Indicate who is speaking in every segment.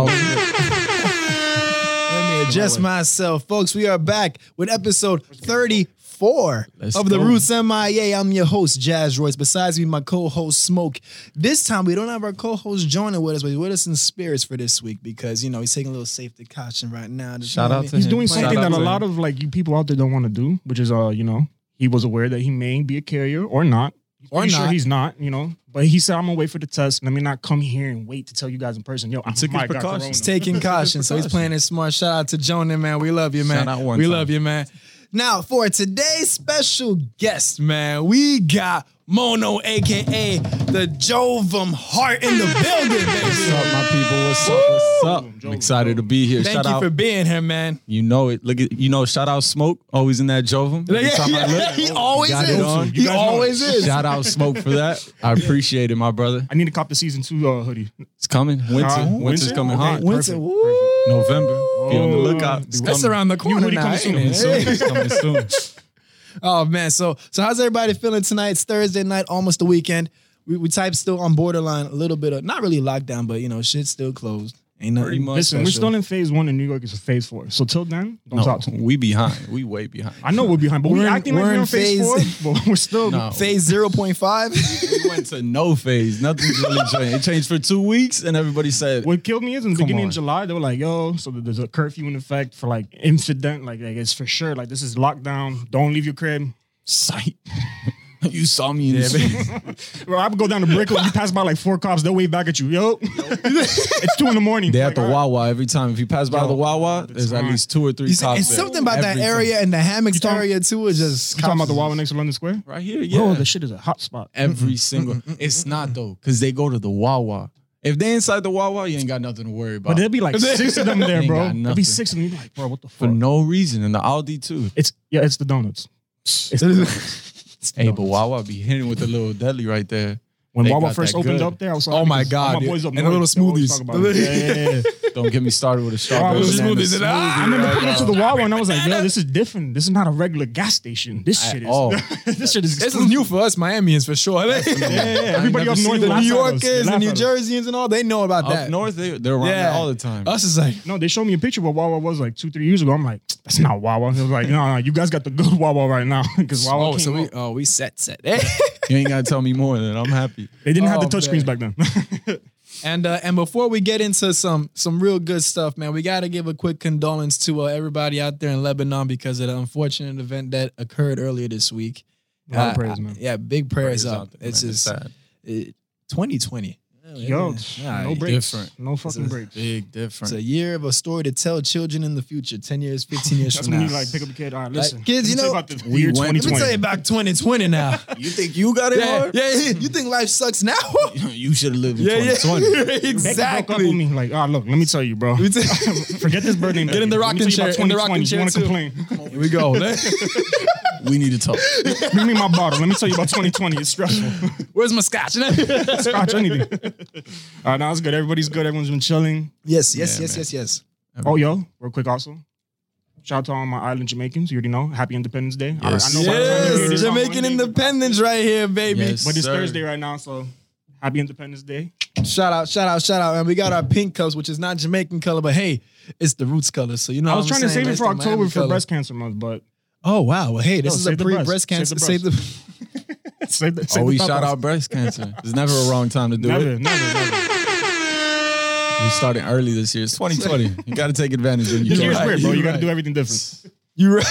Speaker 1: Oh,
Speaker 2: just myself, folks. We are back with episode 34
Speaker 1: Let's
Speaker 2: of the
Speaker 1: go.
Speaker 2: Roots MIA. I'm your host, Jazz Royce. Besides me, my co-host Smoke. This time we don't have our co-host joining with us, but he's with us in spirits for this week because you know he's taking a little safety caution right now. Just, you
Speaker 1: Shout
Speaker 2: know
Speaker 1: out to
Speaker 2: what I mean?
Speaker 1: him.
Speaker 3: He's doing
Speaker 1: Shout
Speaker 3: something
Speaker 1: out
Speaker 3: that a
Speaker 1: to
Speaker 3: lot
Speaker 1: him.
Speaker 3: of like you people out there don't want to do, which is uh, you know, he was aware that he may be a carrier or not. He's
Speaker 2: Or
Speaker 3: pretty sure
Speaker 2: not.
Speaker 3: he's not, you know. But he said, I'm gonna wait for the test. Let me not come here and wait to tell you guys in person. Yo, I
Speaker 1: took his
Speaker 3: might got
Speaker 1: precautions.
Speaker 3: corona.
Speaker 2: He's taking caution, so he's playing it smart. Shout out to Jonan, man. We love you, man.
Speaker 1: Shout out one
Speaker 2: we
Speaker 1: time.
Speaker 2: love you, man. Now for today's special guest, man, we got Mono, aka the Jovum Heart in the building, baby.
Speaker 1: What's up, my people? What's up? What's up? I'm excited to be here.
Speaker 2: Thank
Speaker 1: shout
Speaker 2: you
Speaker 1: out.
Speaker 2: for being here, man.
Speaker 1: you know it. Look at you know. Shout out, Smoke. Always in that Jovem. Every time I look,
Speaker 2: he always
Speaker 1: got
Speaker 2: is.
Speaker 1: it on.
Speaker 2: He
Speaker 3: You guys know
Speaker 2: always is.
Speaker 1: Shout out, Smoke for that. I appreciate it, my brother.
Speaker 3: I need to cop the season two uh, hoodie.
Speaker 1: It's coming. Winter.
Speaker 3: Uh,
Speaker 1: Winter's
Speaker 3: winter?
Speaker 1: coming
Speaker 3: Okay.
Speaker 1: hot.
Speaker 2: Winter,
Speaker 3: Perfect,
Speaker 2: woo.
Speaker 1: November. Be on the lookout. It's
Speaker 2: That's
Speaker 1: coming.
Speaker 2: around the corner
Speaker 3: hoodie
Speaker 2: now,
Speaker 3: comes
Speaker 2: ain't
Speaker 3: soon.
Speaker 2: it?
Speaker 1: It's coming soon. It's coming soon.
Speaker 2: Oh man, so so how's everybody feeling tonight? It's Thursday night, almost the weekend. We we type still on borderline, a little bit of not really lockdown, but you know, shit's still closed. Ain't nothing.
Speaker 1: Pretty much.
Speaker 3: Listen, we're
Speaker 2: special.
Speaker 3: still in phase one and New York is phase four. So till then, don't talk to me.
Speaker 1: we behind. We way behind.
Speaker 3: I know we're behind, but
Speaker 2: We're
Speaker 3: we're,
Speaker 2: in-
Speaker 3: acting
Speaker 2: we're
Speaker 3: like we're
Speaker 2: in
Speaker 3: in phase,
Speaker 2: phase-
Speaker 3: four, but we're still
Speaker 1: No.
Speaker 2: phase zero point five.
Speaker 1: We went to no phase. Nothing's really changed. It changed for two weeks, and everybody said,
Speaker 3: What killed me is in the
Speaker 1: Come
Speaker 3: beginning
Speaker 1: on.
Speaker 3: of July, they were like, yo, so that there's a curfew in effect for like incident. Like, like it's for sure. Like, this is lockdown. Don't leave your crib. Sight.
Speaker 1: "You saw me in the streets."
Speaker 3: Bro, I would go down to Brickell. You pass by like four cops. They'll wave back at you. Yo, it's two in the morning.
Speaker 1: They
Speaker 3: Like,
Speaker 1: at the
Speaker 3: all right.
Speaker 1: Wawa every time. If you pass by
Speaker 3: Yo,
Speaker 1: the Wawa,
Speaker 3: the
Speaker 1: there's at
Speaker 3: time.
Speaker 1: least two or three
Speaker 2: You see,
Speaker 1: cops.
Speaker 2: it's
Speaker 1: there.
Speaker 2: something about that
Speaker 1: Every time.
Speaker 2: area and the hammocks
Speaker 3: talking-
Speaker 2: area too. It's just
Speaker 3: You talking about the
Speaker 2: cops.
Speaker 3: Wawa next to London Square?
Speaker 1: right here. Yeah,
Speaker 3: Bro, the shit is a hot spot.
Speaker 1: every single. It's not though, because they go to the Wawa. If they inside the Wawa, you ain't got nothing to worry about
Speaker 3: But there'll be like six of them there,
Speaker 1: Ain't
Speaker 3: bro.
Speaker 1: got
Speaker 3: There'll be
Speaker 1: nothing.
Speaker 3: six of them. You be like, bro, what the
Speaker 1: for
Speaker 3: fuck?
Speaker 1: no reason. And the Aldi too.
Speaker 3: It's yeah, it's the donuts. It's the donuts.
Speaker 1: Hey, but Wawa be hitting with a little deli right there.
Speaker 3: When
Speaker 1: They
Speaker 3: Wawa
Speaker 1: got
Speaker 3: first
Speaker 1: that
Speaker 3: opened
Speaker 1: good.
Speaker 3: up there, I was like,
Speaker 2: Oh my
Speaker 3: because all
Speaker 2: God,
Speaker 3: my
Speaker 2: yeah.
Speaker 3: boys up
Speaker 2: And the
Speaker 3: north,
Speaker 2: little
Speaker 3: they always
Speaker 2: smoothies.
Speaker 3: talk about it. Yeah, yeah, yeah.
Speaker 1: Don't get me started with a strawberry.
Speaker 3: Wawa
Speaker 2: Those
Speaker 1: banana
Speaker 2: smoothies and-
Speaker 1: smoothie.
Speaker 2: ah,
Speaker 3: I remember pulling up to the
Speaker 1: Right,
Speaker 3: Wawa and I was like,
Speaker 2: Banana.
Speaker 3: yo, this is different. This is not a regular gas station. This
Speaker 1: At
Speaker 3: shit is.
Speaker 1: all.
Speaker 3: this shit is.
Speaker 2: This
Speaker 3: exclusive.
Speaker 2: is new for us Miamians for sure.
Speaker 3: Yeah, yeah, yeah.
Speaker 1: I
Speaker 3: Everybody
Speaker 1: never
Speaker 3: up
Speaker 1: seen that.
Speaker 3: north, they
Speaker 2: the
Speaker 3: laugh
Speaker 2: New
Speaker 3: at us.
Speaker 2: Yorkers,
Speaker 3: They
Speaker 2: the
Speaker 3: laugh
Speaker 2: New
Speaker 3: at us.
Speaker 2: Jerseyans, and all they know about
Speaker 1: Up
Speaker 2: that.
Speaker 1: north, they they're around
Speaker 2: Yeah.
Speaker 1: there all the time.
Speaker 2: Us is like
Speaker 3: No, they showed me a picture of what Wawa was like two, three years ago. I'm like, that's not Wawa. He was like, no, no, you guys got the good Wawa right now because Wawa.
Speaker 2: oh, so
Speaker 3: came
Speaker 2: we
Speaker 3: out.
Speaker 2: oh we set set.
Speaker 1: You ain't gotta tell me more than I'm happy.
Speaker 3: they didn't have the
Speaker 2: oh,
Speaker 3: touchscreens
Speaker 2: man.
Speaker 3: back then.
Speaker 2: And uh, and before we get into some some real good stuff, man, we got to give a quick condolence to uh, everybody out there in Lebanon because of the unfortunate event that occurred earlier this week.
Speaker 3: Loud
Speaker 2: Uh,
Speaker 3: prayers, man.
Speaker 2: Yeah, big
Speaker 1: Prayers
Speaker 2: prayers, up.
Speaker 1: out there,
Speaker 2: It's
Speaker 1: man. It's
Speaker 2: just
Speaker 1: sad.
Speaker 2: it, 2020.
Speaker 3: Yo,
Speaker 2: Nah,
Speaker 3: no
Speaker 2: it-
Speaker 3: breaks.
Speaker 1: different.
Speaker 3: No fucking
Speaker 2: It's a-
Speaker 3: breaks.
Speaker 1: Big
Speaker 2: It's
Speaker 1: difference.
Speaker 2: a year of a story to tell children in the future, 10 years, 15 years
Speaker 3: That's
Speaker 2: from
Speaker 3: when
Speaker 2: now.
Speaker 3: you like pick up the kid. All right,
Speaker 2: Like,
Speaker 3: listen.
Speaker 2: kids,
Speaker 3: let me
Speaker 2: you
Speaker 3: tell
Speaker 2: know,
Speaker 3: about the
Speaker 1: we
Speaker 3: year
Speaker 1: went- let
Speaker 2: Let me tell you
Speaker 3: 2020.
Speaker 2: about 2020 now.
Speaker 1: You think you got it
Speaker 2: yeah,
Speaker 1: hard?
Speaker 2: yeah, yeah. you think life sucks now?
Speaker 1: You should have lived in
Speaker 2: yeah, yeah,
Speaker 1: 2020.
Speaker 3: Becky broke up with
Speaker 2: exactly.
Speaker 3: me. Like, ah, look, let me tell you, bro. Forget this bird name.
Speaker 2: Get in the
Speaker 3: Becky. Let me
Speaker 2: rocking
Speaker 3: tell you
Speaker 2: chair, in the rocking
Speaker 3: about 2020. You wanna
Speaker 2: chair,
Speaker 3: complain?
Speaker 2: Here we go.
Speaker 1: We need to talk.
Speaker 3: Bring me my bottle. Let me tell you about 2020. It's stressful.
Speaker 2: Where's my scotch? yes,
Speaker 3: Scotch, anything. All right, now it's good. Everybody's good. Everyone's been chilling.
Speaker 2: yes,
Speaker 1: Yeah,
Speaker 2: yes,
Speaker 1: man.
Speaker 2: yes, yes.
Speaker 3: Oh, yo, real quick also. Shout out to all my island Jamaicans. You already know. Happy Independence Day. All
Speaker 1: Yes.
Speaker 3: by the time you hear
Speaker 2: Yes,
Speaker 3: this on
Speaker 2: Jamaican
Speaker 3: Monday,
Speaker 2: independence right here, baby.
Speaker 1: Yes.
Speaker 3: But it's
Speaker 1: Sir.
Speaker 3: Thursday right now, so happy Independence Day.
Speaker 2: Shout out, shout out, shout out. And we got our pink cups, which is not Jamaican color, but hey, it's the roots color. So you know
Speaker 3: I was
Speaker 2: what
Speaker 3: trying
Speaker 2: I'm
Speaker 3: to
Speaker 2: saying?
Speaker 3: save it
Speaker 2: It's
Speaker 3: for
Speaker 2: the
Speaker 3: October
Speaker 2: Miami
Speaker 3: for
Speaker 2: color.
Speaker 3: breast cancer month, but
Speaker 2: Oh wow. Well, hey, this
Speaker 3: No,
Speaker 2: is a
Speaker 3: save the
Speaker 2: pre
Speaker 3: breast.
Speaker 2: breast
Speaker 3: Save
Speaker 2: cancer.
Speaker 3: the
Speaker 2: Save the,
Speaker 3: save the, save the
Speaker 1: Always
Speaker 3: thought
Speaker 1: Oh, shout
Speaker 3: process.
Speaker 1: out breast cancer. There's never a wrong time to do
Speaker 3: Never,
Speaker 1: it.
Speaker 3: never, never.
Speaker 1: We started early this year. It's 2020. You got to take advantage when you
Speaker 3: This
Speaker 1: can.
Speaker 3: year's
Speaker 1: Right.
Speaker 3: weird, bro. You
Speaker 1: You're
Speaker 3: got to
Speaker 1: right.
Speaker 3: do everything different.
Speaker 2: you right.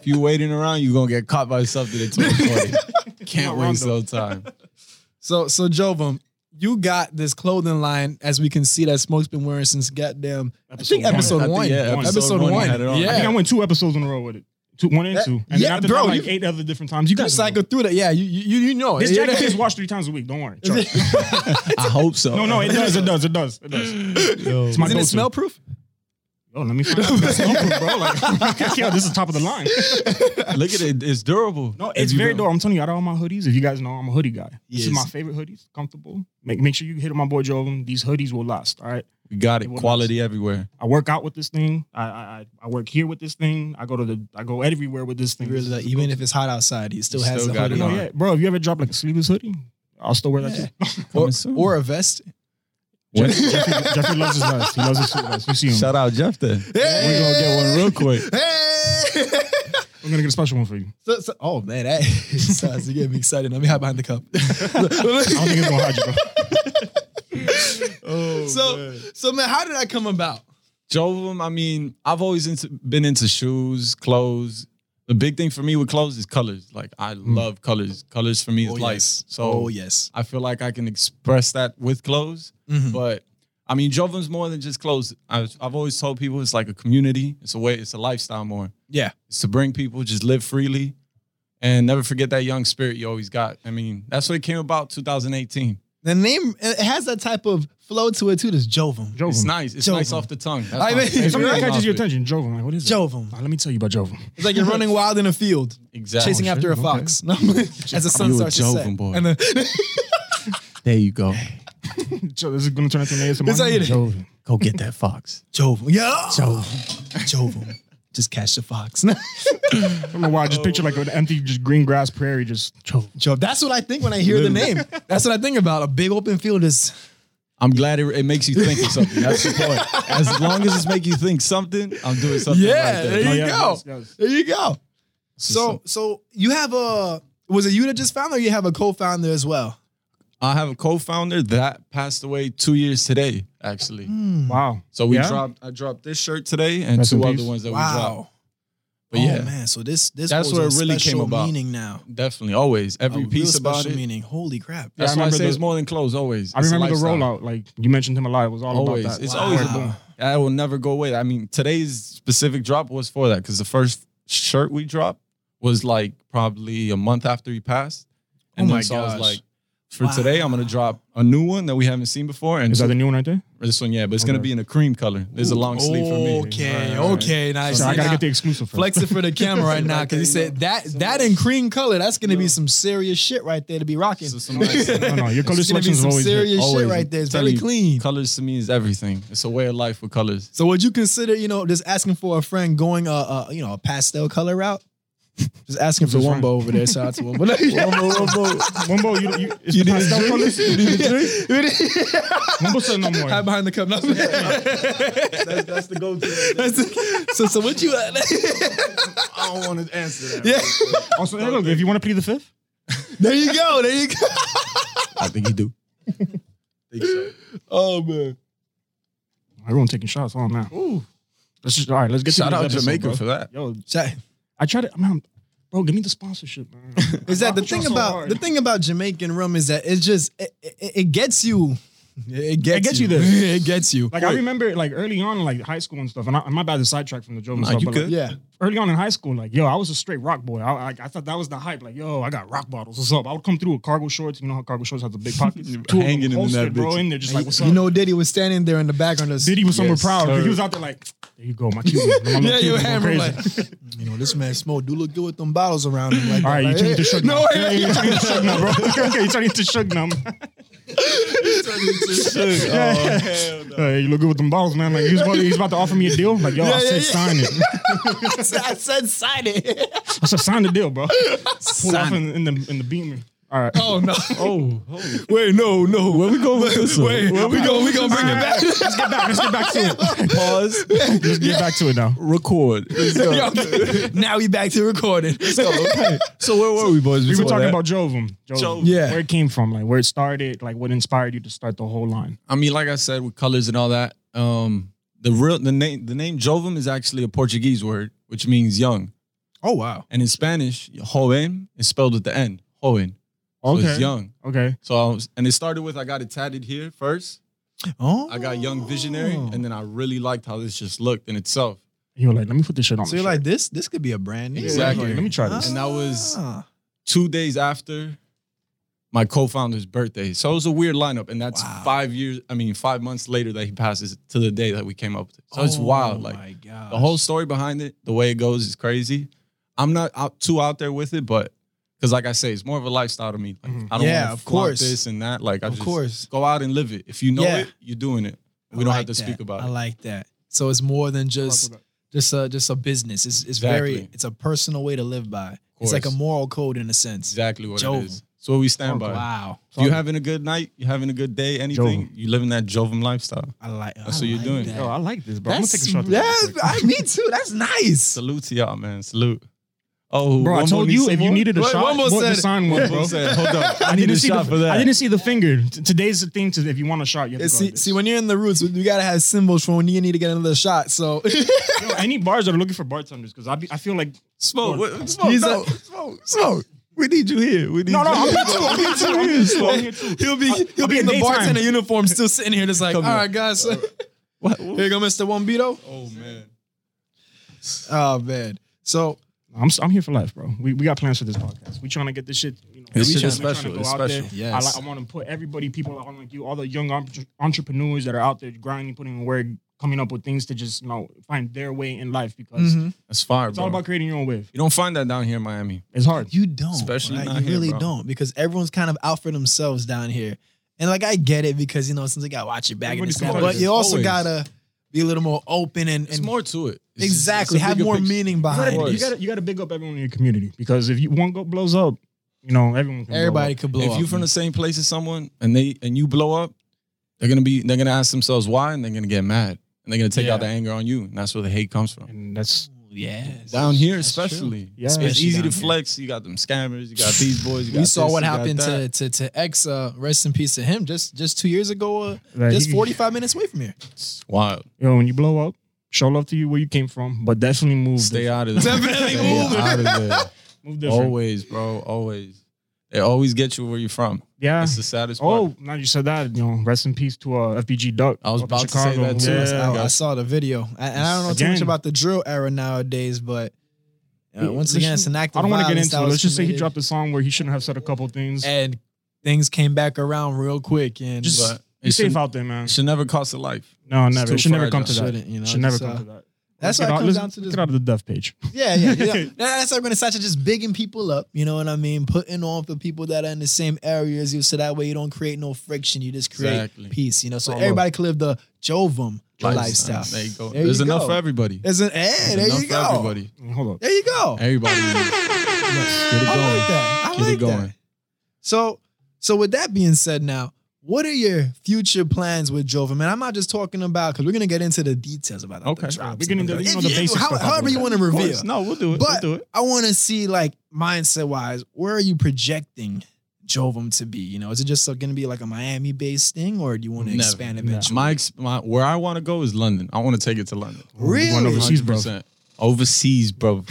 Speaker 1: If you waiting around, you're going to get caught by something in 2020. Can't
Speaker 3: Not wrong,
Speaker 1: waste no time.
Speaker 2: So so Jovum, you got this clothing line as we can see that Smoke's been wearing since goddamn I think episode
Speaker 3: Episode
Speaker 1: one.
Speaker 2: one.
Speaker 1: I think, yeah,
Speaker 2: episode
Speaker 1: episode one,
Speaker 2: one.
Speaker 1: had it on.
Speaker 3: I think I
Speaker 2: Yeah.
Speaker 3: went two episodes in a row with it. Two, one and
Speaker 2: That-
Speaker 3: two. And
Speaker 2: yeah,
Speaker 3: then after
Speaker 2: bro,
Speaker 3: that, like
Speaker 2: you-
Speaker 3: eight other different times. You
Speaker 2: You
Speaker 3: guys know.
Speaker 2: cycle through that. Yeah, you you you- you know it.
Speaker 3: This jacket gets washed three times a week. Don't worry. Trust me.
Speaker 1: I hope so.
Speaker 3: No, no, it does. It does. It does. It does. It's my
Speaker 2: Isn't it
Speaker 3: go-to.
Speaker 2: smell proof?
Speaker 3: Oh, let me find out. It's smell-proof, bro. Like, yo, this is top of the line.
Speaker 1: Look at it. It's durable.
Speaker 3: No,
Speaker 1: If
Speaker 3: it's
Speaker 1: you
Speaker 3: very
Speaker 1: don't-
Speaker 3: dope. I'm telling you, out of all my hoodies, if you guys know, I'm a hoodie guy. This is
Speaker 1: Yes.
Speaker 3: my favorite hoodies. Comfortable. Make make sure you hit up my boy Joe. These hoodies will last. All right.
Speaker 1: We got it.
Speaker 3: It will
Speaker 1: Quality everywhere.
Speaker 3: I work out with this thing. I I I- I work here with this thing. I go to the I go everywhere with this thing.
Speaker 2: Really,
Speaker 3: This
Speaker 2: like,
Speaker 3: is the
Speaker 2: even
Speaker 3: go-to.
Speaker 2: if it's hot outside, he still
Speaker 1: You
Speaker 2: has
Speaker 1: still
Speaker 2: the
Speaker 1: got
Speaker 2: hoodie
Speaker 1: it
Speaker 3: no,
Speaker 1: on.
Speaker 3: yeah, bro. If you ever drop like a sleeveless hoodie, I'll still wear that
Speaker 2: Yeah.
Speaker 3: too.
Speaker 2: or,
Speaker 1: Coming soon.
Speaker 2: or a vest.
Speaker 3: Jeff- Jeffrey, Jeffrey loves his lust. He loves his sweet lust. You see him.
Speaker 1: Shout out Jeff then. We're
Speaker 2: Hey!
Speaker 1: gonna get one real quick.
Speaker 2: Hey!
Speaker 3: I'm gonna get a special one for you.
Speaker 2: So- so- oh man, that sounds you getting me excited. Let me hide behind the cup.
Speaker 3: I don't think it's gonna hide you, bro.
Speaker 2: so, so man, how did I come about?
Speaker 1: Jovem, I mean, I've always into, been into shoes, clothes. The big thing for me with clothes is colors. Like I love colors. Colors for me is life. So
Speaker 2: Hmm. oh yes, Mm-hmm.
Speaker 1: I feel like I can express that with clothes.
Speaker 2: Hmm.
Speaker 1: But I mean, Jovem's more than just clothes. I, I've always told people it's like a community. It's a way. It's a lifestyle more.
Speaker 2: yeah.
Speaker 1: It's to bring people just live freely, and never forget that young spirit you always got. I mean, that's what it came about. 2018.
Speaker 2: The name it has that type of flow to it too. This Jovum.
Speaker 3: Jovem.
Speaker 1: It's nice. It's nice
Speaker 2: Jovem.
Speaker 1: off the tongue. That's
Speaker 2: I
Speaker 1: my-
Speaker 2: mean,
Speaker 1: that's
Speaker 3: Something
Speaker 1: my
Speaker 3: that catches your
Speaker 1: outfit.
Speaker 3: attention. Jovem. Like, what is it?
Speaker 2: Jovem.
Speaker 3: Ah, let me tell you about Jovem.
Speaker 2: It's like you're running wild in a field,
Speaker 1: Exactly.
Speaker 2: chasing
Speaker 3: shit,
Speaker 2: after a
Speaker 3: okay.
Speaker 2: fox. No, as the sun
Speaker 1: You a
Speaker 2: starts to set.
Speaker 1: Jovem boy.
Speaker 2: And then,
Speaker 1: There you go.
Speaker 3: Jo- this is gonna turn into an ASMR.
Speaker 2: This how you do it.
Speaker 3: Jovem.
Speaker 1: Go get that fox.
Speaker 2: Jovem. Yeah. Jovem. Jovem. Just catch the fox.
Speaker 3: I don't know why. I just picture like an empty, just green grass prairie. Just Jovem.
Speaker 2: Jove. That's what I think when I hear the name. That's what I think about. A big open field is
Speaker 1: I'm glad it, it makes you think of something. That's the point. As long as it's make you think something, I'm doing something.
Speaker 2: Yeah,
Speaker 1: right there.
Speaker 2: there you
Speaker 3: yeah,
Speaker 2: go.
Speaker 3: yes, yes.
Speaker 2: There you go.
Speaker 1: is
Speaker 2: So, so you have a was it you that just found, or you have a co-founder as well?
Speaker 1: I have a co-founder that passed away two years today, actually.
Speaker 3: Wow.
Speaker 1: So we
Speaker 3: Yeah?
Speaker 1: dropped. I dropped this shirt today and
Speaker 3: Rest in
Speaker 1: two other
Speaker 3: peace.
Speaker 1: ones that we dropped.
Speaker 2: Wow.
Speaker 1: But yeah,
Speaker 2: oh man, so this this
Speaker 1: That's
Speaker 2: holds
Speaker 1: where
Speaker 2: a
Speaker 1: it really came
Speaker 2: special
Speaker 1: about.
Speaker 2: Meaning now,
Speaker 1: definitely always every
Speaker 2: a
Speaker 1: piece
Speaker 2: real
Speaker 1: about
Speaker 2: special
Speaker 1: it.
Speaker 2: meaning. Holy crap!
Speaker 1: That's
Speaker 3: I
Speaker 1: why I
Speaker 3: remember
Speaker 1: say it's
Speaker 3: the-
Speaker 1: more than clothes. Always.
Speaker 3: I
Speaker 1: It's a
Speaker 3: remember the
Speaker 1: lifestyle.
Speaker 3: rollout. Like you mentioned him a lot. It was all
Speaker 1: Always.
Speaker 3: about that.
Speaker 1: It's
Speaker 2: Wow.
Speaker 1: always
Speaker 3: Like, boom.
Speaker 1: a I will never go away. I mean, today's specific drop was for that because the first shirt we dropped was like probably a month after he passed. And
Speaker 2: Oh
Speaker 1: then
Speaker 2: my
Speaker 1: so I
Speaker 2: gosh.
Speaker 1: was like, for today, I'm gonna drop a new one that we haven't seen before. And
Speaker 3: Is
Speaker 1: two-
Speaker 3: that the new one right there?
Speaker 1: this one, yeah, but it's gonna
Speaker 3: Okay.
Speaker 1: be in a cream color. There's a long sleeve for me.
Speaker 2: Okay,
Speaker 3: Right, right,
Speaker 2: okay, nice.
Speaker 3: So I gotta
Speaker 2: Now,
Speaker 3: get the exclusive. first.
Speaker 2: flex it for the camera right now because he said that that in cream color. That's gonna be some serious shit right there to be rocking.
Speaker 1: So some nice-
Speaker 3: No, no, your color
Speaker 2: It's gonna
Speaker 3: selection
Speaker 2: be
Speaker 3: is
Speaker 2: some
Speaker 3: always. Oh. hit.
Speaker 2: serious
Speaker 1: always.
Speaker 2: shit right there. It's
Speaker 1: Tell
Speaker 2: very
Speaker 1: you,
Speaker 2: clean.
Speaker 1: Colors to me is everything. It's a way of life with colors.
Speaker 2: So would you consider, you know, just asking for a friend going a, uh, you know, a pastel color route? Just asking for Wumbo
Speaker 3: Who's friend?
Speaker 2: over there. Shout out to Wumbo. Wumbo, Wumbo.
Speaker 3: Mumbo, you, you, it's the pastel colors. Mumbo said no more.
Speaker 2: Hide behind the cup. No.
Speaker 1: That's, that's the go-to.
Speaker 2: That's- so, so what you?
Speaker 1: I don't want to answer that.
Speaker 2: yeah.
Speaker 3: Also, hey, look, if you want to plead the fifth,
Speaker 2: There you go. There you go.
Speaker 1: I think you do.
Speaker 2: Oh man.
Speaker 3: everyone taking shots. Oh man,
Speaker 2: Ooh.
Speaker 3: let's just all right. Let's get
Speaker 1: Shout
Speaker 3: to the
Speaker 1: out
Speaker 3: next episode,
Speaker 1: Jamaica
Speaker 3: bro.
Speaker 1: for that.
Speaker 3: Yo,
Speaker 2: Shout-
Speaker 3: I tried to, man, bro. Give me the sponsorship, man.
Speaker 2: Is that the
Speaker 3: Y'all
Speaker 2: thing
Speaker 3: so
Speaker 2: about
Speaker 3: hard.
Speaker 2: the thing about Jamaican rum is that it's just it, it, it gets you. It gets,
Speaker 3: gets you there.
Speaker 2: it gets you.
Speaker 3: Like I remember, like early on, like high school and stuff. And I, I'm not about to sidetrack from the Joe and
Speaker 1: Nah,
Speaker 3: stuff,
Speaker 1: you
Speaker 3: but
Speaker 1: good.
Speaker 3: like,
Speaker 2: yeah.
Speaker 3: early on in high school, like yo, I was a straight rock boy. I, I, I thought that was the hype. Like yo, I got rock bottles. What's up? I would come through with cargo shorts. You know how cargo shorts have the big pockets, Two of them
Speaker 1: Hanging in that
Speaker 3: holstered, bro.
Speaker 1: bitch.
Speaker 3: In there, just like what's up?
Speaker 2: You know, Diddy was standing there in the background. Just,
Speaker 3: Diddy was somewhere
Speaker 1: Yes,
Speaker 3: proud. 'cause
Speaker 1: sir.
Speaker 3: He was out there like, there you go, my Cuban. My little
Speaker 2: Yeah, you
Speaker 3: Cuban going
Speaker 2: hammer
Speaker 3: crazy.
Speaker 2: like, you know, this man smoke do look good with them bottles around him. Like,
Speaker 3: All right,
Speaker 2: that. like,
Speaker 3: you turn into Suge
Speaker 2: No,
Speaker 3: Knight.
Speaker 2: yeah,
Speaker 3: you turn into Suge Knight, bro. okay, you turn into Suge Knight.
Speaker 2: Oh,
Speaker 3: Uh, you look good with them balls, man. Like he's about, he's about to offer me a deal. Like yo,
Speaker 2: Yeah,
Speaker 3: I said
Speaker 2: yeah,
Speaker 3: sign it.
Speaker 2: I said sign it.
Speaker 3: I said sign the deal, bro. Pull off in, in the in the beamer. All right.
Speaker 2: Oh no!
Speaker 1: Oh,
Speaker 2: Wait, no, no. Where we going with this? Wait, where we going? We gonna bring it back?
Speaker 3: Let's get back. Let's get back to it.
Speaker 1: pause,
Speaker 3: Let's get back to it now.
Speaker 1: record. Let's go.
Speaker 2: Yo, now we back to recording.
Speaker 1: Okay. So where were we, boys?
Speaker 3: We were
Speaker 1: before
Speaker 3: talking
Speaker 1: that?
Speaker 3: about Jovem. Jovem.
Speaker 1: Jovem.
Speaker 2: Yeah.
Speaker 3: Where it came from, like where it started, like what inspired you to start the whole line.
Speaker 1: I mean, like I said, with colors and all that. Um, the real the name the name Jovem is actually a Portuguese word which means young,
Speaker 2: Oh wow!
Speaker 1: and in Spanish, joven is spelled at the end, joven. So it's young.
Speaker 3: Okay.
Speaker 1: So I was, and it started with I got it tatted here first.
Speaker 2: Oh,
Speaker 1: I got young visionary, and then I really liked how this just looked in itself.
Speaker 3: You were like, let me put this shit on.
Speaker 2: so you're like this. This could be a brand new.
Speaker 1: Exactly.
Speaker 3: Let me try this.
Speaker 1: And that was- two days after my co-founder's birthday. So it was a weird lineup, and that's
Speaker 2: Wow.
Speaker 1: five years. I mean, five months later that he passes to the day that we came up with it. So it's
Speaker 2: Oh,
Speaker 1: wild. Like
Speaker 2: my gosh.
Speaker 1: the whole story behind it, the way it goes is crazy. I'm not out, too out there with it, but because like I say, it's more of a lifestyle to me. Like,
Speaker 3: Mhm.
Speaker 1: I don't
Speaker 2: Yeah,
Speaker 1: want
Speaker 2: of
Speaker 1: to flaunt
Speaker 2: course.
Speaker 1: this and that. Like I
Speaker 2: Of
Speaker 1: just
Speaker 2: course.
Speaker 1: go out and live it. If you know
Speaker 2: Yeah.
Speaker 1: it, you're doing it. We
Speaker 2: I
Speaker 1: don't
Speaker 2: like
Speaker 1: have to speak
Speaker 2: that.
Speaker 1: about
Speaker 2: I
Speaker 1: it.
Speaker 2: like that. So it's more than just just a just a business. It's it's very
Speaker 1: Exactly.
Speaker 2: it's a personal way to live by. It's like a
Speaker 1: course.
Speaker 2: moral code in a sense.
Speaker 1: Exactly what
Speaker 2: Jovem.
Speaker 1: it is. It's what we stand by.
Speaker 2: Wow.
Speaker 1: If you're having a good night, you're having a good day, anything, you living that Jovem lifestyle.
Speaker 2: I like.
Speaker 1: That's
Speaker 2: I
Speaker 1: what you're
Speaker 2: like
Speaker 1: doing.
Speaker 2: That.
Speaker 3: Yo, Oh, I like this, bro.
Speaker 2: That's,
Speaker 3: I'm gonna take a shot.
Speaker 2: that's I, me too. That's nice.
Speaker 1: Salute to y'all, man. Salute. Oh,
Speaker 3: Bro, I
Speaker 1: one
Speaker 3: told
Speaker 1: more
Speaker 3: you
Speaker 1: needs
Speaker 3: if
Speaker 1: some
Speaker 3: you
Speaker 1: more?
Speaker 3: needed a
Speaker 1: Wait,
Speaker 3: shot,
Speaker 1: one more
Speaker 3: what the
Speaker 1: said it.
Speaker 3: sign was,
Speaker 1: One
Speaker 3: bro.
Speaker 1: more said it. Hold up. I,
Speaker 3: I
Speaker 1: need
Speaker 3: didn't
Speaker 1: a
Speaker 3: see
Speaker 1: shot
Speaker 3: the,
Speaker 1: for that.
Speaker 3: I didn't see the finger. T- today's the thing. To, if you want a shot, you have to go
Speaker 2: see,
Speaker 3: like this.
Speaker 2: see, when you're in the roots, you gotta have symbols for when you need to get another shot. So
Speaker 3: Yo, any bars that are looking for bartenders, because I be, I feel like
Speaker 1: smoke. What, smoke.
Speaker 2: he's
Speaker 1: no,
Speaker 2: like, smoke, smoke. We need you here. We need
Speaker 3: no, no, I'm
Speaker 2: you.
Speaker 3: here too. I'm here too. I'm here too. I'm here too.
Speaker 2: He'll be he'll
Speaker 3: I'll
Speaker 2: be
Speaker 3: be
Speaker 2: in
Speaker 3: a
Speaker 2: the
Speaker 3: daytime.
Speaker 2: bartender uniform, still sitting here, just like, all
Speaker 1: Come here.
Speaker 2: right, guys, here
Speaker 1: what,
Speaker 2: you go, Mister Wombito.
Speaker 1: Oh man.
Speaker 2: Oh man, so
Speaker 3: I'm, s- I'm here for life, bro. We, we got plans for this podcast. We trying to get this shit. You know,
Speaker 1: This
Speaker 3: we
Speaker 1: shit is
Speaker 3: tryna- we tryna
Speaker 1: special.
Speaker 3: go
Speaker 1: It's
Speaker 3: out there.
Speaker 1: special.
Speaker 2: Yes.
Speaker 3: I, like, I want to put everybody, people out like you, all the young entre- entrepreneurs that are out there grinding, putting in work, coming up with things to just you know find their way in life because
Speaker 2: mhm.
Speaker 1: That's fire,
Speaker 3: it's
Speaker 1: bro.
Speaker 3: all about creating your own wave.
Speaker 1: you don't find that down here in Miami.
Speaker 3: It's hard.
Speaker 2: you don't,
Speaker 1: Especially
Speaker 2: right?
Speaker 1: not
Speaker 2: you
Speaker 1: here,
Speaker 2: really
Speaker 1: bro.
Speaker 2: don't, because everyone's kind of out for themselves down here. And like I get it because you know since I got to watch your back, and
Speaker 3: Everybody's
Speaker 2: this and that,
Speaker 3: smarter
Speaker 2: but
Speaker 3: than
Speaker 2: you also
Speaker 1: always.
Speaker 2: gotta be a little more open and,
Speaker 1: There's
Speaker 2: and
Speaker 1: more to it. It's just-
Speaker 2: exactly
Speaker 1: it's a
Speaker 2: have
Speaker 1: bigger
Speaker 2: more
Speaker 1: picture.
Speaker 2: meaning
Speaker 3: You
Speaker 2: behind
Speaker 3: gotta,
Speaker 2: it.
Speaker 3: you gotta you gotta big up everyone in your community because if you one go blows up, you know everyone. Can blow
Speaker 2: Everybody
Speaker 3: up.
Speaker 2: could blow
Speaker 1: if
Speaker 2: up.
Speaker 1: you're from the same place as someone and they and you blow up, they're gonna be they're gonna ask themselves why and they're gonna get mad and they're gonna take
Speaker 3: Yeah.
Speaker 1: out the anger on you and that's where the hate comes from.
Speaker 3: and that's
Speaker 2: yeah,
Speaker 1: Down here, especially,
Speaker 3: Yeah.
Speaker 1: it's, it's
Speaker 2: Especially
Speaker 1: easy
Speaker 2: down
Speaker 1: to
Speaker 2: here.
Speaker 1: flex. You got them scammers, you got these boys. You got
Speaker 2: we saw
Speaker 1: this,
Speaker 2: what
Speaker 1: you got
Speaker 2: happened
Speaker 1: that.
Speaker 2: to, to to X. Uh, rest in peace to him. Just just two years ago, uh,
Speaker 3: Right,
Speaker 2: just
Speaker 3: he-
Speaker 2: 45 minutes away from here.
Speaker 1: It's wild.
Speaker 3: you know when you blow up, show love to you where you came from, but definitely move.
Speaker 1: Stay
Speaker 3: different.
Speaker 1: out of there.
Speaker 2: Definitely
Speaker 1: Stay
Speaker 2: moving.
Speaker 1: out of there.
Speaker 3: Move different.
Speaker 1: always, bro. Always. They always get you where you're from.
Speaker 3: yeah.
Speaker 1: It's the saddest part.
Speaker 3: Ah. Oh, now you said that. You know, rest in peace to uh, FBG Duck.
Speaker 1: I was
Speaker 3: up in
Speaker 1: about to say
Speaker 3: Chicago.
Speaker 1: that too.
Speaker 3: Yeah.
Speaker 2: I, I saw the video, I, and I don't know too much
Speaker 3: Again.
Speaker 2: about the drill era nowadays, but uh, once
Speaker 3: Let's
Speaker 2: again,
Speaker 3: just-
Speaker 2: it's an act. Of
Speaker 3: I don't want to get
Speaker 2: violence
Speaker 3: into
Speaker 2: that
Speaker 3: it.
Speaker 2: was
Speaker 3: Let's just say he
Speaker 2: committed,
Speaker 3: dropped a song where he shouldn't have said a couple things.
Speaker 2: and things came back around real quick, and
Speaker 3: Just-
Speaker 2: but
Speaker 1: But
Speaker 3: Be
Speaker 1: it should,
Speaker 3: safe out there, man.
Speaker 1: it should never cost a life.
Speaker 3: No,
Speaker 1: it's
Speaker 3: never.
Speaker 1: too
Speaker 3: It should never
Speaker 1: fragile.
Speaker 3: come to that.
Speaker 2: shouldn't you know?
Speaker 3: Should never
Speaker 2: just,
Speaker 3: come
Speaker 2: uh,
Speaker 3: to that.
Speaker 2: That's
Speaker 3: Let's
Speaker 2: why it
Speaker 3: get out-
Speaker 2: comes
Speaker 3: let's-
Speaker 2: down to
Speaker 3: let's
Speaker 2: this.
Speaker 3: Get out of the death page.
Speaker 2: Yeah, yeah, yeah. That's what I'm gonna start to just bigging people up. You know what I mean? Putting on for people that are in the same area as you, so that way you don't create no friction. You just create
Speaker 1: Exactly.
Speaker 2: peace. You know, so
Speaker 3: Follow.
Speaker 2: everybody can live the Jovum lifestyle.
Speaker 1: There you go.
Speaker 2: There
Speaker 1: There's
Speaker 2: you
Speaker 1: enough
Speaker 2: go.
Speaker 1: for everybody.
Speaker 2: There's an,
Speaker 1: There's
Speaker 2: hey, there
Speaker 1: enough
Speaker 2: you
Speaker 1: for
Speaker 2: go.
Speaker 1: everybody.
Speaker 3: Hold up.
Speaker 2: There you go.
Speaker 1: Everybody. Let's get it
Speaker 2: I
Speaker 1: going.
Speaker 2: like that. I
Speaker 1: Get
Speaker 2: like
Speaker 1: it going.
Speaker 2: that. So, so with that being said, now what are your future plans with Jovum? And I'm not just talking about because we're gonna get into the details about
Speaker 1: Okay.
Speaker 2: the drops
Speaker 3: We're gonna
Speaker 2: and
Speaker 3: do-
Speaker 2: the-
Speaker 3: you know,
Speaker 2: if
Speaker 3: the basic
Speaker 2: how-
Speaker 3: stuff.
Speaker 2: However, you want to
Speaker 1: Of
Speaker 2: reveal.
Speaker 1: course. No, we'll do it.
Speaker 2: But-
Speaker 1: we'll do it.
Speaker 2: I want to see, like, mindset wise, where are you projecting Jovum to be? You know, is it just going to be like a Miami based thing or do you want to
Speaker 1: Never.
Speaker 2: expand
Speaker 3: No.
Speaker 2: eventually?
Speaker 1: My, ex- my where I want to go is London. I want to take it to London.
Speaker 2: Really?
Speaker 3: Going overseas, bro.
Speaker 1: 100%. Overseas, bro.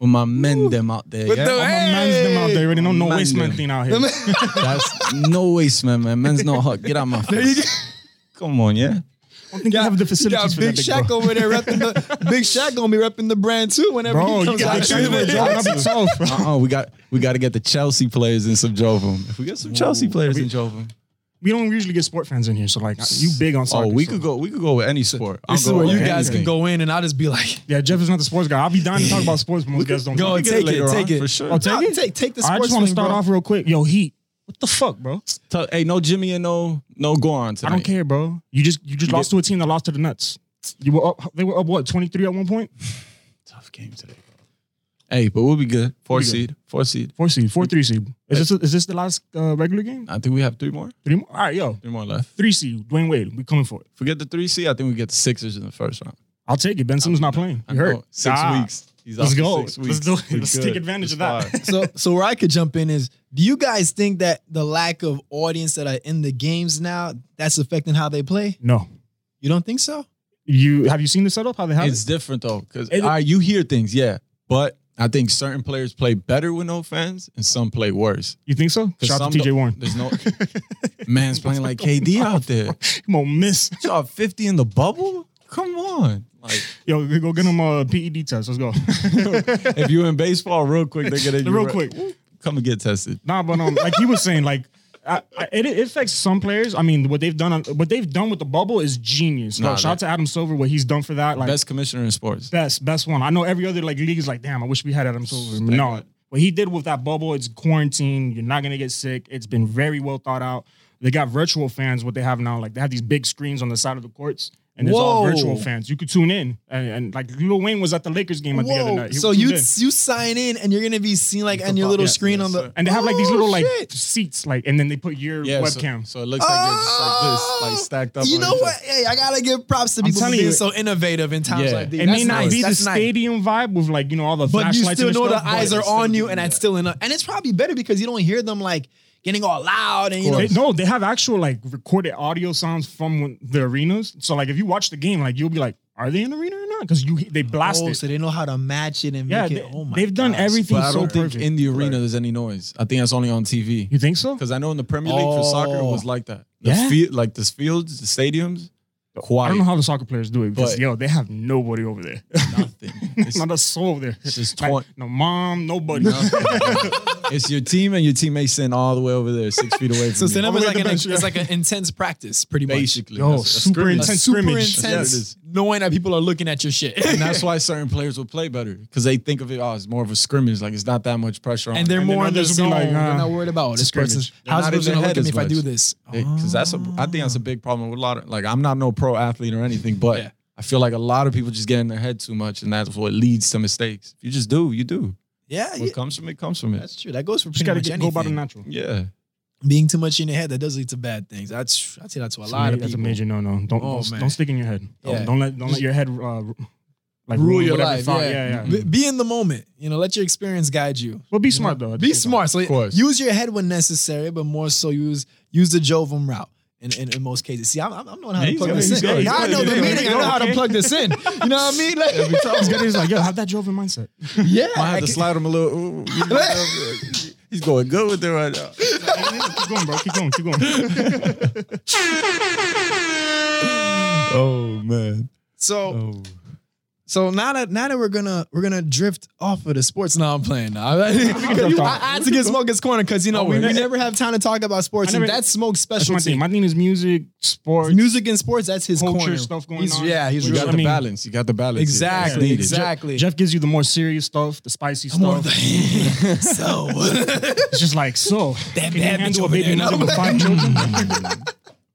Speaker 1: With my men them out there.
Speaker 2: With
Speaker 1: yeah? Oh
Speaker 2: the-
Speaker 3: I'm a man's them out there. Already know no
Speaker 1: Man's
Speaker 3: waste man
Speaker 1: them.
Speaker 3: thing out here.
Speaker 1: That's no waste, man. Man, men's not hot. Get out my face. Come on, yeah.
Speaker 3: I don't think you have the facilities
Speaker 2: got
Speaker 3: for that,
Speaker 2: Big
Speaker 3: big bro.
Speaker 2: Shaq over there repping the Big Shaq gonna be repping the brand too whenever
Speaker 3: Bro,
Speaker 2: he
Speaker 3: you
Speaker 2: comes
Speaker 3: got
Speaker 2: out.
Speaker 3: Big Shaq over there driving up himself, bro.
Speaker 1: Uh-uh, we got we got to get the Chelsea players in some Jovum. If we get some Chelsea players in Jovum,
Speaker 3: We don't usually get sport fans in here, so like you big on
Speaker 1: oh,
Speaker 3: soccer.
Speaker 1: we
Speaker 3: so-
Speaker 1: could go. We could go with any sport. I'll
Speaker 2: This is
Speaker 1: go
Speaker 2: where
Speaker 1: with
Speaker 2: you guys
Speaker 1: anything.
Speaker 2: can go in and I'll just be like,
Speaker 3: Yeah, Jeff is not the sports guy. I'll be dying to talk about sports, but most guys don't.
Speaker 2: go
Speaker 1: We
Speaker 2: and
Speaker 1: can
Speaker 2: take
Speaker 1: later
Speaker 2: it,
Speaker 1: on,
Speaker 2: take it.
Speaker 1: for sure.
Speaker 3: Oh, take
Speaker 2: No,
Speaker 3: it?
Speaker 2: Take, take the
Speaker 3: I
Speaker 2: sports
Speaker 3: just want to
Speaker 2: thing,
Speaker 3: start
Speaker 2: bro.
Speaker 3: off real quick. Yo, Heat. What the fuck, bro?
Speaker 1: Tell- hey, no Jimmy and no no Goran
Speaker 3: I
Speaker 1: tonight.
Speaker 3: don't care, bro. You just you just
Speaker 1: You
Speaker 3: lost to a team that lost to the Nets. You were up. They were up what twenty three at one point.
Speaker 1: Tough game today. Hey, but we'll be good. 4
Speaker 3: We'll be good.
Speaker 1: seed. Four seed.
Speaker 3: Four seed, four three seed. Is this is this the last uh, regular game?
Speaker 1: I think we have three more.
Speaker 3: Three more. All right, yo,
Speaker 1: Three more left.
Speaker 3: three seed. Dwayne Wade, we coming for it.
Speaker 1: Forget the three seed. I think we get the Sixers in the first round.
Speaker 3: I'll take it. Ben Simmons not playing.
Speaker 1: I
Speaker 3: You hurt.
Speaker 1: know, Six
Speaker 3: Ah.
Speaker 1: weeks. He's
Speaker 3: Let's
Speaker 1: out for
Speaker 3: go.
Speaker 1: Six
Speaker 3: Let's
Speaker 1: weeks.
Speaker 3: do it.
Speaker 1: We
Speaker 3: Let's take
Speaker 1: good.
Speaker 3: advantage of
Speaker 1: It's
Speaker 3: that.
Speaker 1: fine.
Speaker 2: so so where I could jump in is do you guys think that the lack of audience that are in the games now that's affecting how they play?
Speaker 3: No,
Speaker 2: You don't think so?
Speaker 3: you have you seen the setup? How they have
Speaker 1: It's
Speaker 3: it?
Speaker 1: different though, because
Speaker 3: It-
Speaker 1: you hear things, yeah. But I think certain players play better with no fans, and some play worse.
Speaker 3: You think so?
Speaker 1: 'Cause
Speaker 3: Shout
Speaker 1: some
Speaker 3: out to TJ
Speaker 1: don't-
Speaker 3: Warren.
Speaker 1: There's no man's playing like KD out there.
Speaker 3: Come on, miss.
Speaker 1: Y'all 50 in the bubble? Come on. Like
Speaker 3: Yo, go get him a PED test. Let's go.
Speaker 1: if you in baseball, real quick, they're gonna
Speaker 3: Real quick.
Speaker 1: Come and get tested.
Speaker 3: Nah, but um, like he was saying, like I, I, it, it affects some players. I mean, what they've done, on, what they've done with the bubble is genius. Yo,
Speaker 1: Nah,
Speaker 3: shout out to Adam Silver, what he's done for that. Like best,
Speaker 1: Best commissioner in sports.
Speaker 3: best, one. I know every other like league is like, damn, I wish we had Adam Silver. But no,
Speaker 1: God.
Speaker 3: what he did with that bubble, it's quarantine. You're not gonna get sick. It's been very well thought out. They got virtual fans. What they have now, like they have these big screens on the side of the courts, and there's all
Speaker 2: Whoa.
Speaker 3: virtual fans. You could tune in, and, and like Lil Wayne was at the Lakers game at the other
Speaker 2: Whoa!
Speaker 3: night. He
Speaker 2: So
Speaker 3: tuned
Speaker 2: you
Speaker 3: in.
Speaker 2: you sign in and you're gonna be seen like
Speaker 1: You
Speaker 2: on your
Speaker 1: pop-
Speaker 2: little
Speaker 1: yeah,
Speaker 2: screen
Speaker 1: yes,
Speaker 2: on the
Speaker 1: sir.
Speaker 3: and they have like these
Speaker 2: Oh,
Speaker 3: little like
Speaker 2: shit.
Speaker 3: seats, like, and then they put your
Speaker 1: Yeah, so-
Speaker 3: webcam.
Speaker 1: So, it looks like they're just like this, like stacked up.
Speaker 2: You
Speaker 1: on
Speaker 2: know
Speaker 1: each
Speaker 2: what?
Speaker 1: other.
Speaker 2: Hey, I gotta give props to people for
Speaker 3: telling
Speaker 2: being
Speaker 3: you,
Speaker 2: so innovative in times
Speaker 1: Yeah.
Speaker 2: like these.
Speaker 3: it
Speaker 2: That's
Speaker 3: may not
Speaker 2: nice.
Speaker 3: be the
Speaker 2: That's nice.
Speaker 3: stadium vibe with like you know all the
Speaker 2: but you
Speaker 3: flashlights
Speaker 2: still
Speaker 3: and
Speaker 2: know
Speaker 3: stuff,
Speaker 2: the
Speaker 3: but
Speaker 2: eyes are
Speaker 1: it's still
Speaker 2: on you,
Speaker 1: good,
Speaker 2: and
Speaker 1: yeah.
Speaker 2: that's still enough. And it's probably better because you don't hear them like getting all loud and you know.
Speaker 3: They, no, they have actual like recorded audio sounds from when- the arenas. So like if you watch the game, like you'll be like, are they in the arena or not? Because you they blast
Speaker 2: Oh,
Speaker 3: it.
Speaker 2: so they know how to match it and
Speaker 3: Yeah,
Speaker 2: make
Speaker 3: they,
Speaker 2: it. oh my
Speaker 3: they've done
Speaker 2: gosh.
Speaker 3: everything
Speaker 1: But I
Speaker 3: so
Speaker 1: don't think
Speaker 3: perfect.
Speaker 1: in the arena there's any noise. I think that's only on TV.
Speaker 3: you think so?
Speaker 1: Because I know in the Premier League for soccer it
Speaker 2: Oh.
Speaker 1: was like that. The
Speaker 3: Yeah.
Speaker 1: field, like the fields, the stadiums,
Speaker 3: I
Speaker 1: quiet,
Speaker 3: don't know how the soccer players do it because
Speaker 1: But-
Speaker 3: yo, they have nobody over there.
Speaker 1: nothing. It's,
Speaker 3: not a soul there.
Speaker 1: it's just
Speaker 3: Like,
Speaker 1: twen-
Speaker 3: no mom, nobody.
Speaker 1: it's your team and your teammates sitting all the way over there, six feet away from
Speaker 2: So
Speaker 1: you.
Speaker 2: stand up is
Speaker 3: Only
Speaker 2: like
Speaker 3: the
Speaker 2: an
Speaker 3: bench, yeah.
Speaker 2: it's like an intense practice, pretty much.
Speaker 1: basically.
Speaker 3: Yo,
Speaker 1: That's- that's
Speaker 3: super
Speaker 1: scrimmage.
Speaker 2: A
Speaker 3: intense
Speaker 2: super
Speaker 3: scrimmage.
Speaker 2: intense,
Speaker 1: Yeah, it is.
Speaker 2: knowing that people are looking at your shit,
Speaker 1: And that's why certain players will play better because they think of it. Oh, it's more of a scrimmage. Like it's not that much pressure on.
Speaker 2: and they're
Speaker 3: And then
Speaker 2: more in the
Speaker 3: others
Speaker 2: zone.
Speaker 3: will be like,
Speaker 2: they're
Speaker 3: uh,
Speaker 2: not worried about this
Speaker 3: scrimmage.
Speaker 2: person's
Speaker 1: They're
Speaker 2: how's
Speaker 1: not
Speaker 2: the
Speaker 1: in
Speaker 2: person
Speaker 1: their
Speaker 2: gonna look
Speaker 1: head
Speaker 2: at me
Speaker 1: as
Speaker 2: if I do
Speaker 1: much.
Speaker 2: this.
Speaker 1: because that's a. I think that's a big problem with a lot of. Like I'm not no pro athlete or anything, but
Speaker 2: Yeah.
Speaker 1: I feel like a lot of people just get in their head too much, and that's what leads to mistakes. If you just do, you do.
Speaker 2: Yeah,
Speaker 1: What
Speaker 2: yeah,
Speaker 1: comes from it comes from it.
Speaker 2: that's true. That goes for
Speaker 3: just
Speaker 2: pretty
Speaker 3: gotta
Speaker 2: much
Speaker 3: get, go
Speaker 2: anything.
Speaker 3: about the natural.
Speaker 1: Yeah,
Speaker 2: Being too much in your head that does lead to bad things. That's I say that to a
Speaker 3: That's
Speaker 2: lot
Speaker 3: ma-
Speaker 2: of
Speaker 3: That's a
Speaker 2: people.
Speaker 3: major no no. Don't
Speaker 2: Oh,
Speaker 3: don't,
Speaker 2: man.
Speaker 3: don't stick in your head. Don't,
Speaker 2: Yeah.
Speaker 3: don't let don't let
Speaker 2: Just
Speaker 3: your head uh,
Speaker 2: Rule
Speaker 3: like ruin
Speaker 2: your
Speaker 3: whatever
Speaker 2: life.
Speaker 3: thought.
Speaker 2: yeah.
Speaker 3: yeah.
Speaker 2: Be, be in the moment. You know, let your experience guide you.
Speaker 3: But be smart though. at the
Speaker 2: Be
Speaker 3: same time.
Speaker 2: smart. So
Speaker 1: course.
Speaker 2: use your head when necessary, but more so use use the Jovum route. In, in, in most cases, see, I'm, I'm I'm knowing how
Speaker 1: Yeah,
Speaker 2: to
Speaker 1: he's
Speaker 2: plug
Speaker 1: good,
Speaker 2: this
Speaker 1: he's
Speaker 2: in.
Speaker 1: good, he's
Speaker 2: now I
Speaker 1: good,
Speaker 2: know the
Speaker 1: he's good,
Speaker 2: meaning. I
Speaker 3: he's
Speaker 2: know
Speaker 3: good,
Speaker 2: how to
Speaker 3: okay?
Speaker 2: plug this in. You know what I mean? Like,
Speaker 3: It's good. He's like, yo, have that Jovan mindset.
Speaker 2: yeah,
Speaker 1: I
Speaker 2: I
Speaker 1: had to
Speaker 2: can-
Speaker 1: slide him a little. ooh, you know, He's going good with it right now.
Speaker 3: keep going, bro. Keep going. Keep going.
Speaker 1: Oh man.
Speaker 2: so
Speaker 3: Oh.
Speaker 2: So now that now that we're gonna we're gonna drift off of the sports. Now I'm playing. Now
Speaker 3: drift
Speaker 2: You- I,
Speaker 3: off.
Speaker 2: I had to get Smoke's corner because you know we, we
Speaker 3: Always.
Speaker 2: never have time to talk about sports,
Speaker 3: Oh, I never-
Speaker 2: and that's Smoke's
Speaker 3: That's my
Speaker 2: specialty.
Speaker 3: thing. My thing is music, sports,
Speaker 2: Music and sports, that's his
Speaker 3: culture
Speaker 2: corner.
Speaker 3: stuff going
Speaker 2: He's-
Speaker 3: on.
Speaker 2: Yeah, he's
Speaker 1: You
Speaker 2: really
Speaker 3: Which,
Speaker 1: got
Speaker 3: I
Speaker 1: the
Speaker 3: mean-
Speaker 1: balance. You got the balance.
Speaker 2: exactly
Speaker 1: It's needed.
Speaker 2: exactly.
Speaker 3: Jeff gives you the more serious stuff, the spicy stuff.
Speaker 2: so
Speaker 3: It's just like so.
Speaker 2: That
Speaker 3: can you
Speaker 2: bad bitch
Speaker 3: handle a
Speaker 2: over
Speaker 3: baby
Speaker 2: there,
Speaker 3: mother
Speaker 2: no?
Speaker 3: with five children?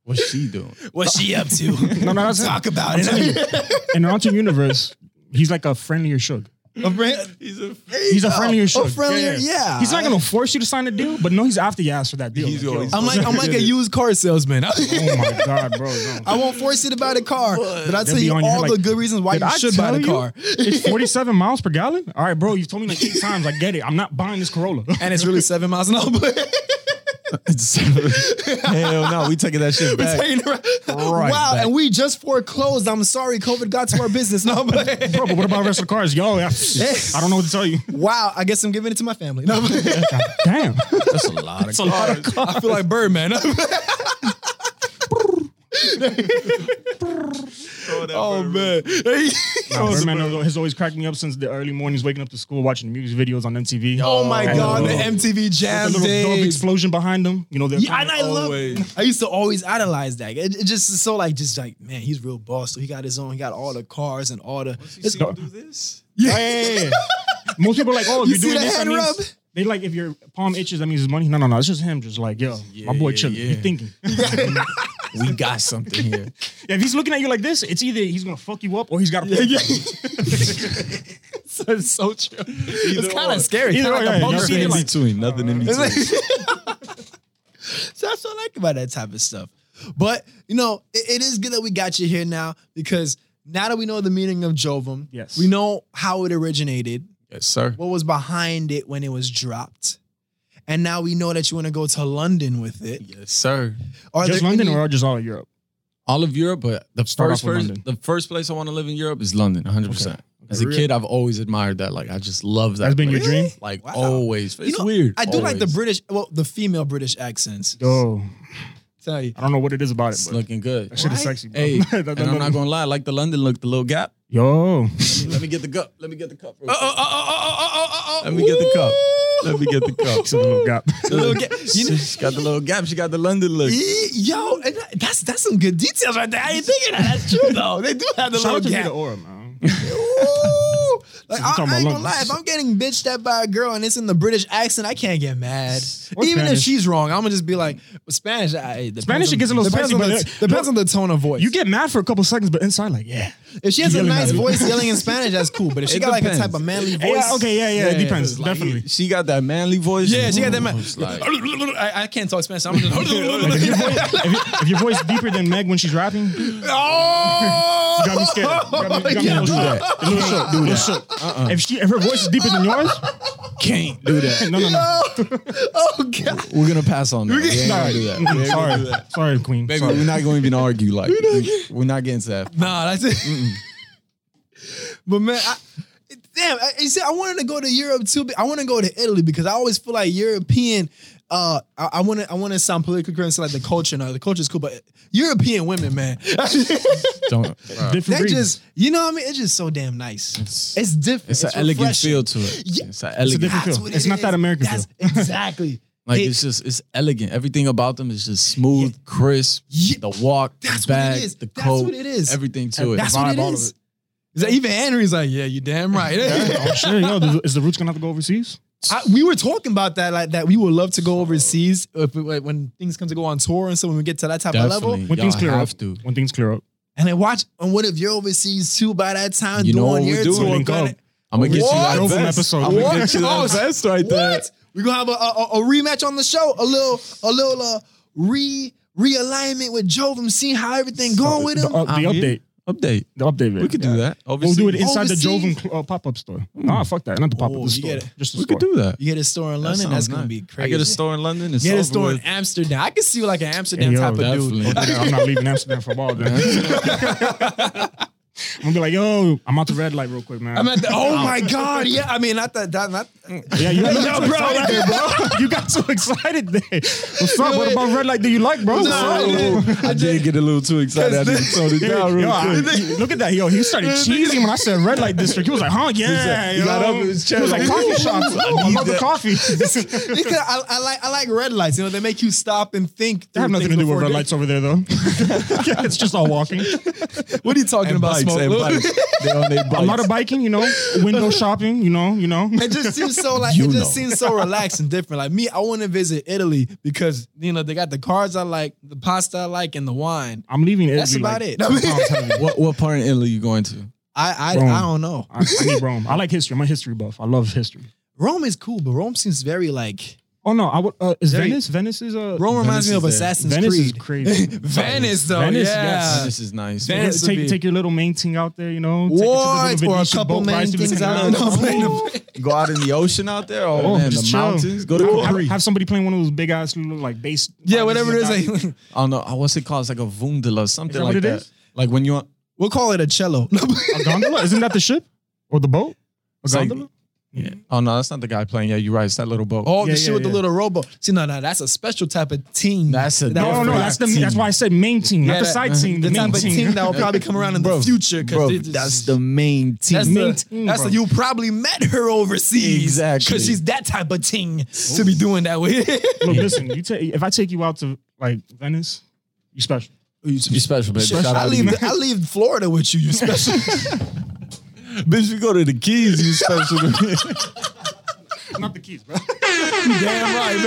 Speaker 1: What's she doing?
Speaker 2: what's she up to?
Speaker 3: No, no, that's
Speaker 2: Talk about it.
Speaker 3: In Auntie Universe, he's like a friendlier shug.
Speaker 2: A friend-
Speaker 1: He's a.
Speaker 3: He's a friendlier shug.
Speaker 2: Oh, friendlier- yeah.
Speaker 3: He's not gonna force you to sign a deal, but no, he's after you ask for that deal.
Speaker 1: He's always-
Speaker 3: Like, yo,
Speaker 2: I'm like I'm like a used car salesman.
Speaker 3: oh my god, bro. no.
Speaker 2: I won't force you to buy the car, but I'll tell
Speaker 3: be
Speaker 2: you
Speaker 3: on your head
Speaker 2: all the
Speaker 3: like,
Speaker 2: good reasons why
Speaker 3: Did
Speaker 2: you
Speaker 3: I
Speaker 2: should buy
Speaker 3: tell
Speaker 2: the
Speaker 3: you?
Speaker 2: car.
Speaker 3: It's 47 miles per gallon. All right, bro. You've told me like eight times. I get it. I'm not buying this Corolla.
Speaker 2: And it's really seven miles an hour. but-
Speaker 1: Hell no, we taking that shit back.
Speaker 2: Taking it right-
Speaker 1: Right
Speaker 2: wow,
Speaker 1: back.
Speaker 2: and we just foreclosed. I'm sorry, COVID got to our business. No, but
Speaker 3: Bro, but what about the rest of the cars? Yo, I, I don't know what to tell you.
Speaker 2: wow, I guess I'm giving it to my family. No, but-
Speaker 3: Damn.
Speaker 1: That's a lot of cars.
Speaker 2: I feel like Birdman. oh man,
Speaker 3: Nah, Birdman has always cracked me up since the early mornings, waking up to school, watching music videos on MTV.
Speaker 2: oh my
Speaker 3: And
Speaker 2: god, the
Speaker 3: little-
Speaker 2: MTV
Speaker 3: The
Speaker 2: Jam
Speaker 3: little dove
Speaker 2: days.
Speaker 3: explosion behind him. You know, they're
Speaker 2: Yeah,
Speaker 3: kinda-
Speaker 2: and I love.
Speaker 1: Always.
Speaker 2: I used to always idolize that. It, it just is so like, just like, man, he's real boss. So he got his own. He got all the cars and all the. It's,
Speaker 1: do this?
Speaker 3: Yeah, yeah, yeah, yeah. Most people are like, oh, if
Speaker 2: You
Speaker 3: you're
Speaker 2: see
Speaker 3: doing
Speaker 2: the
Speaker 3: this, that
Speaker 2: hand
Speaker 3: means-
Speaker 2: rub?
Speaker 3: They like if your palm itches, that means it's money. No, no, no. It's just him, just like, yo,
Speaker 1: Yeah,
Speaker 3: my boy,
Speaker 1: yeah,
Speaker 3: chilling.
Speaker 1: yeah.
Speaker 3: He thinking.
Speaker 1: We got something here.
Speaker 3: Yeah, if he's looking at you like this, it's either he's gonna fuck you up or he's got to.
Speaker 2: it's so true. it's kind
Speaker 1: or.
Speaker 2: of scary. Kinda
Speaker 3: Either
Speaker 2: like
Speaker 3: or,
Speaker 2: a
Speaker 3: yeah,
Speaker 2: bump
Speaker 3: you're
Speaker 2: scene.
Speaker 1: Nothing in between. Nothing in
Speaker 3: like-
Speaker 1: between.
Speaker 2: So that's what I like about that type of stuff. But you know, it, it is good that we got you here now because now that we know the meaning of Jovum,
Speaker 3: Yes.
Speaker 2: we know how it originated,
Speaker 1: Yes, sir.
Speaker 2: what was behind it when it was dropped, and now we know that you want to go to London with it.
Speaker 1: Yes, sir.
Speaker 2: Are
Speaker 3: Just
Speaker 2: there
Speaker 3: London
Speaker 2: any-
Speaker 3: or just all of Europe?
Speaker 1: All of Europe, but the
Speaker 3: Start
Speaker 1: first
Speaker 3: off with
Speaker 1: first,
Speaker 3: London.
Speaker 1: the first place I want to live in Europe is London, 100. percent As a
Speaker 3: Really?
Speaker 1: kid, I've always admired that. Like, I just love that.
Speaker 3: That's been your
Speaker 1: place.
Speaker 3: dream?
Speaker 1: Like
Speaker 2: Wow.
Speaker 1: always. It's
Speaker 2: You know,
Speaker 1: weird.
Speaker 2: I do like the
Speaker 1: always.
Speaker 2: British, well, the female British accents.
Speaker 3: Yo,
Speaker 2: Tell you,
Speaker 3: I don't know what it is about it.
Speaker 1: It's
Speaker 3: But
Speaker 1: looking good.
Speaker 3: that shit is
Speaker 2: Why?
Speaker 3: sexy, bro.
Speaker 1: Hey,
Speaker 3: That-
Speaker 1: and
Speaker 3: that-
Speaker 1: I'm
Speaker 3: that-
Speaker 1: not gonna lie, I like the London look, the little gap.
Speaker 3: Yo,
Speaker 1: Let me get the cup. Let me get the cup. real
Speaker 2: uh,
Speaker 1: quick.
Speaker 2: uh, uh, uh, uh, uh, uh,
Speaker 1: Let me get the cup. Let me get the cup.
Speaker 3: it's a little gap.
Speaker 2: little gap. You know-
Speaker 1: she got the little gap. She got the London look.
Speaker 2: Ee, e- Yo, and that- that's that's some good details right there. I ain't thinking that. That's true though. They do have the
Speaker 3: Shout
Speaker 2: little gap.
Speaker 3: out to Vita Ora, man.
Speaker 2: Ooh, Like,
Speaker 3: You're
Speaker 2: I, I
Speaker 3: talking
Speaker 2: ain't
Speaker 3: about
Speaker 2: gonna lie.
Speaker 3: London.
Speaker 2: If I'm getting bitched at by a girl and it's in the British accent, I can't get mad.
Speaker 3: Or
Speaker 2: Even if
Speaker 3: Spanish.
Speaker 2: she's wrong, I'm gonna just be like, well, Spanish. I, it depends
Speaker 3: Spanish, it
Speaker 2: on-
Speaker 3: gets a little
Speaker 2: depends
Speaker 3: spicy,
Speaker 2: on
Speaker 3: but
Speaker 2: the,
Speaker 3: it-
Speaker 2: depends on the tone of voice.
Speaker 3: You get mad for a couple seconds, but inside, like, yeah.
Speaker 2: if she has a
Speaker 3: yelling
Speaker 2: nice
Speaker 3: at me.
Speaker 2: voice yelling in Spanish, that's cool. But if she
Speaker 1: It
Speaker 2: got like a
Speaker 1: depends.
Speaker 2: type of manly
Speaker 3: Yeah,
Speaker 2: voice,
Speaker 3: okay, yeah, yeah, it depends,
Speaker 1: Like,
Speaker 3: definitely.
Speaker 1: She got that manly voice.
Speaker 2: Yeah, she got that man.
Speaker 1: It's like-
Speaker 2: I, I can't talk Spanish. I'm just.
Speaker 3: if, you, if your voice deeper than Meg when she's rapping, you
Speaker 2: oh!
Speaker 3: got me scared. You got me, you got me a little
Speaker 1: Yeah.
Speaker 3: shook. A little shook. A little shook.
Speaker 1: Uh-uh.
Speaker 3: If she, if her voice is deeper than yours,
Speaker 1: can't do that.
Speaker 3: no, no, no.
Speaker 2: Oh god!
Speaker 1: We're gonna pass on that. We ain't gonna do that. We ain't gonna do
Speaker 3: Mm-hmm. Sorry,
Speaker 1: that.
Speaker 3: sorry, Queen.
Speaker 1: Baby,
Speaker 3: Sorry.
Speaker 1: we're not gonna even argue. Like we- we're not getting to that.
Speaker 2: Nah, that's it. but man, I, damn! I, you see, I wanted to go to Europe too. But I want to go to Italy because I always feel like European. Uh, I want to. I want to sound politically correct, and say like the culture. No, the culture is cool, but European women, man,
Speaker 1: Don't.
Speaker 3: Different
Speaker 2: they
Speaker 3: breed.
Speaker 2: just you know what I mean. It's just so damn nice. It's, different.
Speaker 1: It's, an elegant
Speaker 2: refreshing.
Speaker 1: feel to it.
Speaker 2: Yeah.
Speaker 1: It's an elegant.
Speaker 3: different
Speaker 2: That's
Speaker 3: feel.
Speaker 2: what
Speaker 3: It's not
Speaker 2: is.
Speaker 3: that American
Speaker 2: That's exactly.
Speaker 1: like
Speaker 2: They-
Speaker 1: it's just it's elegant. Everything about them is just smooth, crisp.
Speaker 2: Yeah.
Speaker 1: The walk,
Speaker 2: That's
Speaker 1: the
Speaker 2: what it
Speaker 1: bag,
Speaker 2: is.
Speaker 1: the
Speaker 2: That's
Speaker 1: coat,
Speaker 2: what it is.
Speaker 1: everything to it.
Speaker 2: That's what it
Speaker 1: Vibe, all of
Speaker 2: is. Is that even Henry's like, yeah, you damn right.
Speaker 3: Oh, sure, yo, does- is the roots gonna have to go overseas?
Speaker 2: I, we were talking about that, like that we would love to go overseas if we, when things come to go on tour and so when we get to that type of
Speaker 1: Definitely,
Speaker 2: level.
Speaker 3: When
Speaker 1: y'all
Speaker 3: things clear up.
Speaker 1: have to.
Speaker 3: When things clear up,
Speaker 2: And then watch, and what if you're overseas too by that time
Speaker 1: You know
Speaker 2: doing
Speaker 1: what we're
Speaker 2: your
Speaker 1: doing.
Speaker 2: tour?
Speaker 3: Link
Speaker 2: gonna-
Speaker 3: up.
Speaker 1: I'm gonna get you
Speaker 2: What?
Speaker 1: that
Speaker 3: Over an
Speaker 1: vest.
Speaker 3: episode.
Speaker 1: I'm
Speaker 2: What?
Speaker 1: gonna get you
Speaker 2: Oh,
Speaker 1: that vest right there.
Speaker 2: What? We're gonna have a, a, a rematch on the show, a little, a little uh, re realignment with Joe from seeing how everything going with
Speaker 3: the,
Speaker 2: him.
Speaker 3: uh, the
Speaker 1: I'm here.
Speaker 3: update,
Speaker 1: Update.
Speaker 3: the update.
Speaker 1: We could do that.
Speaker 3: Oh, We'll
Speaker 1: Overseas.
Speaker 3: do it inside the
Speaker 2: Overseas?
Speaker 3: Joven uh, pop-up store. Nah, fuck that. Not the pop-up
Speaker 2: Oh,
Speaker 3: the
Speaker 2: you
Speaker 3: store.
Speaker 2: get it.
Speaker 3: Just the
Speaker 1: We
Speaker 3: store.
Speaker 1: could do that.
Speaker 2: you get a store in London,
Speaker 1: That sounds
Speaker 2: that's gonna
Speaker 1: nice.
Speaker 2: be crazy.
Speaker 1: I get a store in London. It's
Speaker 2: You get a
Speaker 1: over
Speaker 2: store in
Speaker 1: with.
Speaker 2: Amsterdam. I can see you like an Amsterdam
Speaker 3: Hey, yo,
Speaker 2: type of dude.
Speaker 1: definitely.
Speaker 3: Don't do that. I'm not leaving Amsterdam for a while, dude. I'm gonna be like, yo, I'm out to red light real quick, man.
Speaker 2: I'm at the, oh my god, yeah. I mean, not that, that not
Speaker 3: yeah, you got
Speaker 2: Yo,
Speaker 3: so
Speaker 2: bro.
Speaker 3: excited there, bro. You got so excited there. What's up?
Speaker 2: Yo,
Speaker 3: what
Speaker 2: it-
Speaker 3: about red light? Do you like, bro? What's
Speaker 2: Nah,
Speaker 3: up?
Speaker 2: it is.
Speaker 1: I did get a little too excited. I
Speaker 2: Cause
Speaker 1: did tone it down
Speaker 3: Yo,
Speaker 1: real
Speaker 3: I-
Speaker 1: quick.
Speaker 3: look at that, yo. He started cheesing when I said red light district. He was like, huh, yeah.
Speaker 1: he got
Speaker 3: yo.
Speaker 1: up in his chair
Speaker 3: He was like,
Speaker 1: like,
Speaker 3: coffee shops. Oh, I love the
Speaker 1: that.
Speaker 3: coffee.
Speaker 2: because I, I like I like red lights. You know, they make you stop and think.
Speaker 3: They have
Speaker 2: through
Speaker 3: nothing to
Speaker 2: things
Speaker 3: do
Speaker 2: before
Speaker 3: with red
Speaker 2: doing-
Speaker 3: lights over there, though. yeah, it's just all walking.
Speaker 2: What are you talking
Speaker 1: And
Speaker 2: about?
Speaker 1: bikes, and
Speaker 2: Smoke?
Speaker 1: bikes. They on their bikes.
Speaker 3: A lot of biking, you know. Window shopping, you know. You know.
Speaker 2: It just seems so like
Speaker 1: You
Speaker 2: it just
Speaker 1: know.
Speaker 2: seems so relaxed and different. Like me, I want to visit Italy because you know they got the cars I like, the pasta I like, and the wine.
Speaker 3: I'm leaving. Italy,
Speaker 2: That's about
Speaker 3: like,
Speaker 2: it.
Speaker 3: two pounds heavy.
Speaker 1: What what part in Italy you going to?
Speaker 2: I I,
Speaker 3: Rome.
Speaker 2: I don't know.
Speaker 3: I, I need Rome. I like history. I'm a history buff. I love history.
Speaker 2: Rome is cool, but Rome seems very like
Speaker 3: Oh no, I would. Uh, is
Speaker 2: Very-
Speaker 3: Venice? Venice is a.
Speaker 2: Rome
Speaker 1: Venice
Speaker 2: reminds me
Speaker 1: is
Speaker 2: of
Speaker 1: there.
Speaker 2: Assassin's
Speaker 3: Venice is
Speaker 2: Creed.
Speaker 3: crazy.
Speaker 2: Venice though,
Speaker 3: Venice,
Speaker 2: yeah.
Speaker 1: This is nice.
Speaker 2: Venice. Venice would
Speaker 3: take
Speaker 2: be-
Speaker 3: take your little main thing out there, you know. Take it to the
Speaker 2: What
Speaker 3: little
Speaker 2: or a
Speaker 3: Venetian
Speaker 2: couple
Speaker 3: boat
Speaker 2: main
Speaker 3: rides to the
Speaker 2: things I
Speaker 3: canal.
Speaker 2: don't know.
Speaker 1: Go out in the ocean out there. Oh,
Speaker 3: Oh,
Speaker 1: man, the
Speaker 3: just chill.
Speaker 1: mountains. Go to
Speaker 3: Have,
Speaker 1: Capri.
Speaker 3: have somebody playing one of those big ass little like bass.
Speaker 2: Yeah, whatever it is.
Speaker 3: Like,
Speaker 2: Like,
Speaker 1: I don't know. uh, What's it called? It's like a vundala, something
Speaker 3: that
Speaker 1: like
Speaker 3: what it
Speaker 1: that.
Speaker 3: is?
Speaker 1: Like when you're
Speaker 2: we'll call it a cello.
Speaker 3: a gondola? Isn't that the ship or the boat? A
Speaker 1: It's like-
Speaker 3: gondola?
Speaker 1: yeah. Oh no, that's not the guy playing. Yeah, you're right. It's that little boat.
Speaker 2: Oh,
Speaker 3: Yeah,
Speaker 2: the shit
Speaker 3: yeah,
Speaker 2: with the
Speaker 3: yeah.
Speaker 2: little robot. See, no, no, that's a special type of team.
Speaker 1: That's a
Speaker 2: That
Speaker 3: no,
Speaker 2: was
Speaker 3: no,
Speaker 2: for
Speaker 3: that's the
Speaker 1: that team.
Speaker 3: that's why I said main team,
Speaker 2: Yeah,
Speaker 3: not the
Speaker 2: that-
Speaker 3: side team. The,
Speaker 2: the
Speaker 3: main
Speaker 2: type of team
Speaker 3: team.
Speaker 2: that will probably come around in
Speaker 1: Bro,
Speaker 2: the future. 'cause
Speaker 1: bro,
Speaker 2: they just-
Speaker 1: that's the main team.
Speaker 2: That's
Speaker 3: main
Speaker 2: the,
Speaker 3: team,
Speaker 2: that's
Speaker 3: bro.
Speaker 2: the, you probably met her overseas.
Speaker 1: Exactly.
Speaker 2: Because she's that type of ting to be doing that way.
Speaker 3: Look, listen, you take if I take you out to like Venice, you special.
Speaker 1: you special, baby.
Speaker 2: Shit, I, leave, I leave Florida with you, you special.
Speaker 1: Bitch, we go to the Keys. You special. to me.
Speaker 3: Not the keys, bro.
Speaker 2: Damn right,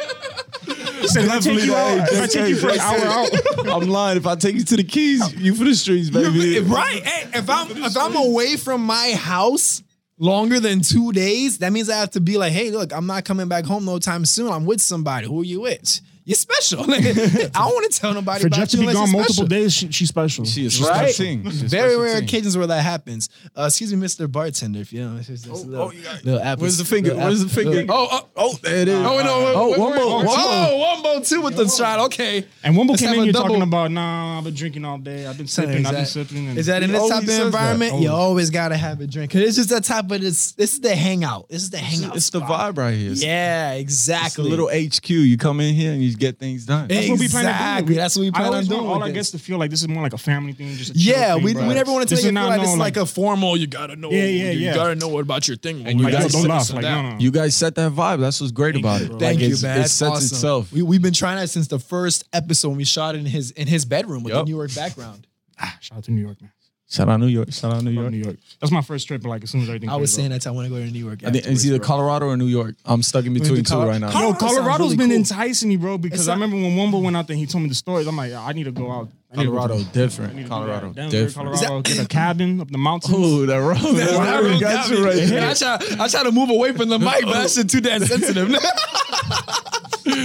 Speaker 2: man.
Speaker 3: If I take
Speaker 1: Definitely
Speaker 3: you
Speaker 1: that
Speaker 3: out,
Speaker 1: age.
Speaker 3: if I take you for an hour out,
Speaker 1: I'm lying. If I take you to the Keys, you for the streets, baby.
Speaker 2: Right. Hey, if I'm if I'm away from my house longer than two days, that means I have to be like, hey, look, I'm not coming back home no time soon. I'm with somebody. Who are you with? You're special. I don't want to tell nobody
Speaker 3: for
Speaker 2: about
Speaker 3: Jeff to
Speaker 2: you
Speaker 3: be
Speaker 2: unless
Speaker 3: gone
Speaker 2: you're special.
Speaker 3: multiple days, she, she's special.
Speaker 1: She is
Speaker 2: Right?
Speaker 1: special. She's a
Speaker 2: Very
Speaker 1: special
Speaker 2: rare
Speaker 1: thing.
Speaker 2: occasions where that happens. Uh, excuse me, Mr. Bartender. If you know, it's just a little,
Speaker 1: oh, you got-
Speaker 2: little apple-
Speaker 1: Where's the finger?
Speaker 2: little
Speaker 1: Where's the
Speaker 2: apple-
Speaker 1: finger?
Speaker 2: little-
Speaker 1: Oh, oh, oh, there it is.
Speaker 2: Oh, no, wait,
Speaker 1: Oh,
Speaker 2: wait,
Speaker 1: one
Speaker 2: wait,
Speaker 1: more.
Speaker 2: wait.
Speaker 1: One more.
Speaker 2: Oh, one more too with the shot. Okay.
Speaker 3: And Wumbo
Speaker 2: Let's
Speaker 3: came
Speaker 2: have
Speaker 3: in
Speaker 2: a
Speaker 3: here
Speaker 2: double.
Speaker 3: talking about, nah, I've been drinking all day. I've been sipping, I've been
Speaker 2: Is that,
Speaker 3: sipping. And
Speaker 2: is that in
Speaker 1: He
Speaker 2: this type
Speaker 1: always
Speaker 2: of
Speaker 1: says that.
Speaker 2: environment? You
Speaker 1: Always.
Speaker 2: always gotta have a drink. Cause it's just that type of this. This is the hangout. This is the
Speaker 1: It's,
Speaker 2: hangout.
Speaker 1: it's the
Speaker 2: spot.
Speaker 1: vibe right here. It's-
Speaker 2: Yeah,
Speaker 1: It's a
Speaker 2: exactly.
Speaker 1: little HQ. You come in here and you get things done.
Speaker 2: Hey.
Speaker 3: That's what we plan on
Speaker 2: Exactly,
Speaker 3: doing.
Speaker 2: that's what we plan
Speaker 3: I
Speaker 2: on
Speaker 3: always
Speaker 2: doing
Speaker 3: want all
Speaker 2: with
Speaker 3: our
Speaker 2: this.
Speaker 3: guests to feel like this is more like a family thing, just a chill
Speaker 2: yeah,
Speaker 3: thing,
Speaker 2: we,
Speaker 3: bro.
Speaker 2: we never want to
Speaker 3: This
Speaker 2: tell you
Speaker 3: is not
Speaker 2: like, this is
Speaker 3: known,
Speaker 2: like a formal. You gotta know.
Speaker 3: Yeah, yeah,
Speaker 2: you
Speaker 3: yeah.
Speaker 2: gotta know about your thing.
Speaker 1: And you
Speaker 3: Like, yo,
Speaker 1: guys-
Speaker 3: don't laugh,
Speaker 1: sit
Speaker 3: like no, no.
Speaker 1: You guys set that vibe. That's what's great about it.
Speaker 2: Thank
Speaker 1: Like,
Speaker 2: you,
Speaker 1: it's-
Speaker 2: man.
Speaker 1: It sets
Speaker 2: awesome.
Speaker 1: itself.
Speaker 2: We, we've been trying that since the first episode when we shot in his in his bedroom with the
Speaker 1: Yup.
Speaker 2: New York background.
Speaker 3: Ah, shout out to New York, man.
Speaker 1: Shout out New York. Shout out New
Speaker 3: Love
Speaker 1: York.
Speaker 3: New York. That's my first trip. Like as soon as everything.
Speaker 2: I was
Speaker 3: clears
Speaker 2: saying that I want to go to New York.
Speaker 1: I think it's either Colorado or New York. I'm stuck in between two
Speaker 2: Colo-
Speaker 1: right now.
Speaker 3: up.
Speaker 2: Colo-
Speaker 3: Yo,
Speaker 2: Colorado sounds
Speaker 3: Colorado's
Speaker 2: really
Speaker 3: been
Speaker 2: cool.
Speaker 3: enticing me, bro. Because
Speaker 2: It's
Speaker 3: I
Speaker 2: not-
Speaker 3: remember when Wumbo went out there, he told me the stories. I'm like, I need to go out. I need to go
Speaker 1: Colorado,
Speaker 3: to- I need
Speaker 1: different.
Speaker 3: to
Speaker 1: Colorado,
Speaker 3: do that. Denver,
Speaker 1: different.
Speaker 3: Colorado, get a cabin up the
Speaker 2: Oh,
Speaker 3: mountains.
Speaker 1: Ooh, that road. That
Speaker 2: I,
Speaker 1: road got you right
Speaker 2: I,
Speaker 1: there.
Speaker 2: try, I try to move away from the mic, but that shit too damn sensitive.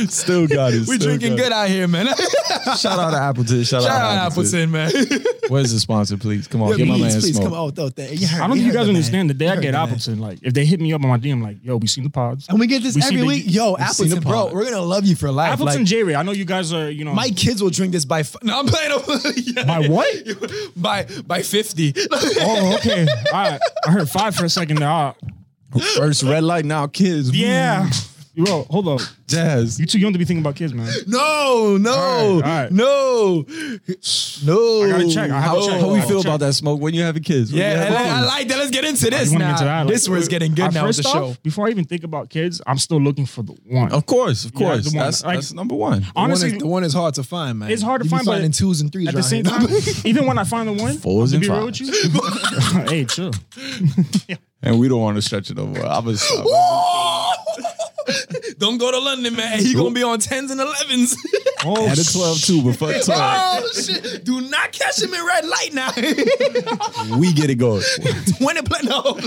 Speaker 1: Still got it.
Speaker 2: we
Speaker 1: still
Speaker 2: drinking
Speaker 1: got
Speaker 2: good out here, man.
Speaker 1: it. Shout out to Appleton. Shout,
Speaker 2: Shout out
Speaker 1: Appleton.
Speaker 2: Appleton, man.
Speaker 1: Where's the sponsor, please? Come on,
Speaker 2: Yeah,
Speaker 1: get my
Speaker 2: please,
Speaker 1: man
Speaker 2: please
Speaker 1: smoke.
Speaker 2: come out though. Thank you. heard-
Speaker 3: I don't think you
Speaker 2: heard
Speaker 3: guys
Speaker 2: the man.
Speaker 3: understand the day
Speaker 2: You
Speaker 3: I
Speaker 2: heard
Speaker 3: get
Speaker 2: the man.
Speaker 3: Appleton. Like if they hit me up on my DM, like, yo, we seen the pods.
Speaker 2: And we get this
Speaker 3: We see
Speaker 2: every
Speaker 3: the-
Speaker 2: week. Yo,
Speaker 1: we see the
Speaker 2: Appleton, bro,
Speaker 1: pod.
Speaker 2: we're gonna love you for life.
Speaker 3: Appleton
Speaker 2: Like,
Speaker 3: J Ray. I know you guys are, you know,
Speaker 2: my kids will drink this by. F- no, I'm playing. Yeah.
Speaker 3: By what?
Speaker 2: by by fifty.
Speaker 3: Oh, okay. I I heard five for a second. There. Ah,
Speaker 1: First red light now, kids.
Speaker 3: yeah. Bro, hold up.
Speaker 1: Jazz.
Speaker 3: You too young to be thinking about kids, man.
Speaker 2: no, no,
Speaker 3: All right, all right.
Speaker 2: no, no.
Speaker 3: I gotta check. I have
Speaker 1: How,
Speaker 3: to check.
Speaker 1: how we
Speaker 3: I
Speaker 1: feel
Speaker 3: check.
Speaker 1: about that smoke when you having kids? When you
Speaker 2: Yeah,
Speaker 1: having
Speaker 2: and I, I
Speaker 1: kids?
Speaker 2: like that. Let's get into this
Speaker 3: Oh, You wanna
Speaker 2: now.
Speaker 3: get to that, like-
Speaker 2: this where's getting good
Speaker 3: I-
Speaker 2: now with the
Speaker 3: first
Speaker 2: show.
Speaker 3: off, Before I even think about kids, I'm still looking for the one.
Speaker 1: Of course, of
Speaker 3: Yeah,
Speaker 1: course.
Speaker 3: the one-
Speaker 1: that's,
Speaker 3: like-
Speaker 1: that's number one.
Speaker 3: Honestly,
Speaker 2: the one, is, the one is hard to find, man.
Speaker 3: It's hard to
Speaker 2: You be
Speaker 3: find, but
Speaker 2: finding twos and threes
Speaker 3: at the
Speaker 2: around
Speaker 3: same
Speaker 2: here.
Speaker 3: time, even when I find the one,
Speaker 1: Fours
Speaker 3: to
Speaker 1: and
Speaker 3: be real
Speaker 1: fives.
Speaker 3: with you, hey, chill.
Speaker 1: And we don't want to stretch it over. I was
Speaker 2: Don't go to London, man. He gonna be on tens and elevens.
Speaker 3: Oh,
Speaker 1: at a 12 too, but fuck 12.
Speaker 2: oh shit! Do not catch him in red light now.
Speaker 1: We get it going.
Speaker 2: Twenty pla- no.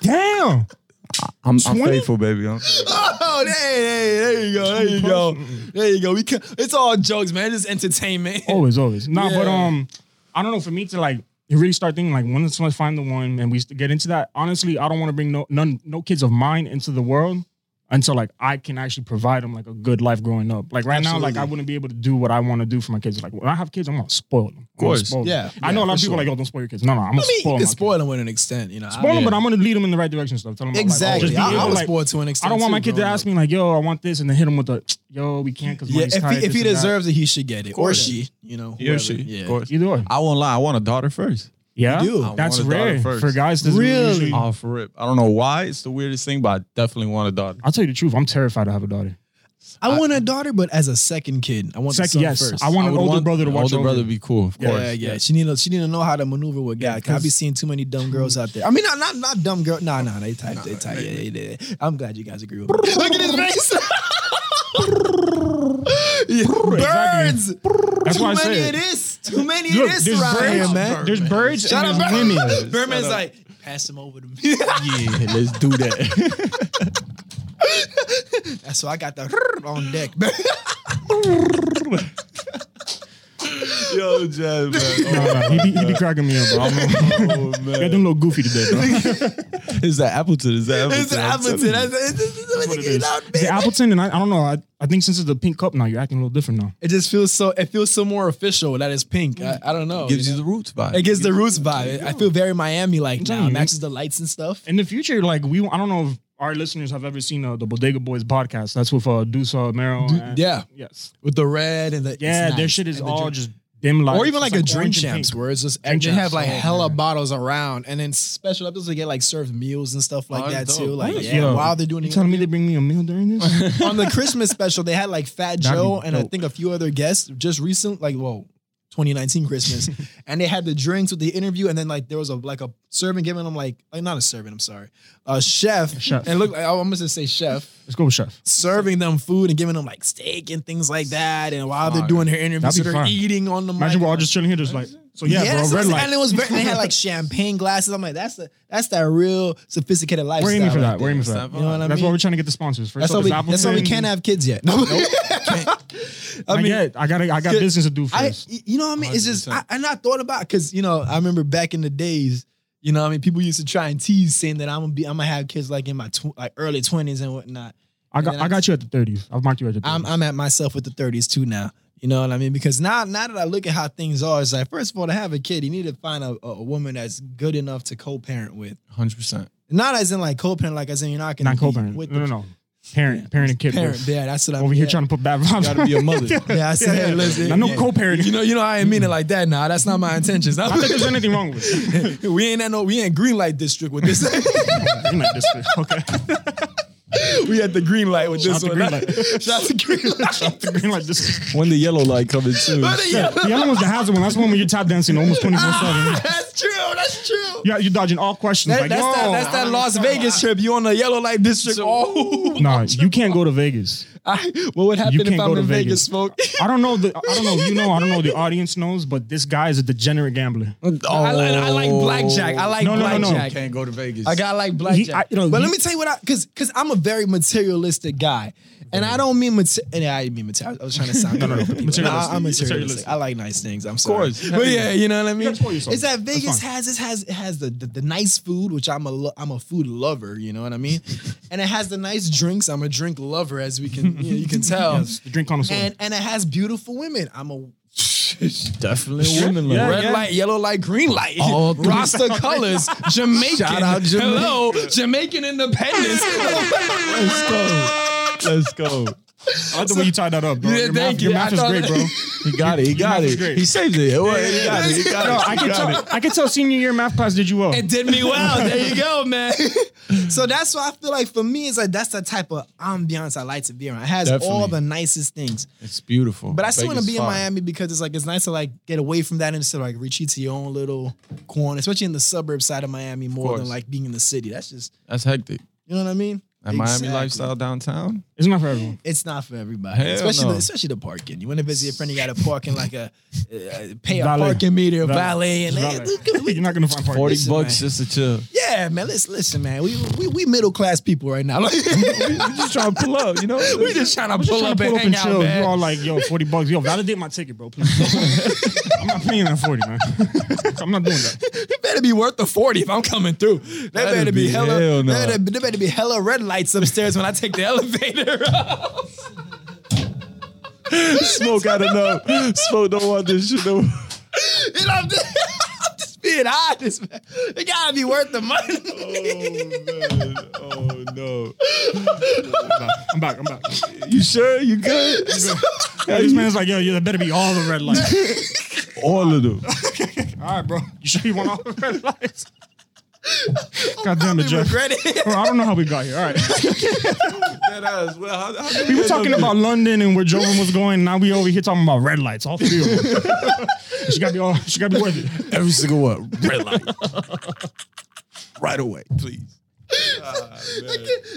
Speaker 3: damn.
Speaker 1: I'm, I'm
Speaker 3: 20?
Speaker 1: faithful, baby. I'm faithful.
Speaker 2: Oh, there, there, there you go, there you go, there you go. We can, it's all jokes, man. It's just entertainment.
Speaker 3: Always, always. Nah, but
Speaker 2: Yeah.
Speaker 3: um, I don't know. For me to like really start thinking like when let's find the one and we used to get into that. Honestly, I don't want to bring no none no kids of mine into the world until like I can actually provide them like a good life growing up. Like right now, like I
Speaker 2: Absolutely.
Speaker 3: wouldn't be able to do what I want to do for my kids. Like when I have kids, I'm gonna spoil them. Of
Speaker 1: course.
Speaker 2: Yeah,
Speaker 3: I know
Speaker 2: yeah,
Speaker 3: a lot of
Speaker 2: for
Speaker 3: people are like,
Speaker 2: sure.
Speaker 3: oh, don't spoil your kids. No, no, I'm gonna
Speaker 2: I mean,
Speaker 3: spoil
Speaker 2: you
Speaker 3: them.
Speaker 2: can spoil them with an extent, you know.
Speaker 3: Spoil them,
Speaker 1: Yeah.
Speaker 3: but I'm gonna lead them in the right direction. and Stuff. Tell them about,
Speaker 2: exactly.
Speaker 3: Like, oh, just
Speaker 2: I,
Speaker 3: be
Speaker 2: I
Speaker 3: able,
Speaker 2: was
Speaker 3: like,
Speaker 2: spoiled to an extent.
Speaker 3: I don't want my
Speaker 2: too,
Speaker 3: kid to
Speaker 2: growing
Speaker 3: ask
Speaker 2: up.
Speaker 3: me like, "Yo, I want this," and then hit him with the, "Yo, we can't." Because
Speaker 2: Yeah, if
Speaker 3: tight,
Speaker 2: he, if
Speaker 3: this
Speaker 2: he
Speaker 3: and that."
Speaker 2: deserves it, he should get it, or
Speaker 3: course.
Speaker 2: she, you know,
Speaker 1: He or
Speaker 2: whoever.
Speaker 1: she,
Speaker 2: yeah.
Speaker 1: of course.
Speaker 3: either way,
Speaker 1: I won't lie. I want a daughter first.
Speaker 3: yeah,
Speaker 2: do.
Speaker 1: I
Speaker 3: that's
Speaker 1: want a daughter
Speaker 3: rare
Speaker 1: first.
Speaker 3: for guys. Doesn't
Speaker 2: Really?
Speaker 3: usually-
Speaker 1: Off rip. I don't know why. It's the weirdest thing, but I definitely want a daughter.
Speaker 3: I'll tell you the truth. I'm terrified to have a daughter.
Speaker 2: I want a daughter, but as a second kid, I want the
Speaker 3: Second,
Speaker 2: son
Speaker 3: yes,
Speaker 2: first.
Speaker 3: I want
Speaker 1: I
Speaker 3: an
Speaker 1: would
Speaker 3: older
Speaker 1: want
Speaker 3: brother to
Speaker 1: an
Speaker 3: watch
Speaker 1: older
Speaker 3: over.
Speaker 1: brother. Be cool, of
Speaker 2: Yeah,
Speaker 1: course.
Speaker 2: yeah, She need to she need to know how to maneuver with God. Cause I be seeing too many dumb girls out there. I mean, not not, not dumb girl. Nah, nah, they type, they type. Yeah, yeah, yeah, yeah. I'm glad you guys agree with me. Look at his face. Yeah, Birds.
Speaker 3: Exactly. That's
Speaker 2: Too
Speaker 3: why I
Speaker 2: many
Speaker 3: say
Speaker 2: it
Speaker 3: it.
Speaker 2: is. Too many
Speaker 3: Look,
Speaker 2: it is
Speaker 3: there's
Speaker 2: around
Speaker 3: birds.
Speaker 2: here, man.
Speaker 3: There's birds
Speaker 2: Shut up,
Speaker 3: and there's
Speaker 2: Birdman.
Speaker 3: women.
Speaker 2: Birdman's like, pass them over to me.
Speaker 1: Yeah, let's do that.
Speaker 2: That's why I got the on deck.
Speaker 1: Yo, Jazz, man.
Speaker 3: Nah, nah, he, be, he be cracking me up, bro. I'm-
Speaker 1: Oh,
Speaker 3: Got
Speaker 1: man.
Speaker 3: them look goofy today, bro. That's
Speaker 1: Is that Appleton? Is that Appleton?
Speaker 2: It's
Speaker 1: I'm telling
Speaker 2: Appleton.
Speaker 1: you.
Speaker 2: That's- it's- it's- it's-
Speaker 3: what it
Speaker 2: it's
Speaker 3: is.
Speaker 2: not
Speaker 3: The
Speaker 2: big.
Speaker 3: Appleton, and I, I don't know. I, I think since it's the pink cup now, you're acting a little different now.
Speaker 2: It just feels so. It feels so more official. That is pink. I, I don't know.
Speaker 1: Gives you the roots vibe.
Speaker 2: It gives the roots vibe. I feel very Miami like now.
Speaker 3: Mhm.
Speaker 2: Matches the lights and stuff.
Speaker 3: In the future, like we, I don't know if our listeners have ever seen uh, the Bodega Boys podcast. That's with uh, Dusa Mero. and-
Speaker 2: Yeah,
Speaker 3: Yes.
Speaker 2: with the red and the it's
Speaker 3: Yeah, their
Speaker 2: nice.
Speaker 3: shit is
Speaker 2: And the
Speaker 3: all
Speaker 2: drink-
Speaker 3: just dim light.
Speaker 2: or even like, a drink champs
Speaker 3: champs.
Speaker 2: where it's just
Speaker 3: Drink
Speaker 2: they have
Speaker 3: champs.
Speaker 2: like
Speaker 3: Oh,
Speaker 2: hella
Speaker 3: man.
Speaker 2: bottles around, and then special episodes they get like served meals and stuff like
Speaker 1: Oh,
Speaker 2: that
Speaker 1: dope.
Speaker 2: too. Like
Speaker 1: Nice.
Speaker 2: yeah,
Speaker 3: Yo,
Speaker 2: while they're doing
Speaker 3: You
Speaker 2: it
Speaker 3: telling me they bring me a meal during this?
Speaker 2: on the Christmas special they had like Fat
Speaker 3: That'd be
Speaker 2: Joe and I
Speaker 3: dope.
Speaker 2: think a few other guests just recent like whoa. 2019 Christmas, and they had the drinks with the interview, and then like there was a like a servant giving them like, like not a servant, I'm sorry, a chef,
Speaker 3: Chef.
Speaker 2: and look, I'm gonna say chef,
Speaker 3: Let's go with Chef.
Speaker 2: serving them food and giving them like steak and things like that. And while they're
Speaker 1: Fire.
Speaker 2: doing their interview,
Speaker 3: That'd
Speaker 2: so
Speaker 3: be
Speaker 2: they're
Speaker 3: fire.
Speaker 2: eating on the mic.
Speaker 3: Imagine we're all just chilling here, just like so. Yeah,
Speaker 2: that's what
Speaker 3: bro.
Speaker 2: I'm saying.
Speaker 3: Red
Speaker 2: And
Speaker 3: light.
Speaker 2: it was very, they had like champagne glasses. I'm like, that's the that's that real sophisticated lifestyle.
Speaker 3: We're aiming for
Speaker 2: right
Speaker 3: that. We're
Speaker 2: there.
Speaker 3: aiming for
Speaker 1: It's
Speaker 3: that.
Speaker 1: that
Speaker 2: You know what I
Speaker 3: That's
Speaker 2: mean?
Speaker 3: why we're trying to get the sponsors. First
Speaker 2: that's, why
Speaker 3: up,
Speaker 2: we,
Speaker 3: is
Speaker 2: that's why we
Speaker 3: Appleton.
Speaker 2: can't have kids yet.
Speaker 3: I
Speaker 2: I mean,
Speaker 3: get. I got. I got
Speaker 2: Good.
Speaker 3: business to do
Speaker 2: I,
Speaker 3: first.
Speaker 2: you know what I mean? It's just, I,
Speaker 1: 100%.
Speaker 2: I not thought about because you know I remember back in the days, you know what I mean people used to try and tease saying that I'm gonna be, I'm gonna have kids like in my tw- like early twenties and whatnot.
Speaker 3: I got.
Speaker 2: and then
Speaker 3: I
Speaker 2: I-
Speaker 3: got you at the thirties. I've marked you at the
Speaker 2: I'm
Speaker 3: thirties.
Speaker 2: I'm at myself with the 30s too now. You know what I mean? Because now now that I look at how things are, it's like first of all, to have a kid, you need to find a, a woman that's good enough to co-parent with.
Speaker 1: 100%.
Speaker 2: Not as in like co-parent, like as in you're not gonna
Speaker 3: Not
Speaker 2: be
Speaker 3: co-parent. No,
Speaker 2: with
Speaker 3: no,
Speaker 2: the
Speaker 3: no. Parent. Parent and kid.
Speaker 2: parent.
Speaker 3: first.
Speaker 2: Yeah, that's what I'm
Speaker 3: Over here
Speaker 2: yeah.
Speaker 3: trying to put bad vibes.
Speaker 1: Gotta be a mother.
Speaker 2: Yeah, I said, hey, listen,
Speaker 3: I know
Speaker 2: yeah.
Speaker 3: co-parenting.
Speaker 2: You know, you know, I ain't mean it like that. Nah, that's not my intentions.
Speaker 3: I don't think there's anything wrong with it.
Speaker 2: we ain't at no, we ain't green light district with this.
Speaker 3: You're not district. Okay.
Speaker 2: we at the green light with
Speaker 3: Shout
Speaker 2: this
Speaker 3: out
Speaker 2: one.
Speaker 3: to green light.
Speaker 2: Shout out to green light.
Speaker 3: You're like this.
Speaker 1: When the yellow light coming too.
Speaker 2: But, yeah.
Speaker 3: The other one's the hazard one. That's the one where you're tap dancing almost 24 seven.
Speaker 2: That's that's true.
Speaker 3: Yeah, you're dodging all questions.
Speaker 2: That-
Speaker 3: like,
Speaker 2: that's,
Speaker 3: yo,
Speaker 2: that, that's that
Speaker 3: I-
Speaker 2: Las Vegas trip. You on the yellow light district?
Speaker 1: So-
Speaker 2: oh,
Speaker 3: Nah, you can't go to Vegas.
Speaker 2: I, what would happen
Speaker 3: You
Speaker 2: if
Speaker 3: can't
Speaker 2: I'm
Speaker 3: go
Speaker 2: in
Speaker 3: to
Speaker 2: Vegas,
Speaker 3: Vegas.
Speaker 2: smoke?
Speaker 3: I don't know. The, I don't know. if You know. I don't know. if The audience knows, but this guy is a degenerate gambler.
Speaker 2: I, like, I like blackjack. I like
Speaker 3: No, no, no, no.
Speaker 2: blackjack.
Speaker 1: Can't go to Vegas.
Speaker 2: I got like blackjack.
Speaker 3: I- you know,
Speaker 2: but
Speaker 3: he-
Speaker 2: let me tell you what I because because I'm a very materialistic guy, and I don't mean mater- and I didn't mean material. I was trying to sound no, no, no, materialistic. I, am
Speaker 3: Materialistic.
Speaker 2: materialistic.
Speaker 3: Materialistic.
Speaker 2: I like nice things. I'm of
Speaker 1: course.
Speaker 2: but yeah, you know what I mean.
Speaker 3: Control yourself.
Speaker 2: It's that
Speaker 3: That's
Speaker 2: Vegas
Speaker 3: fine.
Speaker 2: has it has it has the, the the nice food, which I'm a lo- I'm a food lover. You know what I mean, and it has the nice drinks. I'm a drink lover, as we can you, know, you can tell.
Speaker 3: The drink connoisseur.
Speaker 2: And and it has beautiful women. I'm a
Speaker 1: definitely women.
Speaker 3: Yeah,
Speaker 1: love.
Speaker 2: Red light, yellow light, green light.
Speaker 1: All three.
Speaker 2: Rasta colors. Jamaican.
Speaker 1: Shout out Jamaica.
Speaker 2: Hello, Jamaican independence.
Speaker 1: Let's go. Let's go.
Speaker 3: I like the way you tied that up, bro.
Speaker 2: Yeah,
Speaker 3: your
Speaker 2: thank
Speaker 3: math,
Speaker 2: you.
Speaker 3: Your
Speaker 2: I
Speaker 3: math is
Speaker 2: thought
Speaker 3: great,
Speaker 2: that-
Speaker 3: bro.
Speaker 1: He got it. He got
Speaker 3: math is
Speaker 1: it.
Speaker 3: great.
Speaker 1: He saved it. It was- He got it. He got it.
Speaker 3: No, I
Speaker 1: He
Speaker 3: can
Speaker 1: got
Speaker 3: tell. I can tell. Senior year math class did you well.
Speaker 2: it did me well. There you go, man. so that's why I feel like for me, it's like that's the type of ambiance I like to be around. It has all
Speaker 1: Definitely.
Speaker 2: the nicest things.
Speaker 1: It's beautiful.
Speaker 2: But I still want to
Speaker 1: Vegas
Speaker 2: be in
Speaker 1: fire.
Speaker 2: Miami because it's like it's nice to like get away from that and just to like retreat to your own little corner, especially in the suburb side of Miami more than
Speaker 1: course.
Speaker 2: like being in the city. That's just
Speaker 1: That's hectic.
Speaker 2: you know what I mean?
Speaker 1: That
Speaker 2: Exactly.
Speaker 1: Miami lifestyle downtown.
Speaker 3: It's not for everyone.
Speaker 2: It's not for everybody,
Speaker 1: Hell
Speaker 2: especially
Speaker 1: no.
Speaker 2: the, especially the parking. You want to visit your friend, you got to park in like a uh, pay a
Speaker 3: Valet.
Speaker 2: parking meter,
Speaker 3: Valet.
Speaker 2: valet, and
Speaker 3: Valet.
Speaker 2: hey, look, we-
Speaker 3: You're not gonna find
Speaker 1: Forty
Speaker 3: parties.
Speaker 2: Listen,
Speaker 1: bucks
Speaker 2: man.
Speaker 1: just to chill.
Speaker 2: yeah, man. Let's listen, man. We we, we middle class people right now. Like,
Speaker 1: I'm just trying to pull up. You know.
Speaker 2: we just trying
Speaker 3: I'm
Speaker 2: to
Speaker 3: just
Speaker 2: pull
Speaker 3: trying
Speaker 2: up
Speaker 3: to
Speaker 2: and
Speaker 3: pull up
Speaker 2: hang
Speaker 3: and
Speaker 2: out,
Speaker 3: chill.
Speaker 2: man.
Speaker 3: You're all like, yo, 40 bucks. Yo, validate my ticket, bro. Please. I'm not paying that 40, man. I'm not doing that.
Speaker 2: It better be worth the forty if I'm coming through. That
Speaker 1: That'd
Speaker 2: better be
Speaker 1: be
Speaker 2: hella.
Speaker 1: hell no.
Speaker 2: that better, there better be hella red lights upstairs when I take the elevator.
Speaker 1: smoke out enough. Smoke don't want this shit. No.
Speaker 2: You know, I'm just, I'm just being honest, man. It gotta be worth the money.
Speaker 1: man. Oh no.
Speaker 3: I'm back. I'm back.
Speaker 1: You sure? You good?
Speaker 3: Yeah, this man's like, yo, yeah, that better be all the red lights.
Speaker 1: All of them.
Speaker 3: all right, bro. You sure you want all the red lights? God damn it,
Speaker 2: You
Speaker 3: Jeff.
Speaker 2: regret it.
Speaker 3: Bro, I don't know how we got here. All right.
Speaker 1: That ass. Well, how, how
Speaker 3: We were talking about London and where Jovan was going. Now we over here talking about red lights. All three of them. she gotta be all. She gotta be worth it.
Speaker 1: every single one. Red light. right away, please.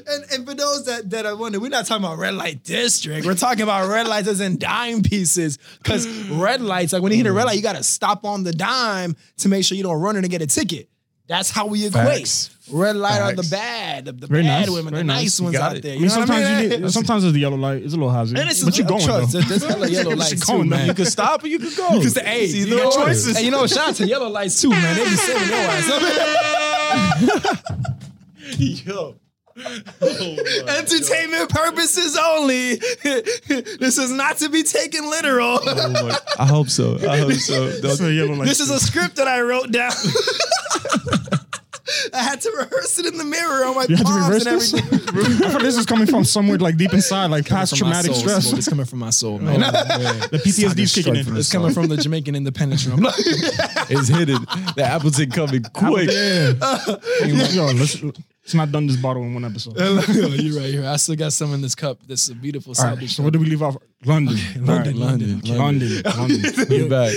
Speaker 2: And, and for those that, that are wondering, we're not talking about red light district. We're talking about red lights as in dime pieces. Because red lights, like when you hit a red light, you got to stop on the dime to make sure you don't run in and get a ticket. That's how we equate.
Speaker 1: Facts.
Speaker 2: Red light are the
Speaker 1: Facts.
Speaker 2: bad, the, the
Speaker 3: Very
Speaker 2: bad
Speaker 3: nice,
Speaker 2: women, the
Speaker 3: very nice.
Speaker 2: nice
Speaker 3: You
Speaker 2: ones
Speaker 1: got
Speaker 2: out
Speaker 1: it.
Speaker 2: there.
Speaker 3: I
Speaker 2: You
Speaker 3: mean,
Speaker 2: know what I
Speaker 3: sometimes
Speaker 2: mean?
Speaker 3: you need, sometimes it's the yellow light. It's a little hazard,
Speaker 2: and it's
Speaker 3: but you're going
Speaker 2: trust,
Speaker 3: though.
Speaker 2: There's, there's hella yellow
Speaker 3: But
Speaker 2: lights
Speaker 3: you're
Speaker 2: too,
Speaker 3: going, though.
Speaker 2: man.
Speaker 3: You
Speaker 1: You can stop or you can go.
Speaker 2: Because hey,
Speaker 1: It's
Speaker 2: you
Speaker 1: either
Speaker 2: got
Speaker 1: or.
Speaker 2: choices. And you know, shout out to yellow lights too, man. They be saving your ass.
Speaker 1: Yo.
Speaker 2: Oh, Entertainment purposes only. this is not to be taken literal.
Speaker 1: Oh my- I hope so. I hope so.
Speaker 3: It's a yellow light.
Speaker 2: This is a script that I wrote down. I had to rehearse it in the mirror on my
Speaker 3: you had to
Speaker 2: palms
Speaker 3: reverse
Speaker 2: and
Speaker 3: this. I
Speaker 2: everything.
Speaker 3: thought this is coming from somewhere like deep inside, like past traumatic stress.
Speaker 2: It's coming from my soul, man.
Speaker 3: The PTSD is kicking in.
Speaker 2: it's coming from the Jamaican independence room.
Speaker 1: It's hidden. The Appleton coming quick.
Speaker 3: Yo, let's, let's not done this bottle in one episode. All
Speaker 2: You're right here. I still got some in this cup. This is a beautiful
Speaker 3: right,
Speaker 2: South
Speaker 3: so what did we leave off? London,
Speaker 2: London,
Speaker 3: All right,
Speaker 2: London,
Speaker 3: London, London.
Speaker 1: We're back.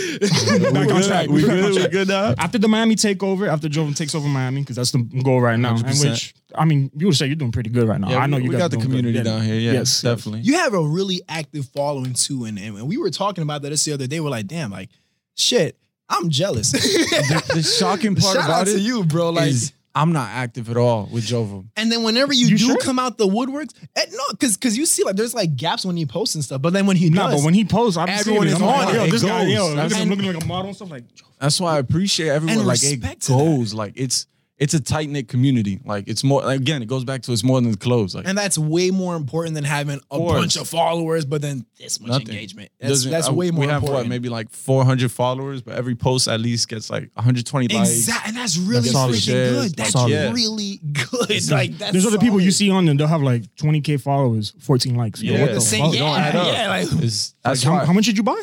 Speaker 3: Back on track.
Speaker 1: We
Speaker 3: Back on
Speaker 1: good? We
Speaker 3: track.
Speaker 1: good now?
Speaker 3: After the Miami takeover, after Jovan takes over Miami, because that's the goal right now. And
Speaker 1: 100%.
Speaker 3: which I mean, you would say you're doing pretty good right now. I know
Speaker 1: we,
Speaker 3: you
Speaker 1: we
Speaker 3: guys
Speaker 1: got
Speaker 3: are
Speaker 1: the
Speaker 3: doing
Speaker 1: community
Speaker 3: good. Yeah.
Speaker 1: down here. Yeah,
Speaker 3: Yes,
Speaker 1: definitely.
Speaker 2: you have a really active following too, and, and and we were talking about that this the other day. We're like, damn, like shit, I'm jealous.
Speaker 1: The, the shocking part
Speaker 2: Shout out
Speaker 1: about
Speaker 2: to
Speaker 1: it
Speaker 2: you, bro. Like,
Speaker 1: is I'm not active at all with Jovo.
Speaker 2: and then whenever you,
Speaker 3: You
Speaker 2: do
Speaker 3: sure?
Speaker 2: come out the woodworks, and no, because because you see like there's like gaps when he posts and stuff, but then when he
Speaker 3: Nah,
Speaker 2: does,
Speaker 3: but when he posts, I'm
Speaker 2: Everyone
Speaker 3: seeing
Speaker 2: is
Speaker 3: it. I'm
Speaker 2: on
Speaker 3: like,
Speaker 2: it.
Speaker 3: yo,
Speaker 2: It
Speaker 3: this guy,
Speaker 1: goes.
Speaker 3: yo, look at him
Speaker 2: And-
Speaker 3: looking like a model and stuff. Like,
Speaker 1: That's why I appreciate everyone.
Speaker 2: And
Speaker 1: like
Speaker 2: respect
Speaker 1: it
Speaker 2: to that.
Speaker 1: goes. Like it's it's a tight knit community. Like it's more. like, again, it goes back to it's more than the clothes. Like
Speaker 2: and that's way more important than having a
Speaker 1: course.
Speaker 2: bunch of followers, but then this much
Speaker 1: Nothing.
Speaker 2: engagement.
Speaker 1: it
Speaker 2: That's,
Speaker 1: doesn't-
Speaker 2: that's
Speaker 1: I-
Speaker 2: way more
Speaker 1: We have
Speaker 2: important.
Speaker 1: what maybe like 400 followers, but every post at least gets like 120 likes.
Speaker 2: Exactly, and that's really
Speaker 1: That's solid.
Speaker 2: freaking
Speaker 1: Shares,
Speaker 2: good. That's
Speaker 1: solid. Yeah.
Speaker 2: really good. Like that's
Speaker 3: there's other people you
Speaker 2: solid.
Speaker 3: see on there, they'll have like 20k followers, 14 likes. Yo,
Speaker 1: Yeah.
Speaker 3: what the
Speaker 2: Say
Speaker 3: fuck?
Speaker 2: yeah,
Speaker 1: Don't add up.
Speaker 2: yeah, like
Speaker 1: It's, that's
Speaker 3: How,
Speaker 1: why,
Speaker 3: how much did you buy?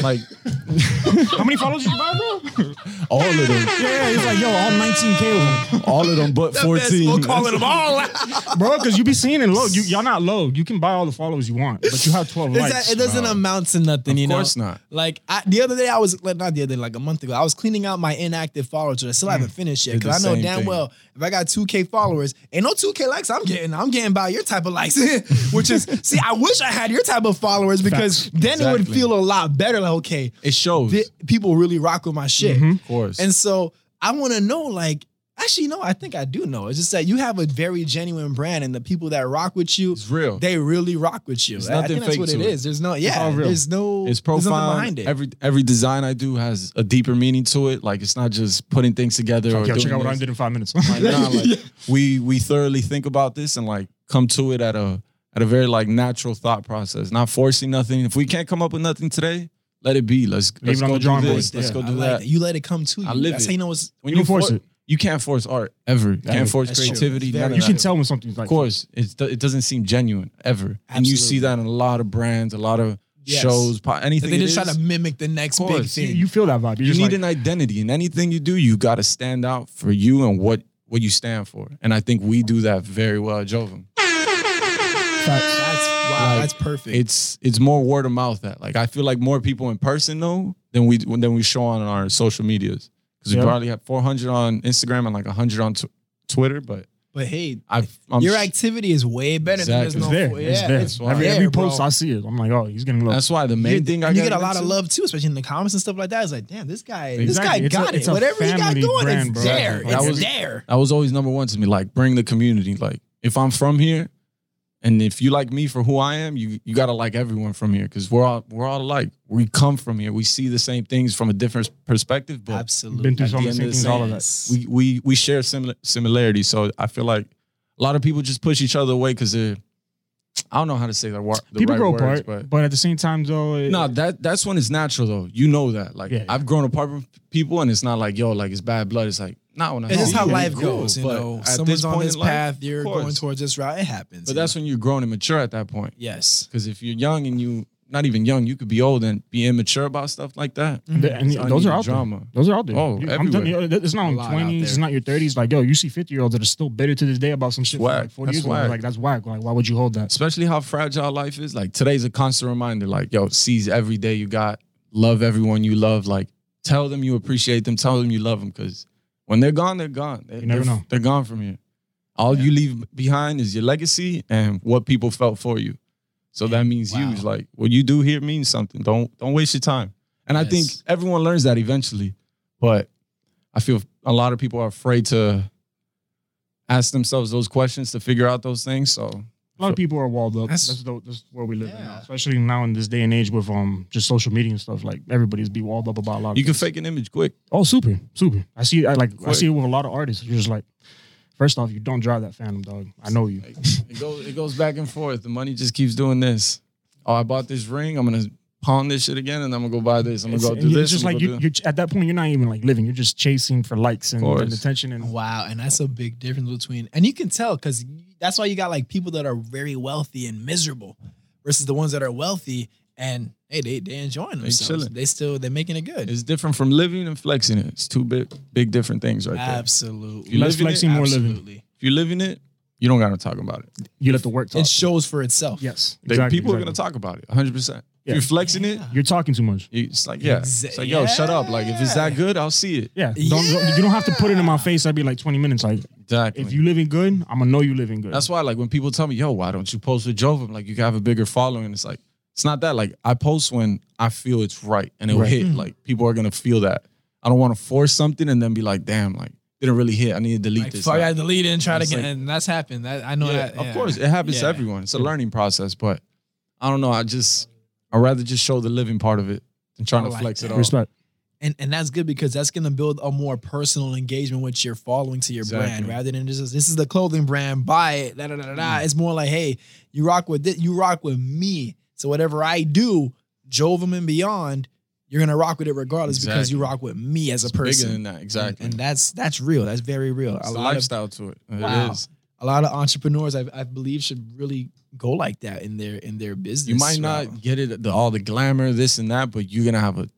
Speaker 1: like
Speaker 3: How many followers did you buy, bro?
Speaker 1: All of them.
Speaker 3: Yeah, he's like, yo, all 19K of them.
Speaker 1: All of them but 14.
Speaker 2: We'll call it them all. out.
Speaker 3: Bro, because you be seeing it low. You, y'all not low. You can buy all the followers you want, but you have 12
Speaker 2: It's
Speaker 3: likes.
Speaker 2: not- it doesn't amount to nothing, you know.
Speaker 1: course not.
Speaker 2: Like I, the other day, I was like, not the other day, like a month ago, I was cleaning out my inactive followers. I still haven't finished yet
Speaker 1: Mm. Did the
Speaker 2: because I know
Speaker 1: same
Speaker 2: damn
Speaker 1: thing.
Speaker 2: well if I got two K followers, ain't no two K likes I'm getting. I'm getting by your type of likes, which is see, I wish I had your type of followers because then it would
Speaker 1: Exactly.
Speaker 2: feel a lot better. Like okay,
Speaker 1: It shows.
Speaker 2: thi- people really rock with my shit,
Speaker 1: of course.
Speaker 2: and so I want to know like. Actually, no, I think I do know. It's just that you have a very genuine brand, and the people that rock with you,
Speaker 1: it's real.
Speaker 2: they really rock with you.
Speaker 1: There's
Speaker 2: I- I
Speaker 1: nothing
Speaker 2: think that's
Speaker 1: fake
Speaker 2: what
Speaker 1: to
Speaker 2: it
Speaker 1: it.
Speaker 2: is. There's no, yeah,
Speaker 3: all real.
Speaker 2: there's no,
Speaker 1: It's
Speaker 2: there's nothing
Speaker 1: profile.
Speaker 2: behind it.
Speaker 1: Every every design I do has a deeper meaning to it. Like it's not just putting things together or
Speaker 3: Yo, check
Speaker 1: doing
Speaker 3: out what I
Speaker 1: this.
Speaker 3: did in five minutes.
Speaker 1: Like, nah, like, we we thoroughly think about this and like come to it at a at a very like natural thought process, not forcing nothing. If we can't come up with nothing today, let it be. Let's
Speaker 3: Leave
Speaker 1: let's
Speaker 3: it on
Speaker 1: go
Speaker 3: the
Speaker 1: do
Speaker 3: drawing board.
Speaker 1: this. Let's
Speaker 3: Yeah,
Speaker 1: go
Speaker 2: I
Speaker 1: do
Speaker 2: like
Speaker 1: that.
Speaker 2: that. You let it come to you.
Speaker 1: I live
Speaker 2: That's
Speaker 1: it.
Speaker 2: how you know it's
Speaker 1: When
Speaker 3: You can force
Speaker 1: for-
Speaker 3: it.
Speaker 1: You can't force art ever. You can't force
Speaker 2: That's true.
Speaker 1: creativity.
Speaker 2: It's
Speaker 1: none
Speaker 2: very
Speaker 1: of
Speaker 3: you
Speaker 1: that.
Speaker 3: can tell when something's like
Speaker 1: Of course, it's, it doesn't seem genuine ever, and you see
Speaker 2: Absolutely.
Speaker 1: that in a lot of brands, a lot of
Speaker 2: Yes.
Speaker 1: shows, po- anything.
Speaker 2: they
Speaker 1: it
Speaker 2: just try
Speaker 1: is.
Speaker 2: to mimic the next
Speaker 1: Of
Speaker 2: big
Speaker 1: course.
Speaker 2: thing.
Speaker 3: You, you feel that vibe. You're
Speaker 1: you
Speaker 3: just
Speaker 1: need
Speaker 3: like,
Speaker 1: an identity in anything you do you got to stand out for you and what what you stand for and i think we do that very well at jovem
Speaker 3: facts.
Speaker 2: that's wow,
Speaker 1: Like,
Speaker 2: that's perfect.
Speaker 1: it's it's more word of mouth that like i feel like more people in person know than we than we show on our social medias because
Speaker 3: Yeah.
Speaker 1: we probably have 400 on instagram and like 100 on tw- twitter but
Speaker 2: but hey,
Speaker 1: i i'm
Speaker 2: your
Speaker 1: sh-
Speaker 2: activity is way better
Speaker 1: Exactly.
Speaker 2: than
Speaker 3: It's
Speaker 2: there's no,
Speaker 3: there.
Speaker 2: yeah,
Speaker 3: it's there.
Speaker 2: it's
Speaker 1: why-
Speaker 3: every
Speaker 2: there,
Speaker 3: every
Speaker 2: bro.
Speaker 3: post I see it, I'm like, oh, he's getting low.
Speaker 1: that's why the main
Speaker 2: You-
Speaker 1: thing i
Speaker 2: and you get a
Speaker 1: got
Speaker 2: lot of
Speaker 1: into-
Speaker 2: love too, especially in the comments and stuff like that. It's like, damn, this guy,
Speaker 3: Exactly.
Speaker 2: this
Speaker 3: It's a-
Speaker 2: guy got
Speaker 3: it's
Speaker 2: it.
Speaker 3: a
Speaker 2: Whatever he got
Speaker 3: family
Speaker 2: going,
Speaker 3: brand,
Speaker 2: it's
Speaker 3: bro.
Speaker 2: there.
Speaker 1: That
Speaker 2: it's
Speaker 1: was-
Speaker 2: there.
Speaker 1: that was always number one to me like bring the community like if i'm from here and if you like me for who i am you you gotta like everyone from here because we're all we're all alike we come from here we see the same things from a different perspective but
Speaker 2: Absolutely.
Speaker 3: Been through
Speaker 1: At
Speaker 3: some
Speaker 1: the
Speaker 3: of the
Speaker 1: end
Speaker 3: same
Speaker 1: of
Speaker 3: things,
Speaker 1: the
Speaker 3: all of
Speaker 1: day,
Speaker 3: that.
Speaker 1: we we we share similar similarities so i feel like a lot of people just push each other away because they're i don't know how to say that word the
Speaker 3: People
Speaker 1: right
Speaker 3: grow
Speaker 1: words,
Speaker 3: apart,
Speaker 1: but
Speaker 3: but, at the same time, though, it,
Speaker 1: no, that that's when it's natural though. You know that. Like
Speaker 3: Yeah, yeah.
Speaker 1: I've grown apart with people, and it's not like yo, like it's bad blood. It's like not when I.
Speaker 2: It's
Speaker 1: see
Speaker 2: just how
Speaker 1: you.
Speaker 2: life
Speaker 1: Oh, Cool,
Speaker 2: goes, you
Speaker 1: but
Speaker 2: know.
Speaker 1: at
Speaker 2: Someone's on
Speaker 1: point
Speaker 2: this
Speaker 1: in life,
Speaker 2: path, you're
Speaker 1: of course.
Speaker 2: going towards this route. It happens.
Speaker 1: But
Speaker 2: you
Speaker 1: that's
Speaker 2: know?
Speaker 1: when you're grown and mature at that point.
Speaker 2: yes.
Speaker 1: Because if you're young and you not even young, you could be old and be immature about stuff like that.
Speaker 2: Mm-hmm.
Speaker 3: and the- and
Speaker 1: It's
Speaker 3: those
Speaker 1: unneeded
Speaker 3: are out
Speaker 1: drama.
Speaker 3: there. Those are out there.
Speaker 1: Oh,
Speaker 3: I'm telling you,
Speaker 1: everywhere.
Speaker 3: it's not
Speaker 2: A
Speaker 3: in
Speaker 2: lot out
Speaker 3: 20s, it's
Speaker 2: there.
Speaker 3: not your 30s. Like, yo, you see 50 year olds that are still bitter to this day about some shit from
Speaker 1: whack.
Speaker 3: like 40
Speaker 1: That's
Speaker 3: years ago.
Speaker 1: whack.
Speaker 3: Like, that's whack. Like, why would you hold that?
Speaker 1: Especially how fragile life is. Like today's a constant reminder. Like yo, seize every day you got. Love everyone you love. Like tell them you appreciate them. Tell them you love them. Because when they're gone, they're gone. They,
Speaker 3: You never
Speaker 1: they're-
Speaker 3: know.
Speaker 1: They're gone from here. All you leave behind is your legacy and what people felt for you. So that means
Speaker 2: Wow.
Speaker 1: huge. Like what you do here means something. Don't don't waste your time. And I think
Speaker 2: Yes.
Speaker 1: everyone learns that eventually. But I feel a lot of people are afraid to ask themselves those questions to figure out those things. So
Speaker 3: A lot of people are walled up.
Speaker 2: That's-
Speaker 3: That's, the, that's where we live in
Speaker 2: Yeah.
Speaker 3: now, especially now in this day and age with um just social media and stuff. Like, everybody's be walled up about a lot. Of
Speaker 1: you can
Speaker 3: things.
Speaker 1: fake an image quick.
Speaker 3: Oh, super, super. I see. I like. I
Speaker 1: Quick.
Speaker 3: see it with a lot of artists. You're just like, first off, you don't drive that Phantom, dog. I know you.
Speaker 1: Like, it goes it goes back and forth. The money just keeps doing this. Oh, I bought this ring. I'm gonna pawn this shit again, and I'm gonna go buy this. I'm gonna
Speaker 3: It's,
Speaker 1: go
Speaker 3: and
Speaker 1: do
Speaker 3: you-
Speaker 1: this.
Speaker 3: it's just
Speaker 1: I'm
Speaker 3: like
Speaker 1: gonna
Speaker 3: you,
Speaker 1: go do-
Speaker 3: you're, at that point, you're not even like living. You're just chasing for likes and,
Speaker 1: course.
Speaker 3: and attention. And
Speaker 2: Wow, and that's a big difference between, and you can tell because that's why you got like people that are very wealthy and miserable, versus the ones that are wealthy and hey, they they enjoying themselves.
Speaker 1: chilling.
Speaker 2: They, still they're making it good.
Speaker 1: It's different from living and flexing it. It's two big big different things right there.
Speaker 2: Absolutely,
Speaker 1: You
Speaker 3: less
Speaker 1: living it?
Speaker 3: flexing, more living.
Speaker 2: Absolutely.
Speaker 1: If you're living it, you don't gotta talk about it.
Speaker 3: You let the work talk.
Speaker 2: It shows for itself.
Speaker 3: yes,
Speaker 1: They-
Speaker 3: exactly,
Speaker 1: people
Speaker 3: exactly.
Speaker 1: are gonna talk about it 100. percent If
Speaker 3: Yeah.
Speaker 1: you're flexing it,
Speaker 3: You're talking too much.
Speaker 1: you- it's like yeah,
Speaker 2: Exa-
Speaker 1: it's like yo, shut up. Like if it's that good, I'll see it.
Speaker 3: Yeah. Don't, don't- you don't have to put it in my face. I'd be like 20 minutes. Like,
Speaker 1: Exactly.
Speaker 3: if you living good, I'm going to know you living good.
Speaker 1: That's why, like, when people tell me, "Yo, why don't you post with Jove?" I'm like, "You can have a bigger following." It's like, it's not that. Like, I post when I feel it's right and it'll
Speaker 3: Right.
Speaker 2: Mm-hmm.
Speaker 1: hit. Like, people are gonna feel that. I don't want to force something and then be like, "Damn, like, didn't really hit. I need to delete
Speaker 2: Like,
Speaker 1: this."
Speaker 2: fuck,
Speaker 1: Like,
Speaker 2: I delete it and try it
Speaker 1: It's
Speaker 2: again,
Speaker 1: like-
Speaker 2: and that's happened. That I know
Speaker 1: yeah,
Speaker 2: that. yeah.
Speaker 1: of course, it happens to
Speaker 2: Yeah.
Speaker 1: everyone. It's a learning process, but I don't know. I just, I would rather just show the living part of it than trying
Speaker 2: Oh, I
Speaker 1: to
Speaker 2: like
Speaker 1: flex
Speaker 2: that.
Speaker 1: it all.
Speaker 3: Respect.
Speaker 2: and and that's good because that's going to build a more personal engagement with your following to your brand
Speaker 1: Exactly. Mm.
Speaker 2: rather than just this is the clothing brand buy it da, da, da, da, da. it's more like hey you rock with this you rock with me so whatever I do Jovem and beyond you're gonna rock with it regardless because you rock with me as a
Speaker 1: Bigger
Speaker 2: person
Speaker 1: than that, exactly.
Speaker 2: and, and that's that's real that's very real
Speaker 1: It's
Speaker 2: a
Speaker 1: a
Speaker 2: lot of
Speaker 1: lifestyle to it.
Speaker 2: Wow.
Speaker 1: It is.
Speaker 2: a lot of entrepreneurs I, I believe should really go like that in their in their business
Speaker 1: You might not
Speaker 2: route.
Speaker 1: get it the, all the glamour, this and that, but you're gonna have a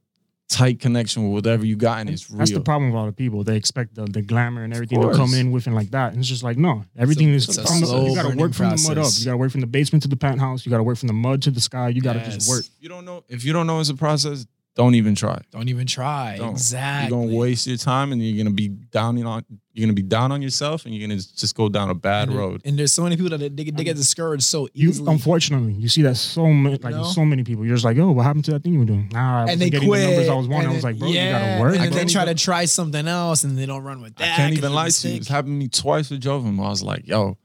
Speaker 1: tight connection with whatever you got, and it's real.
Speaker 3: That's the problem with a lot of people. They expect the, the glamour and everything to
Speaker 1: course.
Speaker 3: come in with and like that. And it's just like, no, everything
Speaker 2: It's a-
Speaker 3: is
Speaker 2: it's a
Speaker 3: from the,
Speaker 2: slow
Speaker 3: you gotta
Speaker 2: burning
Speaker 3: work from the mud up.
Speaker 2: process.
Speaker 3: You gotta work from the basement to the penthouse. You gotta work from the mud to the sky. You gotta
Speaker 2: Yes.
Speaker 3: just work.
Speaker 1: You don't know if you don't know it's a process. Don't even try.
Speaker 2: Don't even try.
Speaker 1: Don't.
Speaker 2: Exactly.
Speaker 1: You're gonna waste your time, and you're gonna be down on you're gonna be down on yourself, and you're gonna just go down a bad
Speaker 2: and,
Speaker 1: road.
Speaker 2: And there's so many people that they, they get discouraged so
Speaker 3: You
Speaker 2: easily.
Speaker 3: unfortunately, you see that so many like
Speaker 2: know?
Speaker 3: so many people. You're just like, oh, what happened to that thing you were doing? Nah, I wasn't
Speaker 2: and they
Speaker 3: getting
Speaker 2: quit.
Speaker 3: the numbers I was wanting.
Speaker 2: and
Speaker 3: I was
Speaker 2: then-
Speaker 3: like, bro,
Speaker 2: yeah,
Speaker 3: you gotta work.
Speaker 2: And then they
Speaker 3: bro.
Speaker 2: try to try something else, and they don't run with
Speaker 1: I
Speaker 2: that.
Speaker 1: can't
Speaker 2: 'cause
Speaker 1: even
Speaker 2: it's a
Speaker 1: lie to you. It's
Speaker 2: mistake.
Speaker 1: happened to me twice with Jovan. Where I was like, yo,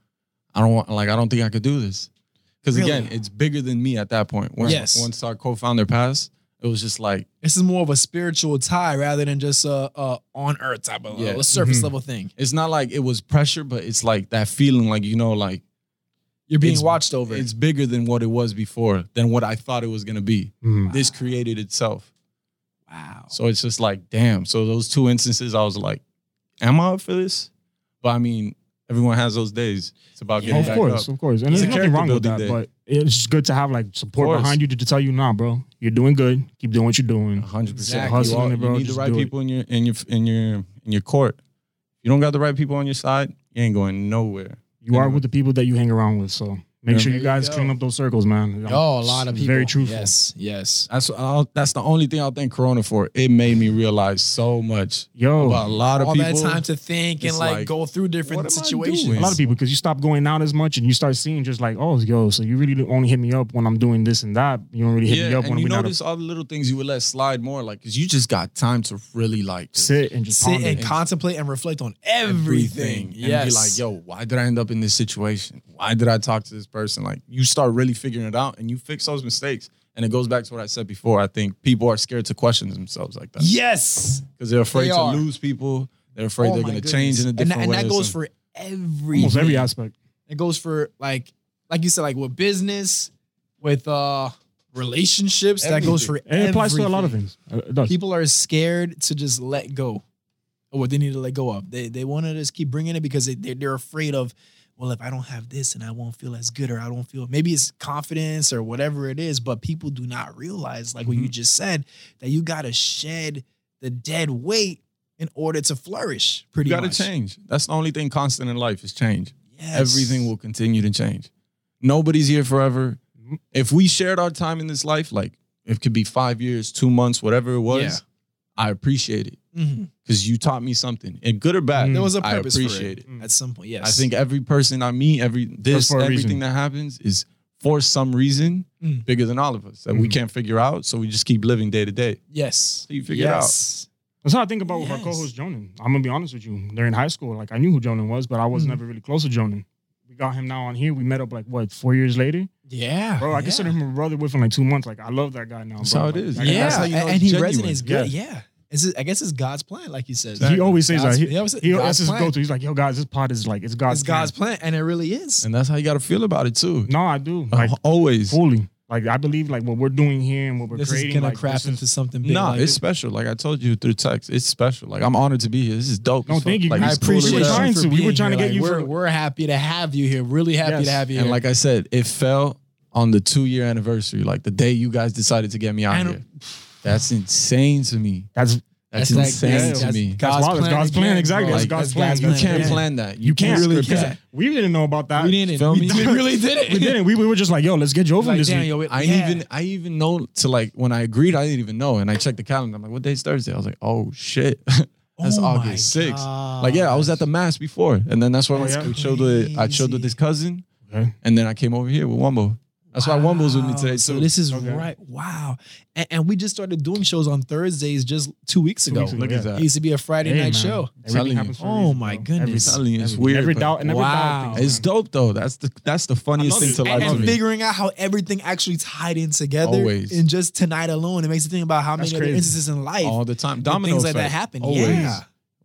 Speaker 1: I don't want like I don't think I could do this. Because
Speaker 2: Really?
Speaker 1: again, it's bigger than me at that point. Once,
Speaker 2: Yes.
Speaker 1: once our co-founder passed, it was just like
Speaker 2: This is more of a spiritual tie rather than just a, a on earth type of
Speaker 1: Yeah.
Speaker 2: a surface
Speaker 3: Mhm.
Speaker 2: level thing.
Speaker 1: it's not like it was pressure, but it's like that feeling like you know, like
Speaker 2: You're being
Speaker 1: It's-
Speaker 2: watched over.
Speaker 1: it's bigger than what it was before, than what I thought it was gonna be.
Speaker 3: Mm.
Speaker 1: This created itself.
Speaker 2: wow.
Speaker 1: So it's just like, damn. So those two instances, I was like, am I up for this? But I mean, everyone has those days. It's about
Speaker 2: Yeah.
Speaker 1: getting
Speaker 3: of
Speaker 1: back
Speaker 3: course,
Speaker 1: up.
Speaker 3: of course. And
Speaker 1: It's
Speaker 3: there's
Speaker 1: a
Speaker 3: nothing wrong with that,
Speaker 1: character building
Speaker 3: but it's just good to have like support
Speaker 1: course.
Speaker 3: behind you to, to tell you, nah, bro, you're doing good. Keep doing what you're doing.
Speaker 1: 100%.
Speaker 2: Exactly.
Speaker 1: You,
Speaker 3: Hustling
Speaker 1: all-
Speaker 3: it,
Speaker 1: you
Speaker 3: bro.
Speaker 1: need the
Speaker 3: Just
Speaker 1: right
Speaker 3: do it.
Speaker 1: people in your in your in your in your court. You don't got the right people on your side, you ain't going nowhere.
Speaker 3: You are with the people that you hang around with. So make
Speaker 1: Yeah.
Speaker 3: sure you
Speaker 2: There you
Speaker 3: guys
Speaker 2: go.
Speaker 3: clean up those circles, man.
Speaker 2: Oh, a lot of
Speaker 3: It's
Speaker 2: people.
Speaker 3: Very truthful.
Speaker 2: Yes, yes.
Speaker 1: That's I'll, that's the only thing I'll thank Corona for. It made me realize so much
Speaker 3: Yo,
Speaker 1: about a lot of
Speaker 2: All
Speaker 1: people.
Speaker 2: that time to think and
Speaker 1: it's
Speaker 2: like,
Speaker 1: like,
Speaker 2: go through different
Speaker 1: what am I
Speaker 2: situations.
Speaker 1: doing?
Speaker 3: a lot of people because you stop going out as much and you start seeing just like, oh, yo, so you really only hit me up when I'm doing this and that. You don't really hit me
Speaker 1: yeah,
Speaker 3: up when
Speaker 1: and you
Speaker 3: we
Speaker 1: notice all the little things you would let slide more, like because you just got time to really like
Speaker 3: gotta sit and just
Speaker 2: Sit
Speaker 3: ponder.
Speaker 2: and contemplate and reflect on everything.
Speaker 1: everything
Speaker 2: Yes.
Speaker 1: and be like, yo, why did I end up in this situation? Why did I talk to this person? Like, you start really figuring it out and you fix those mistakes. And it goes back to what I said before. I think people are scared to question themselves like that
Speaker 2: Yes.
Speaker 1: because they're afraid
Speaker 2: They
Speaker 1: to
Speaker 2: are.
Speaker 1: lose people. They're afraid
Speaker 2: Oh
Speaker 1: they're
Speaker 2: my
Speaker 1: going to
Speaker 2: goodness.
Speaker 1: change in a different
Speaker 2: and, that-
Speaker 1: way.
Speaker 2: And
Speaker 1: or
Speaker 2: that goes
Speaker 1: something.
Speaker 2: for every
Speaker 3: almost every aspect.
Speaker 2: It goes for like, like you said, like with business, with uh relationships. That goes for
Speaker 3: And it applies to a lot of
Speaker 2: everything.
Speaker 3: things. Uh, It does.
Speaker 2: People are scared to just let go of what they need to let go of. They they want to just keep bringing it because they they're, they're afraid of. Well, if I don't have this and I won't feel as good, or I don't feel maybe it's confidence or whatever it is, but people do not realize, like what you just said, that you gotta shed the dead weight in order to flourish. Pretty
Speaker 1: you got to
Speaker 2: much,
Speaker 1: change. That's the only thing constant in life is change.
Speaker 2: Yes.
Speaker 1: Everything will continue to change. Nobody's here forever.
Speaker 2: Mm-hmm.
Speaker 3: Mhm.
Speaker 1: If we shared our time in this life, like it could be five years, two months, whatever it was,
Speaker 2: Yeah.
Speaker 1: I appreciate it.
Speaker 2: Mhm.
Speaker 1: because you taught me something, and good or bad.
Speaker 3: Mm.
Speaker 2: There was a
Speaker 1: I
Speaker 2: purpose.
Speaker 1: appreciate
Speaker 2: for
Speaker 1: it.
Speaker 2: it, at some point. Yes,
Speaker 1: I think every person I meet, every this,
Speaker 3: for a
Speaker 1: everything
Speaker 3: reason.
Speaker 1: that happens is for some reason
Speaker 2: Mm.
Speaker 1: bigger than all of us that we
Speaker 3: Mhm.
Speaker 1: can't figure out. So we just keep living day to day.
Speaker 2: yes.
Speaker 1: So you figure it
Speaker 2: yes.
Speaker 3: That's how I think about with our
Speaker 2: Yes.
Speaker 3: co-host Jonan. I'm gonna be honest with you. During high school, like I knew who Jonan was, but I was
Speaker 2: Mhm.
Speaker 3: never really close to Jonan. We got him now on here. We met up like what four years later,
Speaker 2: Yeah,
Speaker 3: bro. I
Speaker 2: yeah.
Speaker 3: consider him a brother within like two months. Like I love that guy now.
Speaker 1: That's
Speaker 3: bro.
Speaker 1: how it
Speaker 3: Like,
Speaker 1: is.
Speaker 3: that guy-
Speaker 2: Yeah,
Speaker 1: that's how you know
Speaker 2: and,
Speaker 1: it's
Speaker 2: and he
Speaker 1: genuine.
Speaker 2: resonates good. Yeah, It's just- I guess it's God's plan, like you said.
Speaker 3: He always says
Speaker 2: God's-
Speaker 3: that. He,
Speaker 2: he always-
Speaker 3: he-
Speaker 2: God's
Speaker 3: that's his
Speaker 2: plan.
Speaker 3: go-to. He's like, "Yo, guys, this pod is like it's God's.
Speaker 2: It's God's
Speaker 3: plan.
Speaker 2: plan, and it really is.
Speaker 1: And that's how you got to feel about it too.
Speaker 3: No, I do. Like
Speaker 1: Always.
Speaker 3: fully. Like I believe like what we're doing here and what we're
Speaker 2: this
Speaker 3: creating.
Speaker 2: is gonna
Speaker 3: like,
Speaker 2: craft
Speaker 3: this is-
Speaker 2: into something big.
Speaker 1: No,
Speaker 2: like
Speaker 1: it's
Speaker 2: it.
Speaker 1: special. Like I told you through text, it's special. Like I'm honored to be here. This is dope.
Speaker 3: No,
Speaker 1: as fuck.
Speaker 3: thank you.
Speaker 1: Like,
Speaker 3: I
Speaker 1: it's cool as
Speaker 3: appreciate
Speaker 1: hell.
Speaker 3: trying to.
Speaker 2: for
Speaker 3: We
Speaker 2: being
Speaker 3: were trying to
Speaker 2: here.
Speaker 3: get you
Speaker 2: We're,
Speaker 3: for-
Speaker 2: we're happy to have you here. Really happy
Speaker 3: Yes.
Speaker 2: to have you
Speaker 1: And
Speaker 2: here.
Speaker 1: like I said, it fell on the two year anniversary, like the day you guys decided to get me out
Speaker 2: And-
Speaker 1: here. That's insane to me.
Speaker 3: That's
Speaker 1: That's,
Speaker 2: like-
Speaker 1: insane
Speaker 2: that's-
Speaker 1: to me.
Speaker 2: God's
Speaker 3: That's wild. It's
Speaker 2: plan.
Speaker 3: God's plan,
Speaker 2: again,
Speaker 3: exactly.
Speaker 2: bro.
Speaker 3: That's
Speaker 2: Like,
Speaker 3: God's
Speaker 2: that's
Speaker 3: plan.
Speaker 2: God's
Speaker 1: you
Speaker 2: plan.
Speaker 1: can't
Speaker 2: again.
Speaker 1: plan that.
Speaker 3: you can't.
Speaker 1: really
Speaker 3: script
Speaker 1: can't.
Speaker 3: it. We didn't know about that.
Speaker 2: We didn't.
Speaker 1: Feel me?
Speaker 2: We really did it.
Speaker 3: We didn't. We, we were just like, "Yo, let's get Jovan
Speaker 2: Like,
Speaker 3: this
Speaker 2: damn,
Speaker 3: week."
Speaker 2: yo, it-
Speaker 1: I
Speaker 2: yeah.
Speaker 1: even I even know to like when I agreed, I didn't even know. And I checked the calendar. I'm like, what day's Thursday? I was like, oh shit. that's
Speaker 2: Oh my
Speaker 1: August 6th. Like, yeah, I was at the mass before. And then that's why
Speaker 3: That's
Speaker 1: I chilled with I chilled with his cousin.
Speaker 3: Okay.
Speaker 1: And then I came over here with Wumbo. That's why Wumbo's with me
Speaker 2: Wow.
Speaker 1: today too.
Speaker 2: So this is
Speaker 3: Okay.
Speaker 2: right. Wow. And, and we just started doing shows on Thursdays just two weeks
Speaker 3: Two
Speaker 2: ago.
Speaker 3: weeks ago,
Speaker 1: Look
Speaker 3: yeah.
Speaker 1: at that.
Speaker 2: It used to be a Friday
Speaker 3: Hey,
Speaker 2: night
Speaker 3: man.
Speaker 2: show.
Speaker 1: Telling you.
Speaker 3: Everything happens for a
Speaker 2: Oh
Speaker 3: reason,
Speaker 2: my
Speaker 3: bro.
Speaker 1: I'm
Speaker 2: goodness.
Speaker 1: telling you, it's
Speaker 3: Everything.
Speaker 1: weird.
Speaker 3: Every
Speaker 1: but
Speaker 3: doubt and every
Speaker 2: Wow.
Speaker 3: doubt. thing,
Speaker 1: It's
Speaker 3: man.
Speaker 1: dope though. That's the that's the funniest
Speaker 3: love
Speaker 1: thing
Speaker 3: it.
Speaker 1: to
Speaker 3: I
Speaker 2: And,
Speaker 1: life.
Speaker 3: love
Speaker 1: to
Speaker 2: and
Speaker 3: it.
Speaker 1: me.
Speaker 2: figuring out how everything actually tied in together
Speaker 1: Always.
Speaker 2: in just tonight alone. It makes you think about how
Speaker 3: That's
Speaker 2: many other
Speaker 3: crazy.
Speaker 2: instances in life
Speaker 1: all the time.
Speaker 2: when
Speaker 1: Domino
Speaker 2: things like that
Speaker 1: effect.
Speaker 2: happen.
Speaker 1: Always.
Speaker 2: Yeah.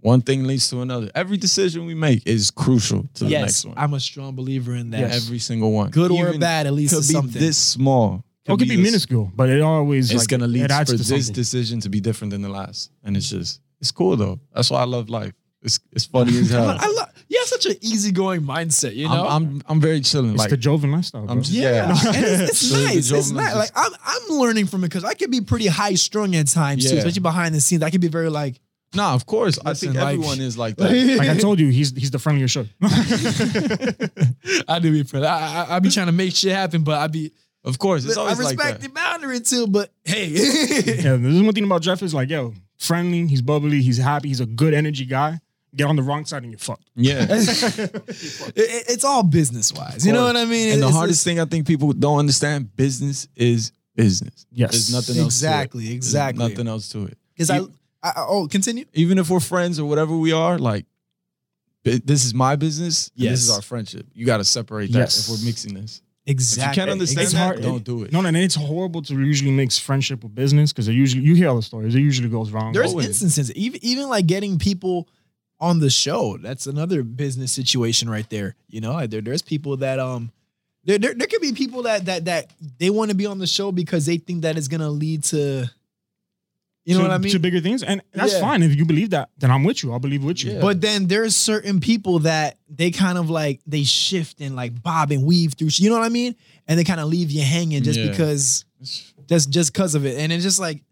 Speaker 1: One thing leads to another. Every decision we make is crucial to the next
Speaker 2: Yes.
Speaker 1: one.
Speaker 2: I'm a strong believer in that.
Speaker 3: Yes.
Speaker 1: Every single one,
Speaker 2: Good or
Speaker 1: Even
Speaker 2: bad, at least
Speaker 1: could
Speaker 2: to
Speaker 1: be
Speaker 2: something.
Speaker 1: this small.
Speaker 3: It could be
Speaker 1: this-
Speaker 3: minuscule, but it always
Speaker 1: It's
Speaker 3: like,
Speaker 1: gonna lead
Speaker 3: it
Speaker 1: for
Speaker 3: adds to
Speaker 1: this
Speaker 3: something.
Speaker 1: decision to be different than the last, and it's just it's cool though. That's why I love life. It's it's funny as hell.
Speaker 2: I love. You have such an easygoing mindset. You know.
Speaker 1: I'm, I'm I'm very chilling.
Speaker 3: It's
Speaker 1: Like
Speaker 3: the Joven lifestyle.
Speaker 1: I'm
Speaker 3: Bro.
Speaker 1: just-
Speaker 2: yeah,
Speaker 1: yeah.
Speaker 2: And it's, it's
Speaker 1: So the
Speaker 2: nice. It's
Speaker 1: journalism
Speaker 2: nice.
Speaker 1: is-
Speaker 2: Like I'm, I'm learning from it because I can be pretty high strung at times too,
Speaker 1: Yeah.
Speaker 2: especially behind the scenes. I can be very like,
Speaker 1: nah, of course. I
Speaker 2: Listen,
Speaker 1: think
Speaker 2: like-
Speaker 1: everyone is like that.
Speaker 3: like I
Speaker 2: I
Speaker 3: told you, he's he's the friendlier show.
Speaker 2: do be friend. I, I I be trying to make shit happen, but I be
Speaker 1: Of course, it's
Speaker 2: I
Speaker 1: always
Speaker 2: respect
Speaker 1: like that.
Speaker 2: the boundary too. But hey,
Speaker 3: yeah, there's one thing about Jeff is like, yo, friendly, he's bubbly, he's happy, he's a good energy guy. Get on the wrong side and you're fucked.
Speaker 1: Yeah.
Speaker 2: It- it- it's all business wise. You know what I mean?
Speaker 1: And the
Speaker 2: It's-
Speaker 1: hardest thing I think people don't understand: business is business.
Speaker 3: Yes.
Speaker 1: There's nothing else. to it.
Speaker 2: exactly,
Speaker 1: There's
Speaker 2: exactly.
Speaker 1: Nothing else to it.
Speaker 2: Because I, I, oh, continue.
Speaker 1: Even if we're friends or whatever we are, like bi- this is my business. and
Speaker 2: Yes.
Speaker 1: This is our friendship. You got to separate that
Speaker 3: Yes.
Speaker 1: if we're mixing this.
Speaker 2: Exactly.
Speaker 1: If you can't understand
Speaker 3: It's
Speaker 1: that,
Speaker 3: hard.
Speaker 1: don't do it.
Speaker 3: No, no, and it's horrible to usually mix friendship with business because they usually you hear all the stories. It usually goes wrong.
Speaker 2: There's
Speaker 1: Always.
Speaker 2: instances, even even like getting people on the show. That's another business situation right there. You know, Like, there there's people that um. There, there, there could be people that that that they want to be on the show because they think that is gonna lead to, you know
Speaker 3: to,
Speaker 2: what I mean.
Speaker 3: To bigger things, and that's
Speaker 2: Yeah.
Speaker 3: fine if you believe that. Then I'm with you. I'll believe with you.
Speaker 1: Yeah.
Speaker 2: But then there's certain people that they kind of like they shift and like bob and weave through. You know what I mean? And they kind of leave you hanging just
Speaker 1: Yeah.
Speaker 2: because that's just because of it. And it's just like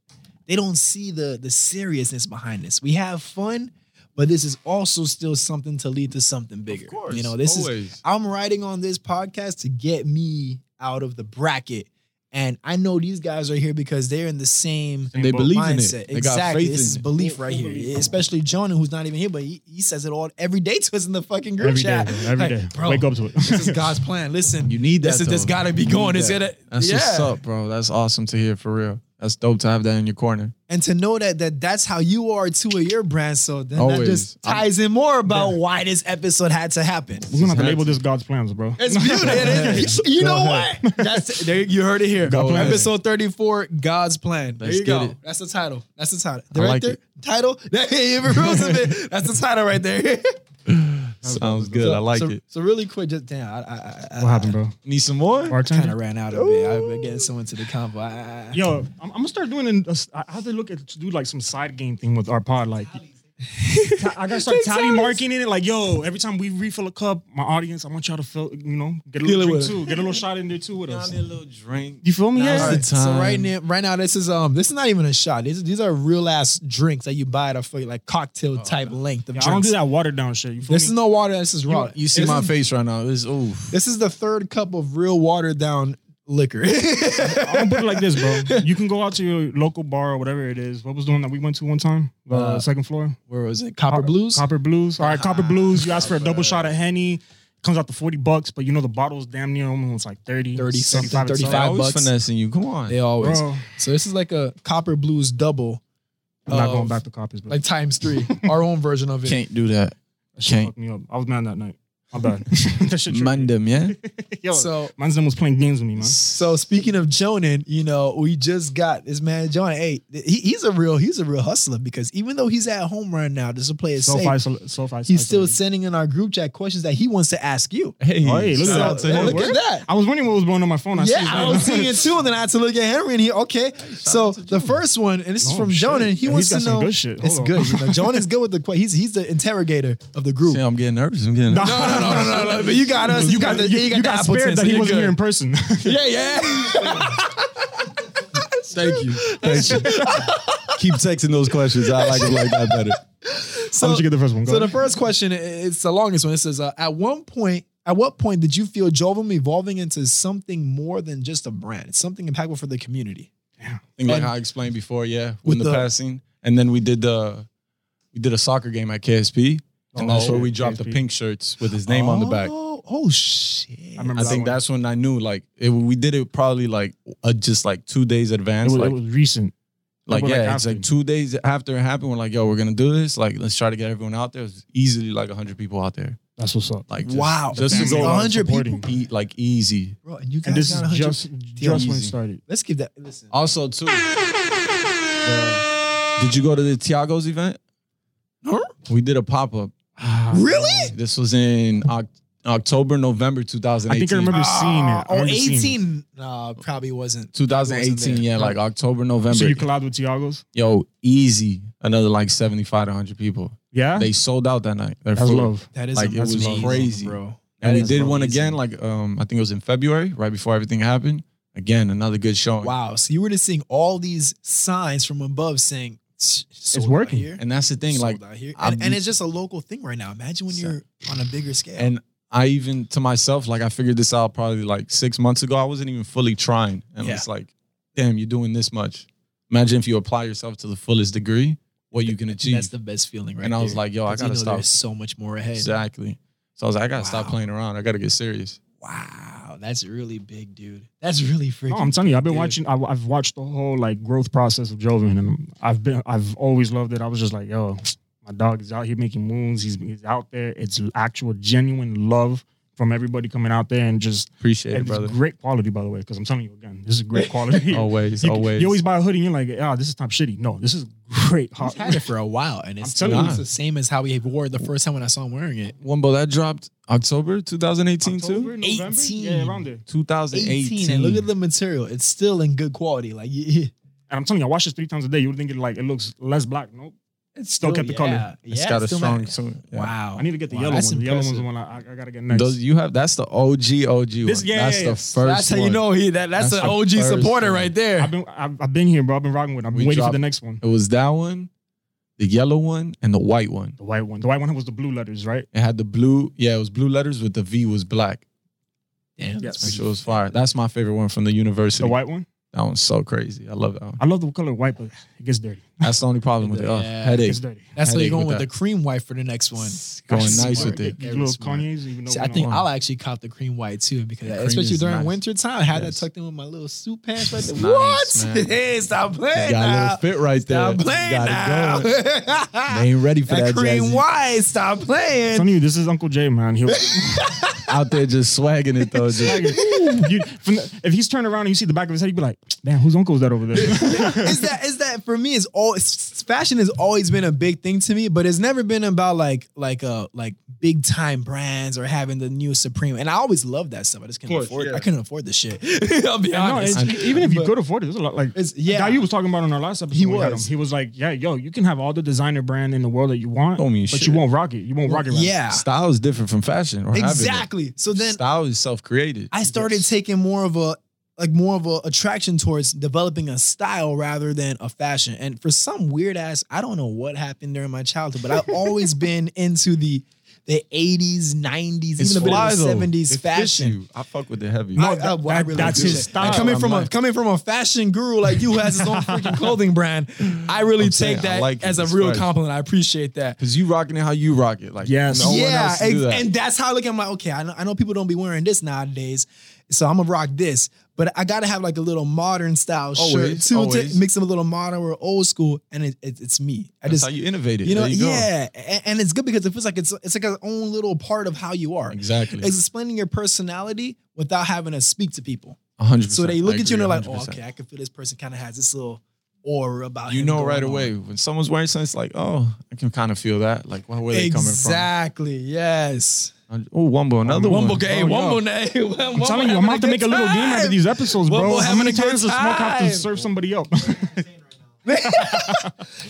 Speaker 2: they don't see the the seriousness behind this. We have fun, but this is also still something to lead to something bigger. you know, this is
Speaker 1: always.
Speaker 2: I'm writing on this podcast to get me out of the bracket. And I know these guys are here because they're in the same
Speaker 1: and they believe in
Speaker 2: mindset.
Speaker 1: it. They got
Speaker 2: exactly.
Speaker 1: faith
Speaker 2: This is
Speaker 1: in it.
Speaker 2: belief right here. Especially Jonah, who's not even here, but he, he says it all every day to us in the fucking group
Speaker 3: Every day,
Speaker 2: chat.
Speaker 3: bro, every
Speaker 2: Like,
Speaker 3: day.
Speaker 2: Bro,
Speaker 3: Wake up to it.
Speaker 2: this is God's plan. Listen,
Speaker 1: You need that.
Speaker 2: this is this
Speaker 1: though.
Speaker 2: gotta be
Speaker 1: You
Speaker 2: going.
Speaker 1: need
Speaker 2: It's
Speaker 1: that.
Speaker 2: gonna
Speaker 1: That's
Speaker 2: yeah.
Speaker 1: what's up, bro. That's awesome to hear for real. That's dope to have that in your corner.
Speaker 2: And to know that that that's how you are too with your brand. So then that
Speaker 1: Always.
Speaker 2: just
Speaker 1: I'm-
Speaker 2: ties in more about why this episode had to happen.
Speaker 3: We're gonna have
Speaker 1: Exactly.
Speaker 3: to label this God's plans, bro.
Speaker 2: It's beautiful. It is. You know what? That's it. There, you heard it here.
Speaker 1: Go ahead.
Speaker 2: Episode 34, God's Plan. There
Speaker 1: Let's
Speaker 2: you go.
Speaker 1: get it.
Speaker 2: That's the title. That's the title.
Speaker 1: I like
Speaker 2: Director,
Speaker 1: it.
Speaker 2: title. Hey, if it rules a bit, That's the title right there.
Speaker 1: Sounds good. I like
Speaker 2: so,
Speaker 1: it.
Speaker 2: So really quick, just damn, I, I, I,
Speaker 3: What happened, bro?
Speaker 1: Need some more?
Speaker 2: kind of
Speaker 3: Bartender.
Speaker 2: ran out of it. I've been getting someone to the combo. I, I,
Speaker 3: Yo, I'm, I'm gonna start doing. An, a s- I I have to look at to do like some side game thing with our pod. Like, Ta- I gotta start tally marking in it. Like, yo, every time we refill a cup, my audience, I want y'all to fill. You know, get a
Speaker 2: Feel
Speaker 3: little
Speaker 2: it
Speaker 3: drink
Speaker 2: with
Speaker 3: too. Get a little shot in there too with us.
Speaker 1: little drink.
Speaker 3: You feel me?
Speaker 1: Now's
Speaker 3: yeah.
Speaker 1: the
Speaker 2: So right
Speaker 1: time.
Speaker 2: now, right now, this is um, this is not even a shot. These, these are real ass drinks that you buy at a fucking, like cocktail
Speaker 1: Oh,
Speaker 2: type length of
Speaker 3: Yeah,
Speaker 2: drinks.
Speaker 3: I don't do that watered down shit. You feel
Speaker 2: This
Speaker 3: me?
Speaker 2: is no water. This is raw.
Speaker 1: You see
Speaker 2: This
Speaker 1: my
Speaker 2: is-
Speaker 1: face right now. It's ooh.
Speaker 2: This is the third cup of real watered down liquor.
Speaker 3: I'm gonna put it like this, bro. You can go out to your local bar or whatever it is. What was the one that we went to one time? The
Speaker 2: Uh,
Speaker 3: second floor?
Speaker 2: Where was it? Copper Blues. Uh-huh.
Speaker 3: Copper Blues. All right, Copper Blues. You ask for a double shot of Henny. Comes out to 40 bucks, but you know the bottle's damn near almost like 30,
Speaker 2: 30 something,
Speaker 3: 35, it's
Speaker 2: 35.
Speaker 1: I
Speaker 2: Five
Speaker 1: always
Speaker 2: bucks.
Speaker 1: finessing you. Come on.
Speaker 2: They always.
Speaker 3: Bro.
Speaker 2: So this is like a Copper Blues double,
Speaker 3: I'm not
Speaker 2: of-
Speaker 3: going back to copies, bro.
Speaker 2: Oh, like times three. our own version of it.
Speaker 1: Can't do that.
Speaker 3: That shit
Speaker 1: Can't.
Speaker 3: fucked me up. I was mad that night. I'm bad. that shit tripped me.
Speaker 1: Mind them, yeah?
Speaker 3: Yo,
Speaker 2: So
Speaker 3: man's them was playing games with me, man.
Speaker 2: so speaking of Jonan, you know we just got this man Jonan. Hey, he, he's a real he's a real hustler because even though he's at home right now, this will play is
Speaker 3: Self
Speaker 2: safe.
Speaker 3: isol- self isolated.
Speaker 2: He's still sending in our group chat questions that he wants to ask you.
Speaker 1: Hey,
Speaker 3: Oh, Hey, look
Speaker 1: shout
Speaker 3: at
Speaker 1: out
Speaker 3: that.
Speaker 1: to him.
Speaker 2: Look at that.
Speaker 3: I was wondering what was going on my phone. I see
Speaker 2: yeah,
Speaker 3: his
Speaker 2: I
Speaker 3: name.
Speaker 2: was seeing it too, and then I had to look at Henry, and he okay. So the first one, and this is
Speaker 3: Oh,
Speaker 2: from
Speaker 3: shit.
Speaker 2: Jonan. He
Speaker 3: Yeah,
Speaker 2: wants
Speaker 3: he's got
Speaker 2: to
Speaker 3: some
Speaker 2: know.
Speaker 3: good shit.
Speaker 2: It's
Speaker 3: Hold on.
Speaker 2: good. You know, Jonan's good with the que- he's he's the interrogator of the group.
Speaker 1: See, I'm getting nervous. I'm getting nervous.
Speaker 2: No, no, no, no, no, no. But you got us. You, got the you, got, the
Speaker 3: you got
Speaker 2: Appleton,
Speaker 3: spared
Speaker 2: so
Speaker 3: that he
Speaker 2: you're
Speaker 3: wasn't
Speaker 2: good.
Speaker 3: here in person.
Speaker 2: Yeah, yeah.
Speaker 1: Thank you. Thank you. Keep texting those questions. I like it like that better.
Speaker 3: so, How did you get the first one? Go
Speaker 2: so the
Speaker 3: ahead.
Speaker 2: first question, i- it's the longest one. It says, uh, at one point, at what point did you feel Jovem evolving into something more than just a brand? It's something impactful for the community.
Speaker 1: think like
Speaker 2: And-
Speaker 1: how I explained before, yeah, when the,
Speaker 2: the-
Speaker 1: passing, and then we did the we did a soccer game at KSP, and
Speaker 3: Oh,
Speaker 1: that's where we
Speaker 3: shit,
Speaker 1: dropped the
Speaker 3: KSP.
Speaker 1: pink shirts with his name on the back.
Speaker 2: Oh, oh shit.
Speaker 3: I remember
Speaker 1: I
Speaker 3: that
Speaker 1: think
Speaker 3: one.
Speaker 1: that's when I knew, like, it, we did it probably like uh, just like two days
Speaker 3: it
Speaker 1: advance,
Speaker 3: was,
Speaker 1: like,
Speaker 3: it was recent.
Speaker 1: like
Speaker 3: like
Speaker 1: yeah, it's
Speaker 3: after.
Speaker 1: like two days after it happened. We're like, yo, we're gonna do this. Like, let's try to get everyone out there. It was easily like hundred people out there.
Speaker 3: That's what's up.
Speaker 1: Like, just,
Speaker 2: Wow.
Speaker 1: just to
Speaker 3: Family
Speaker 1: go
Speaker 3: love
Speaker 2: 100 people.
Speaker 3: supporting.
Speaker 1: eat like easy.
Speaker 2: Bro, and you guys
Speaker 3: And this
Speaker 2: got
Speaker 3: is
Speaker 2: 100
Speaker 3: just just when it
Speaker 1: easy.
Speaker 3: started.
Speaker 2: Let's give that. Listen.
Speaker 1: Also, too. the- Oh, did you go to the Tiago's event?
Speaker 2: Huh?
Speaker 1: We did a pop up.
Speaker 3: Ah,
Speaker 2: Really?
Speaker 1: This was in Oc- October, November 2018.
Speaker 3: I think I remember seeing it. I
Speaker 2: Oh,
Speaker 3: remember seeing it.
Speaker 2: 18. Nah, probably wasn't.
Speaker 1: 2018,
Speaker 2: Wasn't there.
Speaker 1: yeah, like October, November.
Speaker 3: So you collabed with Tiago's?
Speaker 1: Yo, easy. Another like 75 to 100 people.
Speaker 3: Yeah,
Speaker 1: They sold out that night. Their
Speaker 3: that's
Speaker 1: food.
Speaker 3: love.
Speaker 2: That is
Speaker 1: Like, it was
Speaker 2: amazing,
Speaker 1: crazy.
Speaker 2: bro.
Speaker 1: And
Speaker 2: That
Speaker 1: they
Speaker 2: is
Speaker 1: did one
Speaker 2: amazing.
Speaker 1: again, like um, I think it was in February, right before everything happened. Again, another good showing.
Speaker 2: Wow. So you were just seeing all these signs from above saying it's
Speaker 3: working.
Speaker 2: Here.
Speaker 1: And that's the thing,
Speaker 2: sold
Speaker 1: like
Speaker 2: out here.
Speaker 1: I've
Speaker 2: And, and
Speaker 1: been-
Speaker 2: it's just a local thing right now. Imagine when
Speaker 1: So-
Speaker 2: you're on a bigger scale.
Speaker 1: And I even to myself, like I figured this out probably like six months ago. I wasn't even fully trying. And
Speaker 2: Yeah.
Speaker 1: it's like, damn, you're doing this much. Imagine if you apply yourself to the fullest degree, what you can achieve.
Speaker 2: that's the best feeling, right?
Speaker 1: and I was
Speaker 2: there.
Speaker 1: like, yo, I
Speaker 2: 'Cause you
Speaker 1: gotta
Speaker 2: know
Speaker 1: stop.
Speaker 2: There's so much more ahead.
Speaker 1: Exactly. So I was like, I gotta stop
Speaker 2: Wow.
Speaker 1: playing around. I gotta get serious.
Speaker 2: Wow, that's really big, dude. That's really freaking.
Speaker 3: No, I'm telling you, I've been
Speaker 2: dude.
Speaker 3: watching. I, I've watched the whole like growth process of Jovan, and I've been, I've always loved it. I was just like, yo, my dog is out here making moves. He's, he's out there. It's actual genuine love from everybody coming out there, and just
Speaker 1: Appreciate
Speaker 3: and
Speaker 1: it,
Speaker 3: it's
Speaker 1: brother.
Speaker 3: great quality, by the way. Because I'm telling you again, this is great quality.
Speaker 1: Always,
Speaker 3: you,
Speaker 1: always.
Speaker 3: you always buy a hoodie, and you're like, ah, this is top shitty. No, this is great.
Speaker 2: He's
Speaker 3: Hot.
Speaker 2: had it for a while, and it's
Speaker 3: I'm telling
Speaker 2: still
Speaker 1: you.
Speaker 2: it's the same as how he wore it the first time when I saw him wearing it.
Speaker 1: Wombo, that dropped October 2018
Speaker 3: October,
Speaker 1: too?
Speaker 3: November?
Speaker 2: 18.
Speaker 3: Yeah, around there.
Speaker 1: 2018.
Speaker 2: 18, and look at the material; it's still in good quality. Like, yeah,
Speaker 3: And I'm telling you, I watch this three times a day. You would think it like it looks less black. Nope.
Speaker 2: it's
Speaker 3: Still kept the color.
Speaker 1: It's
Speaker 2: yeah,
Speaker 1: got a
Speaker 2: still
Speaker 1: strong
Speaker 2: matters.
Speaker 1: tune. Yeah.
Speaker 2: Wow,
Speaker 3: I need to get the
Speaker 2: Wow,
Speaker 3: yellow one.
Speaker 2: that's
Speaker 3: The yellow one's the
Speaker 2: impressive.
Speaker 3: one I, I gotta get next.
Speaker 1: Those you have that's the OG OG one.
Speaker 3: This- yeah,
Speaker 1: that's
Speaker 3: yeah,
Speaker 1: the
Speaker 3: yeah.
Speaker 1: first
Speaker 2: That's how you
Speaker 1: one.
Speaker 2: know he that that's,
Speaker 1: That's
Speaker 2: an
Speaker 1: the
Speaker 2: OG
Speaker 1: first
Speaker 2: supporter
Speaker 1: one.
Speaker 2: right there.
Speaker 3: I've been I've, I've been here, bro. I've been rocking with. it. I've been
Speaker 1: We
Speaker 3: waiting for
Speaker 1: dropped-
Speaker 3: the next one.
Speaker 1: It was that one, the yellow one, and the white one.
Speaker 3: The white one. The white one was the blue letters, right?
Speaker 1: It had the blue, yeah, it was blue letters with the V was black.
Speaker 2: Damn,
Speaker 3: Yes.
Speaker 2: that's
Speaker 1: Which was fire. That's my favorite one from the university.
Speaker 3: The white one.
Speaker 1: That one's so crazy. I love that one.
Speaker 3: I love the color white, but it gets dirty.
Speaker 1: That's the only problem with it. Oh,
Speaker 2: Yeah.
Speaker 3: It
Speaker 1: headache.
Speaker 3: gets dirty.
Speaker 2: That's why
Speaker 1: Headache
Speaker 2: you're going
Speaker 1: with
Speaker 2: with the
Speaker 1: that.
Speaker 2: cream white for the next one.
Speaker 1: Going
Speaker 2: That's
Speaker 1: nice
Speaker 2: smart.
Speaker 1: with it.
Speaker 3: These
Speaker 2: Very
Speaker 3: little
Speaker 2: smart.
Speaker 3: Kanye's, even though
Speaker 2: See,
Speaker 3: we
Speaker 2: I
Speaker 3: don't
Speaker 2: think
Speaker 3: want
Speaker 2: I'll actuactually cop the cream white too because
Speaker 1: Yeah, cream
Speaker 2: especially
Speaker 1: is
Speaker 2: during
Speaker 1: nice.
Speaker 2: winter time, I had
Speaker 1: Yes.
Speaker 2: that tucked in with my little suit pants right
Speaker 1: It's
Speaker 2: there.
Speaker 1: nice,
Speaker 2: what?
Speaker 1: man.
Speaker 2: hey, stop
Speaker 1: You
Speaker 2: playing
Speaker 1: got a little
Speaker 2: now.
Speaker 1: fit right there.
Speaker 2: Stop
Speaker 1: You
Speaker 2: playing
Speaker 1: got it
Speaker 2: now.
Speaker 1: going. They ain't ready for that,
Speaker 2: that cream
Speaker 1: Jazzy.
Speaker 2: white, stop
Speaker 3: I'm
Speaker 2: playing.
Speaker 3: telling you, this is Uncle Jay, man. He'll,
Speaker 1: Out there just swagging it though. Just,
Speaker 3: you, from the- if he's turned around and you see the back of his head, you'd be like, "Damn, whose uncle is that over there?"
Speaker 2: is that is that for me? Is all it's- fashion has always been a big thing to me, but it's never been about like like uh like big time brands or having the new Supreme. And I always loved that stuff. I just couldn't
Speaker 1: course,
Speaker 2: afford.
Speaker 1: yeah.
Speaker 2: I couldn't afford the shit. I'll be
Speaker 3: no,
Speaker 2: honest.
Speaker 3: it's, e- even if you could afford it, there's a lot. Like
Speaker 2: It's-
Speaker 3: yeah,
Speaker 2: yeah.
Speaker 3: you was talking about on our last episode.
Speaker 2: He
Speaker 3: when we had
Speaker 2: was.
Speaker 3: him. He was like, "Yeah, yo, you can have all the designer brand in the world that you want,
Speaker 1: Don't mean
Speaker 3: but
Speaker 1: shit.
Speaker 3: you won't rock it. You won't rock it. Right
Speaker 2: yeah,
Speaker 1: style is different from fashion. Or having it.
Speaker 2: exactly. So then
Speaker 1: style is self created.
Speaker 2: I started taking more of a like more of a attraction towards developing a style rather than a fashion. And for some weird ass, I don't know what happened during my childhood, but I've always been into the the 80s, 90s, even a bit
Speaker 1: fly,
Speaker 2: of
Speaker 1: though.
Speaker 2: the 70s
Speaker 1: It fits
Speaker 2: fashion.
Speaker 1: you. I fuck with it heavy.
Speaker 2: I- I-
Speaker 3: that-
Speaker 2: well, I
Speaker 3: that-
Speaker 2: really
Speaker 3: that's
Speaker 2: do
Speaker 3: his
Speaker 2: that.
Speaker 3: style.
Speaker 2: And coming
Speaker 1: I'm
Speaker 2: from a
Speaker 1: like-
Speaker 2: coming from a fashion guru like you who has his own freaking clothing brand, I really
Speaker 1: I'm
Speaker 2: take
Speaker 1: saying, I
Speaker 2: that
Speaker 1: like it.
Speaker 2: as a
Speaker 1: It's
Speaker 2: real
Speaker 1: fresh.
Speaker 2: compliment. I appreciate that.
Speaker 1: Cause you rocking it how you rock it. Like
Speaker 3: Yes.
Speaker 1: no one
Speaker 2: yeah,
Speaker 1: else do
Speaker 2: ex-
Speaker 1: that.
Speaker 2: and that's how I look. I'm like, okay, I know, I know people don't be wearing this nowadays, so I'm gonna rock this. But I gotta have like a little modern style
Speaker 1: Always,
Speaker 2: shirt too,
Speaker 1: always.
Speaker 2: to mix them a little modern or old school, and it, it, it's me. I
Speaker 1: That's
Speaker 2: just
Speaker 1: how you innovate it.
Speaker 2: you know,
Speaker 1: there you go.
Speaker 2: yeah, a- and, it's good because it feels like it's it's like our own little part of how you are.
Speaker 1: Exactly.
Speaker 2: It's explaining your personality without having to speak to people.
Speaker 1: 100%.
Speaker 2: So they look
Speaker 1: I
Speaker 2: at you and they're
Speaker 1: agree
Speaker 2: like, oh,
Speaker 1: 100%.
Speaker 2: okay, I can feel this person kind of has this little aura about
Speaker 1: You
Speaker 2: him
Speaker 1: know
Speaker 2: going
Speaker 1: right
Speaker 2: on.
Speaker 1: away when someone's wearing something, it's like, oh, I can kind of feel that. Like, where were they
Speaker 2: Exactly. Yes.
Speaker 1: coming from? Oh, Wumbo, another one.
Speaker 2: Wumbo gay.
Speaker 1: Oh, yo.
Speaker 2: Wumbo nay.
Speaker 3: I'm telling you, I'm about to make a little game out of these episodes,
Speaker 2: We're-
Speaker 3: bro.
Speaker 2: we're
Speaker 3: How
Speaker 2: having
Speaker 3: many
Speaker 2: a good
Speaker 3: times does Smoke have
Speaker 2: time.
Speaker 3: to serve somebody up?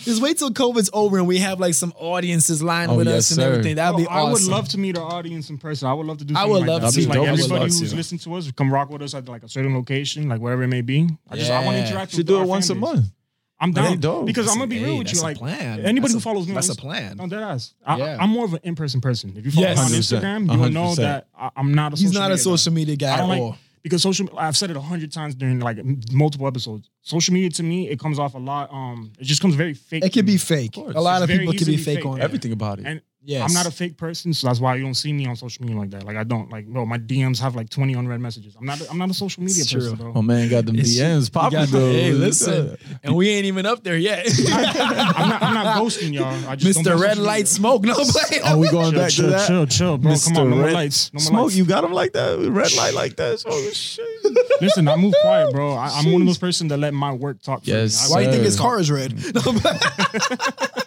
Speaker 2: Just wait till COVID's over and we have like some audiences lined
Speaker 1: Oh,
Speaker 2: with
Speaker 1: yes,
Speaker 2: us and
Speaker 1: sir.
Speaker 2: everything. That'd be
Speaker 3: Bro,
Speaker 2: awesome.
Speaker 3: I would love to meet our audience in person. I would love to do.
Speaker 2: I
Speaker 3: something
Speaker 2: would
Speaker 3: like
Speaker 2: love
Speaker 3: that.
Speaker 1: to.
Speaker 3: Just
Speaker 1: That'd
Speaker 3: like
Speaker 1: be dope as
Speaker 3: everybody
Speaker 1: fuck,
Speaker 3: who's
Speaker 1: too.
Speaker 3: listening to us, come rock with us at like a certain location, like wherever it may be. I just I want to
Speaker 2: Yeah.
Speaker 3: interact.
Speaker 1: Should
Speaker 3: with
Speaker 1: do
Speaker 3: our
Speaker 1: it once a
Speaker 3: fan base.
Speaker 1: month.
Speaker 3: I'm
Speaker 1: That
Speaker 3: down
Speaker 1: ain't dope.
Speaker 3: because I'm gonna
Speaker 2: That's
Speaker 3: be
Speaker 2: a-
Speaker 3: real
Speaker 2: hey,
Speaker 3: with you.
Speaker 2: that's a
Speaker 3: Like
Speaker 2: plan.
Speaker 3: anybody
Speaker 2: That's
Speaker 3: who
Speaker 2: a-
Speaker 3: follows me, on
Speaker 2: that's a
Speaker 3: Insta-
Speaker 2: plan.
Speaker 3: No, dead ass. I,
Speaker 2: Yeah.
Speaker 3: I'm more of an in person person. If you follow
Speaker 2: Yes.
Speaker 3: me on
Speaker 1: 100%,
Speaker 3: Instagram, you'll know
Speaker 1: 100%.
Speaker 3: that I, am not a.
Speaker 2: He's
Speaker 3: social
Speaker 2: not
Speaker 3: media
Speaker 2: a social
Speaker 3: guy.
Speaker 2: media guy
Speaker 3: I
Speaker 2: at
Speaker 3: don't
Speaker 2: all.
Speaker 3: like because social. I've said it a hundred times during like m- multiple episodes. Social media to me, it comes off a lot. Um, it just comes very fake.
Speaker 2: it
Speaker 3: to
Speaker 2: could
Speaker 3: me.
Speaker 2: be fake.
Speaker 1: course.
Speaker 2: A lot
Speaker 3: It's
Speaker 2: of
Speaker 3: very
Speaker 2: people could be
Speaker 3: easily
Speaker 2: fake
Speaker 3: fake,
Speaker 2: on
Speaker 3: yeah.
Speaker 2: it.
Speaker 1: Everything about it.
Speaker 3: And
Speaker 2: Yes.
Speaker 3: I'm not a fake person, so that's why you don't see me on social media like that. Like I don't like, bro. My DMs have like 20 unread messages. I'm not. I'm not a social media
Speaker 2: It's
Speaker 3: person,
Speaker 2: true.
Speaker 1: oh
Speaker 3: bro.
Speaker 1: man, got them
Speaker 2: It's-
Speaker 1: DMs popping
Speaker 2: got-
Speaker 1: though.
Speaker 2: Hey, listen. And we ain't even up there yet.
Speaker 3: I'm not. I'm not ghosting y'all. I just don't
Speaker 2: Mr.
Speaker 3: do
Speaker 2: Red
Speaker 3: social
Speaker 2: Light
Speaker 3: media.
Speaker 2: Smoke. No play.
Speaker 1: Are we going
Speaker 3: Chill,
Speaker 1: back to
Speaker 3: chill,
Speaker 1: that?
Speaker 3: chill, chill, bro. Come on, no more
Speaker 1: Red-
Speaker 3: lights. No more
Speaker 1: Smoke,
Speaker 3: lights.
Speaker 1: you got him like that? Red light like that? Smoke, shit.
Speaker 3: Listen, I move quiet, bro. I, I'm one of those person that let my work talk.
Speaker 1: Yes,
Speaker 3: for
Speaker 2: Why
Speaker 3: me.
Speaker 2: do you think his
Speaker 1: Sir.
Speaker 2: car is red? No, but-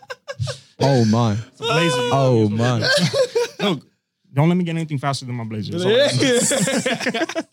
Speaker 1: Oh my.
Speaker 3: I, blazer.
Speaker 1: Oh my.
Speaker 3: Look, don't let me get anything faster than my blazer. That's all I ask.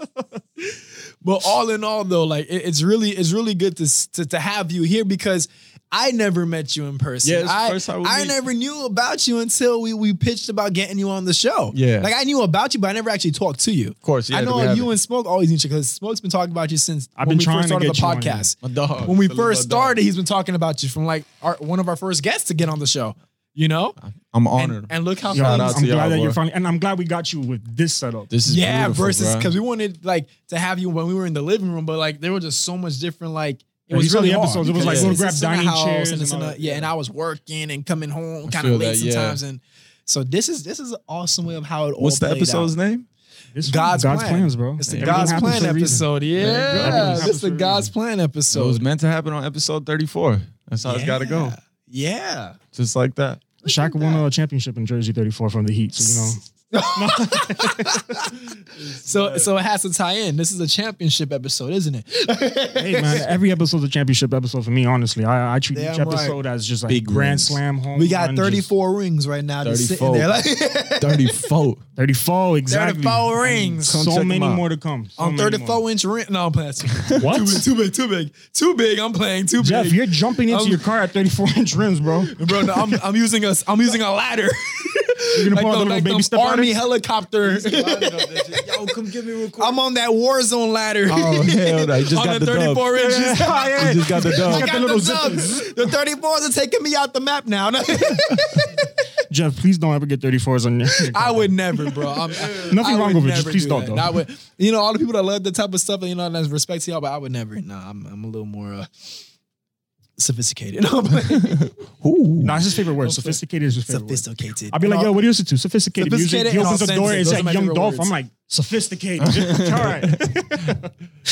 Speaker 2: but all in all, though, like it- it's really it's really good to, s- to to have you here because I never met you in person.
Speaker 1: Yeah, it's the
Speaker 2: I,
Speaker 1: first time we
Speaker 2: I
Speaker 1: meet.
Speaker 2: never knew about you until we we pitched about getting you on the show.
Speaker 1: Yeah.
Speaker 2: like I knew about you, but I never actually talked to you.
Speaker 1: Of course, yeah.
Speaker 2: I
Speaker 1: that
Speaker 2: know
Speaker 1: we have
Speaker 2: you
Speaker 1: it.
Speaker 2: and Smoke always knew each other because Smoke's been talking about you since
Speaker 3: I've
Speaker 2: when
Speaker 3: been
Speaker 2: we
Speaker 3: trying
Speaker 2: first
Speaker 3: to
Speaker 2: started
Speaker 3: get
Speaker 2: the
Speaker 3: you on here.
Speaker 2: podcast.
Speaker 1: my dog.
Speaker 2: When we
Speaker 1: Salute my
Speaker 2: first
Speaker 1: dog.
Speaker 2: started, he's been talking about you from like our, one of our first guests to get on the show. You know,
Speaker 1: I'm
Speaker 2: and,
Speaker 1: honored.
Speaker 2: and look how
Speaker 3: Yo,
Speaker 1: Shout
Speaker 2: things
Speaker 1: out
Speaker 3: I'm
Speaker 1: to y'all,
Speaker 3: glad that
Speaker 1: boy.
Speaker 3: you're finally, and I'm glad we got you with this setup.
Speaker 1: this is
Speaker 2: yeah
Speaker 1: beautiful,
Speaker 2: versus
Speaker 1: bruh.
Speaker 2: because we wanted like to have you when we were in the living room but like there were just so much different like it
Speaker 3: Yeah, you
Speaker 2: was
Speaker 3: saw
Speaker 2: really
Speaker 3: the
Speaker 2: hard
Speaker 3: episodes, it was,
Speaker 1: like,
Speaker 2: because
Speaker 1: we'll
Speaker 2: it's-
Speaker 3: grab
Speaker 2: it's in the
Speaker 3: dining
Speaker 2: house
Speaker 3: chairs
Speaker 2: and
Speaker 3: and
Speaker 2: it's in
Speaker 3: all
Speaker 2: the-
Speaker 3: that.
Speaker 2: yeah and i was working and coming home
Speaker 1: I
Speaker 2: kind of
Speaker 1: feel
Speaker 2: late
Speaker 1: that, yeah.
Speaker 2: sometimes and so this is this is an awesome way of how it all
Speaker 1: What's the
Speaker 2: played
Speaker 1: episode's
Speaker 2: out.
Speaker 1: name?
Speaker 3: This
Speaker 2: God's
Speaker 3: God's
Speaker 2: plan.
Speaker 3: plans, bro.
Speaker 2: it's the
Speaker 1: Everything
Speaker 2: god's
Speaker 3: happens
Speaker 2: plan
Speaker 3: for a reason.
Speaker 2: episode yeah
Speaker 3: Everything
Speaker 2: this
Speaker 3: happens
Speaker 2: is the
Speaker 3: for a
Speaker 2: god's plan
Speaker 1: So it was
Speaker 2: episode
Speaker 1: meant to happen on episode 34. That's how it's got to go,
Speaker 2: yeah
Speaker 1: just like that.
Speaker 3: Shaq won a championship in Jersey 34 from the Heat, so you know.
Speaker 2: so so it has to tie in this is a championship episode isn't it
Speaker 3: Hey man, every episode's a championship episode for me. Honestly, I, I treat
Speaker 2: Damn
Speaker 3: each
Speaker 2: right.
Speaker 3: episode as just like
Speaker 1: Big
Speaker 3: grand
Speaker 1: wins.
Speaker 3: slam home.
Speaker 2: we got
Speaker 3: run, just
Speaker 2: 34 rings right now just sitting there like
Speaker 1: 34.
Speaker 3: 34 exactly.
Speaker 2: 34 rings.
Speaker 1: Come check
Speaker 3: So
Speaker 1: 'em
Speaker 3: many
Speaker 1: out.
Speaker 3: more to come. So
Speaker 2: on
Speaker 3: many more.
Speaker 2: 34 inch rent. No, I'm playing.
Speaker 3: What?
Speaker 2: Too big, too big, too big, too big. I'm playing too
Speaker 3: Jeff,
Speaker 2: big,
Speaker 3: you're jumping into
Speaker 2: I'm-
Speaker 3: your car at 34 inch rims, bro.
Speaker 2: Um, bro. No, I'm, I'm using a I'm using a ladder.
Speaker 3: You're gonna
Speaker 2: like
Speaker 3: pull out
Speaker 2: the,
Speaker 3: a little
Speaker 2: like
Speaker 3: baby
Speaker 2: them
Speaker 3: step on
Speaker 2: army
Speaker 3: it.
Speaker 2: helicopter.
Speaker 4: Yo, come give me real quick.
Speaker 2: I'm on that war zone ladder.
Speaker 1: Oh, hell no. You just
Speaker 2: on
Speaker 1: got
Speaker 2: the
Speaker 1: the dub.
Speaker 2: 34 inches.
Speaker 3: Yeah, yeah, yeah.
Speaker 1: You just got the
Speaker 2: I
Speaker 1: dub.
Speaker 2: got the,
Speaker 3: little
Speaker 2: dubs. The 34s are taking me out the map now.
Speaker 3: Jeff, please don't ever get 34s on your.
Speaker 2: I would never, bro. I'm,
Speaker 3: Nothing
Speaker 2: I
Speaker 3: wrong
Speaker 2: would
Speaker 3: with it, just
Speaker 2: never
Speaker 3: please
Speaker 2: do
Speaker 3: don't,
Speaker 2: that.
Speaker 3: though.
Speaker 2: And I would, you know, all the people that love that type of stuff, you know, that's respect to y'all, but I would never. Nah, I'm, I'm a little more uh, sophisticated. No, I'm playing.
Speaker 1: Ooh.
Speaker 3: Nah, it's his favorite word. Sophisticated is his favorite word.
Speaker 2: sophisticated.
Speaker 3: I'd be like, yo, what do you listen to? Sophisticated,
Speaker 2: Sophisticated
Speaker 3: music. He
Speaker 2: and
Speaker 3: opens the door
Speaker 2: authentic. Those
Speaker 3: and it's
Speaker 2: are my
Speaker 3: like Young
Speaker 2: favorite
Speaker 3: Dolph.
Speaker 2: words.
Speaker 3: I'm like, sophisticated. All right.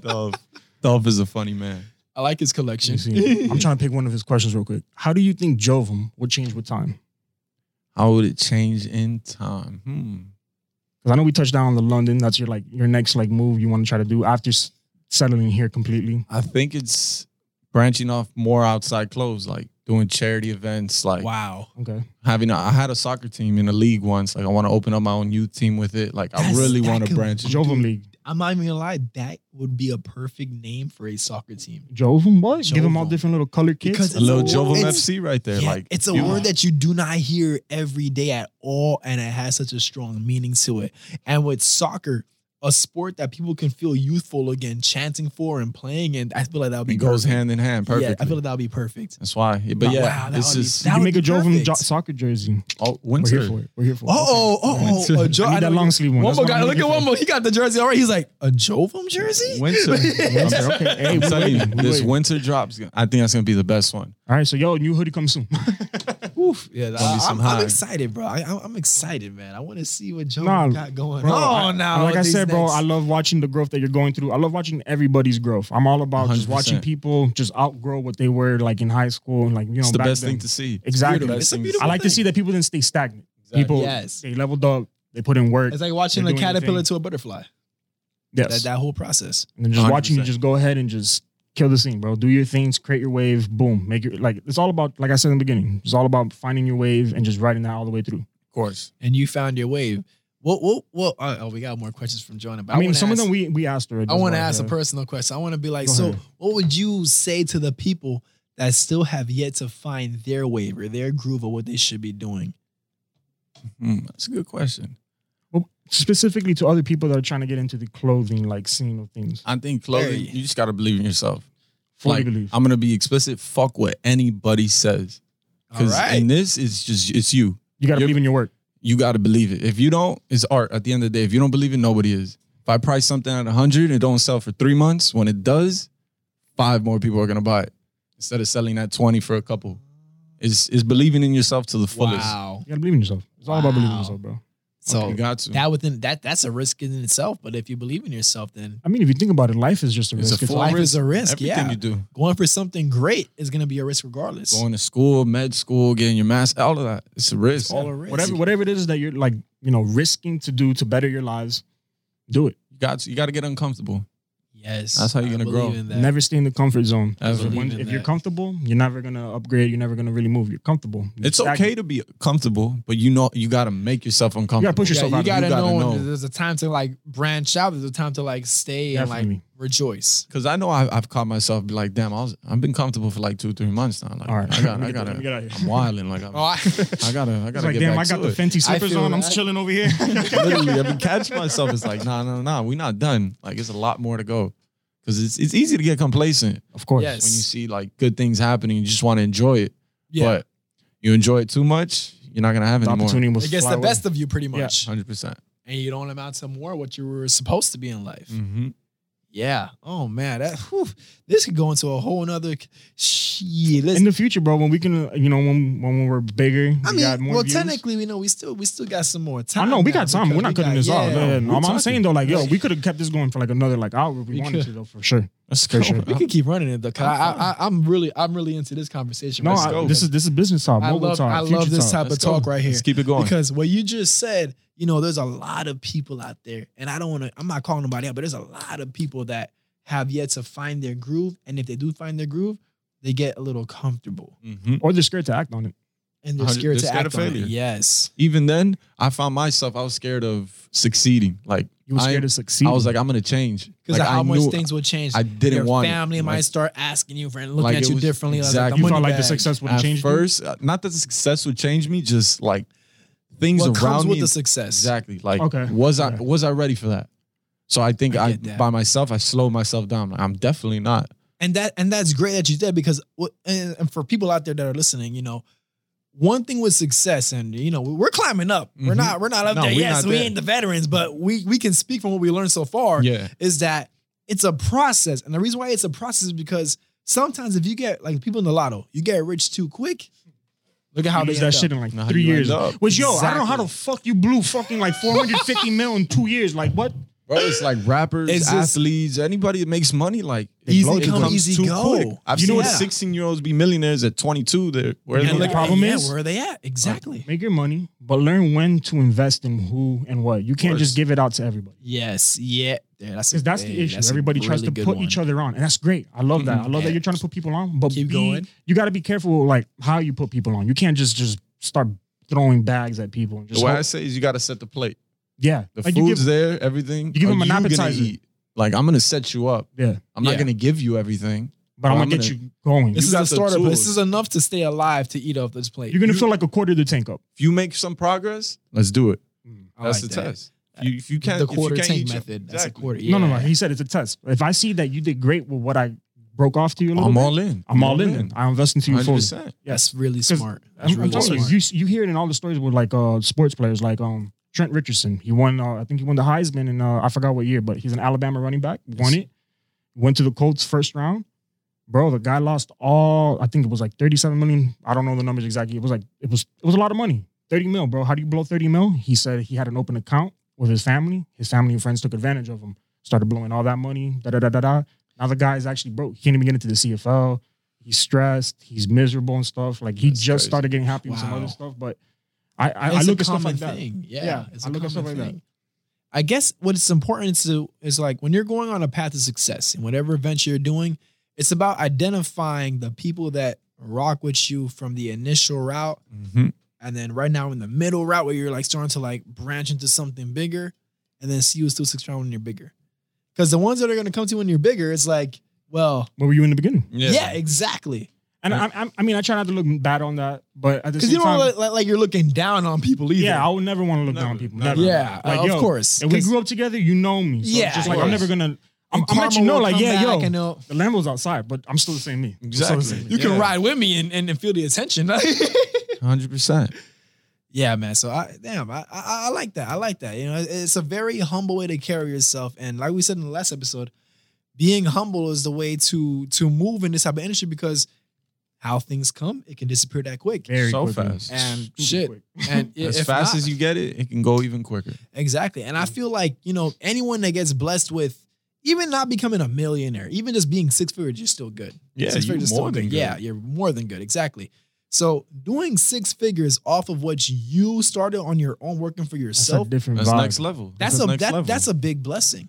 Speaker 1: Dove. Dove is a funny man.
Speaker 2: I like his collection.
Speaker 3: I'm trying to pick one of his questions real quick. How do you think Jovem would change with time?
Speaker 1: How would it change in time? Hmm.
Speaker 3: Because I know we touched down on the London. That's your like your next like move you want to try to do after s- settling here completely.
Speaker 1: I think it's branching off more outside clothes, like doing charity events, like
Speaker 2: Wow.
Speaker 3: Okay.
Speaker 1: having. A, I had a soccer team in the league once. Like I want to open up my own youth team with it. Like
Speaker 2: That's-
Speaker 1: I really
Speaker 2: that
Speaker 1: want to
Speaker 2: could-
Speaker 1: branch.
Speaker 3: Jovem League.
Speaker 2: I'm not even gonna lie, that would be a perfect name for a soccer team.
Speaker 3: Jovem, what? Give them all
Speaker 2: Jovem.
Speaker 3: different little color kits.
Speaker 2: Because
Speaker 1: A little
Speaker 2: It's a-
Speaker 1: Jovem
Speaker 2: it's-
Speaker 1: FC right there.
Speaker 2: Yeah,
Speaker 1: like
Speaker 2: it's a
Speaker 1: you-
Speaker 2: word that you do not hear every day at all, and it has such a strong meaning to it. And with soccer, a sport that people can feel youthful again, chanting for and playing, and I feel like that would be
Speaker 1: It goes
Speaker 2: perfect.
Speaker 1: hand in hand.
Speaker 2: Yeah,
Speaker 1: Perfect.
Speaker 2: I feel like that would be perfect.
Speaker 1: That's why. But
Speaker 2: Wow,
Speaker 1: yeah,
Speaker 2: that
Speaker 1: this
Speaker 2: would be-
Speaker 1: is
Speaker 2: that
Speaker 3: you can
Speaker 2: would
Speaker 3: make
Speaker 2: be
Speaker 3: a Jovem
Speaker 2: perfect.
Speaker 3: jo- soccer jersey.
Speaker 1: oh,
Speaker 3: We're
Speaker 1: winter.
Speaker 3: here for it. We're here for it.
Speaker 2: Oh, oh, oh,
Speaker 1: Winter.
Speaker 2: oh, a jo-
Speaker 3: uh, I need
Speaker 2: know
Speaker 3: that
Speaker 2: you-
Speaker 3: long sleeve one.
Speaker 2: Wombo
Speaker 3: That's what
Speaker 2: got
Speaker 3: I'm
Speaker 2: look at
Speaker 3: looking for.
Speaker 2: Wombo. He got the jersey already. He's like a Jovem jersey.
Speaker 1: Winter.
Speaker 3: Winter, okay. Hey,
Speaker 1: I'm
Speaker 3: we
Speaker 1: telling you,
Speaker 3: waiting, we
Speaker 1: this
Speaker 3: waiting.
Speaker 1: winter drops. I think that's gonna be the best one.
Speaker 3: All right, so yo, new hoodie comes soon.
Speaker 2: Oof. Yeah, that,
Speaker 1: Gonna be
Speaker 2: I-
Speaker 1: some
Speaker 2: I'm, I'm
Speaker 1: high.
Speaker 2: excited, bro. I, I'm I'm excited, man. I want to see what Joe
Speaker 3: Nah,
Speaker 2: got going
Speaker 3: Bro, I-
Speaker 2: on now.
Speaker 3: Like I
Speaker 2: these
Speaker 3: said, bro,
Speaker 2: next-
Speaker 3: I love watching the growth that you're going through. I love watching everybody's growth. I'm all about just
Speaker 1: 100%.
Speaker 3: watching people just outgrow what they were like in high school and like you know.
Speaker 1: It's the
Speaker 3: back
Speaker 1: best
Speaker 3: then.
Speaker 1: thing to see.
Speaker 3: Exactly.
Speaker 1: Best
Speaker 2: It's a
Speaker 1: thing to
Speaker 2: beautiful
Speaker 3: I like to
Speaker 2: thing.
Speaker 3: see that people didn't stay stagnant.
Speaker 1: Exactly.
Speaker 3: People
Speaker 2: Yes.
Speaker 3: they leveled up, they put in work.
Speaker 2: It's like watching
Speaker 3: They're
Speaker 2: a
Speaker 3: doing their
Speaker 2: caterpillar
Speaker 3: thing.
Speaker 2: to a butterfly.
Speaker 3: yes.
Speaker 2: That that whole process.
Speaker 3: and then just watching you
Speaker 1: 100%.
Speaker 3: just go ahead and just kill the scene, bro. Do your things, create your wave, boom. Make your like it's all about like I said in the beginning, it's all about finding your wave and just riding that all the way through.
Speaker 1: Of course.
Speaker 2: And you found your wave. What? What? What? Oh, oh, we got more questions from Jonah. But
Speaker 3: I, mean,
Speaker 2: wanna
Speaker 3: some
Speaker 2: ask-
Speaker 3: of them we we asked already.
Speaker 2: I want to
Speaker 3: Like,
Speaker 2: ask a
Speaker 3: uh,
Speaker 2: personal question. I want to be like,
Speaker 3: Go
Speaker 2: so
Speaker 3: ahead.
Speaker 2: what would you say to the people that still have yet to find their wave or their groove or what they should be doing?
Speaker 1: Hmm, that's a good question.
Speaker 3: Well, specifically to other people that are trying to get into the clothing like scene of
Speaker 2: Uh,
Speaker 3: things.
Speaker 1: I think clothing.
Speaker 2: Very.
Speaker 1: You just gotta believe in yourself.
Speaker 3: Fully
Speaker 1: like,
Speaker 3: believe.
Speaker 1: I'm gonna be explicit. Fuck what anybody says.
Speaker 2: All
Speaker 1: Because
Speaker 2: right.
Speaker 1: in this, it's just it's you.
Speaker 3: you gotta
Speaker 1: you're-
Speaker 3: believe in your work.
Speaker 1: You gotta believe it. If you don't, it's art. At the end of the day, if you don't believe it, nobody is. If I price something at 100 and it don't sell for three months, when it does, five more people are gonna buy it instead of selling at 20 for a couple. It's, it's believing in yourself to the fullest.
Speaker 2: Wow.
Speaker 3: You gotta believe in yourself. It's all about believing in
Speaker 2: Wow.
Speaker 3: yourself, bro.
Speaker 2: So
Speaker 1: You got to.
Speaker 2: that within that that's a risk in itself. But if you believe in yourself, then
Speaker 3: I mean, if you think about it, life is just a
Speaker 1: It's a
Speaker 3: risk. It's
Speaker 1: full
Speaker 3: all-
Speaker 2: life is a risk.
Speaker 1: Everything
Speaker 2: yeah.
Speaker 1: you do,
Speaker 2: going for something great is going to be a risk regardless.
Speaker 1: going to school, med school, getting your mask, all of that, it's a risk.
Speaker 2: all a risk.
Speaker 3: whatever whatever it is that you're like you know risking to do to better your lives do it
Speaker 1: You got to, you got to get uncomfortable.
Speaker 2: yes,
Speaker 1: That's how you're
Speaker 2: I
Speaker 1: gonna
Speaker 2: believe
Speaker 1: grow.
Speaker 2: in that.
Speaker 3: never stay in the comfort zone
Speaker 1: That's
Speaker 2: Believe
Speaker 3: When-
Speaker 2: in
Speaker 3: if you're
Speaker 2: that.
Speaker 3: comfortable you're never gonna upgrade you're never gonna really move you're comfortable You're
Speaker 1: It's
Speaker 3: stagnant.
Speaker 1: okay to be comfortable, but you know you got to make yourself uncomfortable.
Speaker 3: push
Speaker 2: Yeah,
Speaker 3: yourself
Speaker 2: you
Speaker 3: out of it.
Speaker 2: gotta,
Speaker 1: You gotta
Speaker 2: know, when
Speaker 1: know.
Speaker 2: there's a time to like branch out. There's a time to like stay and
Speaker 3: Definitely.
Speaker 2: like rejoice.
Speaker 1: Because I know I, I've caught myself be like, damn, I was, I've been comfortable for like two, three months now. Like,
Speaker 3: All right.
Speaker 1: I got,
Speaker 3: Let me
Speaker 1: I
Speaker 3: get-
Speaker 1: got,
Speaker 3: let me get out
Speaker 1: to
Speaker 3: of here.
Speaker 1: I'm wilding. Like, I'm,
Speaker 2: Oh, I,
Speaker 1: I gotta, I
Speaker 3: It's
Speaker 1: gotta
Speaker 3: like,
Speaker 1: get
Speaker 3: damn, Um, I
Speaker 1: back
Speaker 3: got
Speaker 1: to
Speaker 3: the
Speaker 1: it.
Speaker 3: Fenty slippers
Speaker 2: feel
Speaker 3: on. I'm
Speaker 2: that.
Speaker 3: chilling over here.
Speaker 1: Literally, I've been catching myself. It's like, nah, nah, nah, we're not done. Like, it's a lot more to go. Because it's, it's easy to get complacent
Speaker 3: of course.
Speaker 2: Yes.
Speaker 1: when you see like good things happening. You just want to enjoy it. But you enjoy it too much, you're not gonna have
Speaker 3: The
Speaker 1: anymore.
Speaker 3: opportunity was
Speaker 2: it gets the best of you pretty
Speaker 3: Yeah.
Speaker 2: much,
Speaker 1: Hundred percent.
Speaker 2: and you don't amount to more what you were supposed to be in
Speaker 3: Mm.
Speaker 2: life.
Speaker 3: Mm-hmm.
Speaker 2: Yeah. Oh man, that whew, this could go into a whole nother c- shit. Let's,
Speaker 3: In the future, bro, when we can, uh, you know, when when we're bigger,
Speaker 2: I
Speaker 3: we got
Speaker 2: mean,
Speaker 3: more
Speaker 2: well,
Speaker 3: views.
Speaker 2: technically, we know we still we still got some more
Speaker 3: I
Speaker 2: time.
Speaker 3: know we
Speaker 2: now
Speaker 3: got time.
Speaker 2: because
Speaker 3: We're not
Speaker 2: we
Speaker 3: cutting
Speaker 2: got-
Speaker 3: this off.
Speaker 2: yeah.
Speaker 3: No, no, no.
Speaker 1: We're
Speaker 3: I'm, I'm
Speaker 1: talking.
Speaker 3: saying though, like, yo,
Speaker 1: Yeah.
Speaker 3: we could have kept this going for like another like hour if we,
Speaker 1: We
Speaker 3: wanted
Speaker 1: could.
Speaker 3: to, though, for sure.
Speaker 1: That's
Speaker 3: For
Speaker 1: cool.
Speaker 3: sure.
Speaker 2: We could keep running it though. 'cause I, I, I'm really, I'm really into this conversation.
Speaker 3: No,
Speaker 2: right
Speaker 1: Let's
Speaker 3: I-
Speaker 1: go.
Speaker 3: this is this is business talk,
Speaker 2: I
Speaker 3: mogul
Speaker 2: love-
Speaker 3: talk,
Speaker 2: I
Speaker 3: future
Speaker 2: love this
Speaker 3: talk.
Speaker 2: type of talk right here.
Speaker 1: Let's keep it going.
Speaker 2: Because what you just said, you know, there's a lot of people out there, and I don't want to, I'm not calling nobody out, but there's a lot of people that have yet to find their groove. And if they do find their groove, they get a little comfortable
Speaker 1: Mhm.
Speaker 3: Or they're scared to act on it.
Speaker 2: and they're
Speaker 1: Hundred-
Speaker 2: scared
Speaker 1: they're
Speaker 2: to
Speaker 1: scared
Speaker 2: act
Speaker 1: of
Speaker 2: on it.
Speaker 1: failure.
Speaker 2: Yes.
Speaker 1: Even then, I found myself. I was scared of succeeding. Like
Speaker 3: You were
Speaker 1: I-
Speaker 3: scared to succeed.
Speaker 1: I was like, I'm gonna change.
Speaker 2: Because
Speaker 1: like,
Speaker 2: how
Speaker 1: I
Speaker 2: much
Speaker 1: knew
Speaker 2: things will change.
Speaker 1: I didn't
Speaker 2: Your
Speaker 1: want it.
Speaker 2: family
Speaker 1: Like-
Speaker 2: might start asking you for and looking
Speaker 1: Like,
Speaker 2: at
Speaker 1: it
Speaker 2: you
Speaker 1: was-
Speaker 2: differently.
Speaker 1: exactly.
Speaker 2: Like,
Speaker 3: you
Speaker 2: the
Speaker 3: felt
Speaker 2: money
Speaker 3: like the
Speaker 2: bag.
Speaker 3: success would
Speaker 1: At
Speaker 3: change.
Speaker 1: first, uh, not that the success would change me, just like things
Speaker 2: What
Speaker 1: around
Speaker 2: comes
Speaker 1: me.
Speaker 2: with the success?
Speaker 1: exactly. Like,
Speaker 3: Okay.
Speaker 1: was I
Speaker 3: Okay.
Speaker 1: was I ready for that? So I think
Speaker 2: I
Speaker 1: I,
Speaker 2: get that.
Speaker 1: by myself, I slowed myself down. Like, I'm definitely not.
Speaker 2: and that and that's great that you did because what- and, and for people out there that are listening, you know, one thing with success, and you know, we're climbing up. We're
Speaker 1: Mhm.
Speaker 2: not we're not up
Speaker 1: No,
Speaker 2: there.
Speaker 1: we're
Speaker 2: Yes,
Speaker 1: not
Speaker 2: Mm-hmm. we
Speaker 1: there.
Speaker 2: ain't the veterans, but we we can speak from what we learned so far.
Speaker 1: Yeah.
Speaker 2: Is that it's a process, and the reason why it's a process is because sometimes if you get like people in the lotto, you get rich too quick. Look at
Speaker 3: How
Speaker 2: how they
Speaker 3: does
Speaker 2: end
Speaker 3: that
Speaker 2: up.
Speaker 3: shit in like
Speaker 1: Know how
Speaker 3: three
Speaker 1: you end
Speaker 3: years?
Speaker 1: up.
Speaker 3: Which yo, I don't know how
Speaker 2: Exactly.
Speaker 3: the fuck you blew fucking like 450 mil in two years. Like what?
Speaker 1: Bro, it's like rappers,
Speaker 2: It's just-
Speaker 1: athletes, anybody that makes money, like
Speaker 3: They blow
Speaker 1: easy
Speaker 3: it
Speaker 1: come,
Speaker 3: quick.
Speaker 1: easy
Speaker 2: Easy
Speaker 1: too
Speaker 2: go.
Speaker 1: go. quick. I've
Speaker 2: You
Speaker 1: seen
Speaker 2: know what-
Speaker 1: 16 year olds be millionaires at 22. They're where
Speaker 3: And
Speaker 1: they
Speaker 3: look
Speaker 1: at-
Speaker 3: at- problem
Speaker 2: yeah,
Speaker 3: is-
Speaker 2: where are they at exactly?
Speaker 3: Make your money, but learn when to invest in who and what. You can't
Speaker 1: course.
Speaker 3: just give it out to everybody.
Speaker 2: Yes, yeah, yeah that's a
Speaker 3: Because that's
Speaker 2: big-
Speaker 3: the issue.
Speaker 2: that's a
Speaker 3: Everybody tries
Speaker 2: really
Speaker 3: to
Speaker 2: good
Speaker 3: put
Speaker 2: one.
Speaker 3: each other on, and that's great. I love that. I love
Speaker 2: Yeah.
Speaker 3: that you're trying to put people on, but
Speaker 2: Keep
Speaker 3: be-
Speaker 2: going.
Speaker 3: You got to be careful, like how you put people on. You can't just just start throwing bags at people. And just
Speaker 1: The way
Speaker 3: hope-
Speaker 1: I say is you got to set the plate.
Speaker 3: yeah,
Speaker 1: The
Speaker 3: like you
Speaker 1: food's
Speaker 3: give,
Speaker 1: there, everything.
Speaker 3: you give
Speaker 1: Are
Speaker 3: them an
Speaker 1: gonna
Speaker 3: appetizer.
Speaker 1: eat? Like I'm gonna set you up.
Speaker 3: yeah.
Speaker 1: I'm not
Speaker 2: Yeah.
Speaker 1: gonna give you everything.
Speaker 3: But I'm
Speaker 1: Well,
Speaker 3: gonna
Speaker 1: I'm
Speaker 3: get
Speaker 1: gonna-
Speaker 3: you going.
Speaker 2: This
Speaker 1: You
Speaker 2: is
Speaker 1: got
Speaker 2: a
Speaker 1: the
Speaker 2: starter, but this
Speaker 1: tools.
Speaker 2: is enough to stay alive to eat off this plate.
Speaker 3: You're gonna
Speaker 1: you-
Speaker 3: feel like a quarter of the tank up. Uh,
Speaker 1: If you make some progress, let's do it.
Speaker 2: I
Speaker 1: That's
Speaker 2: like
Speaker 1: the
Speaker 2: that.
Speaker 1: test. If you, if you can't,
Speaker 2: the
Speaker 1: if you
Speaker 2: quarter
Speaker 1: can't
Speaker 2: tank
Speaker 1: eat your-
Speaker 2: method. That's a
Speaker 1: Exactly.
Speaker 2: quarter.
Speaker 3: No, no, no.
Speaker 2: yeah.
Speaker 3: He said it's a test. If I see that you did great with what I broke off to you, a little
Speaker 1: I'm
Speaker 3: bit,
Speaker 1: all in.
Speaker 3: I'm all in. Then I invest into you
Speaker 1: Hundred
Speaker 3: fully.
Speaker 1: percent.
Speaker 2: That's really smart.
Speaker 3: I'm,
Speaker 2: That's
Speaker 3: I'm
Speaker 2: really
Speaker 3: telling
Speaker 2: smart.
Speaker 3: you, you, you hear it in all the stories with like uh, sports players, like um, Trent Richardson. He won, uh, I think he won the Heisman in uh, I forgot what year, but he's an Alabama running back. Won it. Went to the Colts first round. Bro, the guy lost all. I think it was like 37 million. I don't know the numbers exactly. It was like it was it was a lot of money. 30 mil, bro. How do you blow 30 mil? He said he had an open account with his family. His family and friends took advantage of him. Started blowing all that money. Da da da da da. Now the guy is actually broke. He can't even get into the CFL. He's stressed. He's miserable and stuff. Like he
Speaker 1: That's
Speaker 3: just
Speaker 1: crazy.
Speaker 3: started getting happy with some
Speaker 2: Wow.
Speaker 3: other stuff. But I I, I
Speaker 2: It's a
Speaker 3: look at stuff
Speaker 2: common
Speaker 3: like that.
Speaker 2: thing. Yeah,
Speaker 3: Yeah, I look at stuff like that.
Speaker 2: I guess what's important to is like when you're going on a path to success in whatever venture you're doing, it's about identifying the people that rock with you from the initial route,
Speaker 1: Mm-hmm.
Speaker 2: and then right now in the middle route where you're like starting to like branch into something bigger, and then see who's still six round when you're bigger. Because the ones that are gonna come to you when you're bigger, it's like, well,
Speaker 3: Where were you in the beginning?
Speaker 1: Yeah.
Speaker 2: yeah, exactly.
Speaker 3: And I, I, I mean, I try not to look bad on that, but at the
Speaker 2: Because
Speaker 3: same
Speaker 2: you don't
Speaker 3: time,
Speaker 2: look like, like you're looking down on people either.
Speaker 3: yeah, I would never want to look down on
Speaker 1: Never,
Speaker 3: people.
Speaker 1: never.
Speaker 3: Never.
Speaker 2: yeah,
Speaker 3: Like,
Speaker 2: of
Speaker 3: yo,
Speaker 2: course.
Speaker 3: And we
Speaker 2: 'Cause-
Speaker 3: grew up together. You know me. So
Speaker 2: Yeah,
Speaker 3: It's just like
Speaker 1: of
Speaker 3: I'm never
Speaker 1: course.
Speaker 3: gonna. I'm,
Speaker 2: and
Speaker 3: I'm let you
Speaker 2: karma
Speaker 3: know,
Speaker 2: will
Speaker 3: like
Speaker 2: come
Speaker 3: yeah,
Speaker 2: back
Speaker 3: yo,
Speaker 2: and it'll-
Speaker 3: the Lambo's outside, but I'm still the same me.
Speaker 1: Exactly.
Speaker 2: you can
Speaker 1: Yeah.
Speaker 2: ride with me and, and, and feel the attention.
Speaker 1: Hundred percent.
Speaker 2: yeah, man. So I damn, I, I I like that. I like that. You know, it- it's a very humble way to carry yourself, and like we said in the last episode, being humble is the way to to move in this type of industry because how things come, it can disappear that quick.
Speaker 3: Very
Speaker 1: so
Speaker 3: quickly.
Speaker 1: fast.
Speaker 2: And
Speaker 3: Stupid
Speaker 2: shit,
Speaker 3: quick.
Speaker 2: and
Speaker 1: as
Speaker 2: if
Speaker 1: fast
Speaker 2: not-
Speaker 1: as you get it, it can go even quicker.
Speaker 2: Exactly. And I feel like, you know, anyone that gets blessed with even not becoming a millionaire, even just being six figures, you're still good.
Speaker 1: Yeah,
Speaker 2: six
Speaker 1: you
Speaker 2: figures is
Speaker 1: more than good.
Speaker 2: Yeah, you're more than good. Exactly. So doing six figures off of what you started on your own, working for
Speaker 3: That's
Speaker 2: yourself,
Speaker 3: a different
Speaker 1: That's
Speaker 3: vibe.
Speaker 1: next level.
Speaker 2: that's, a
Speaker 1: next
Speaker 2: that,
Speaker 1: level.
Speaker 2: that's a big blessing.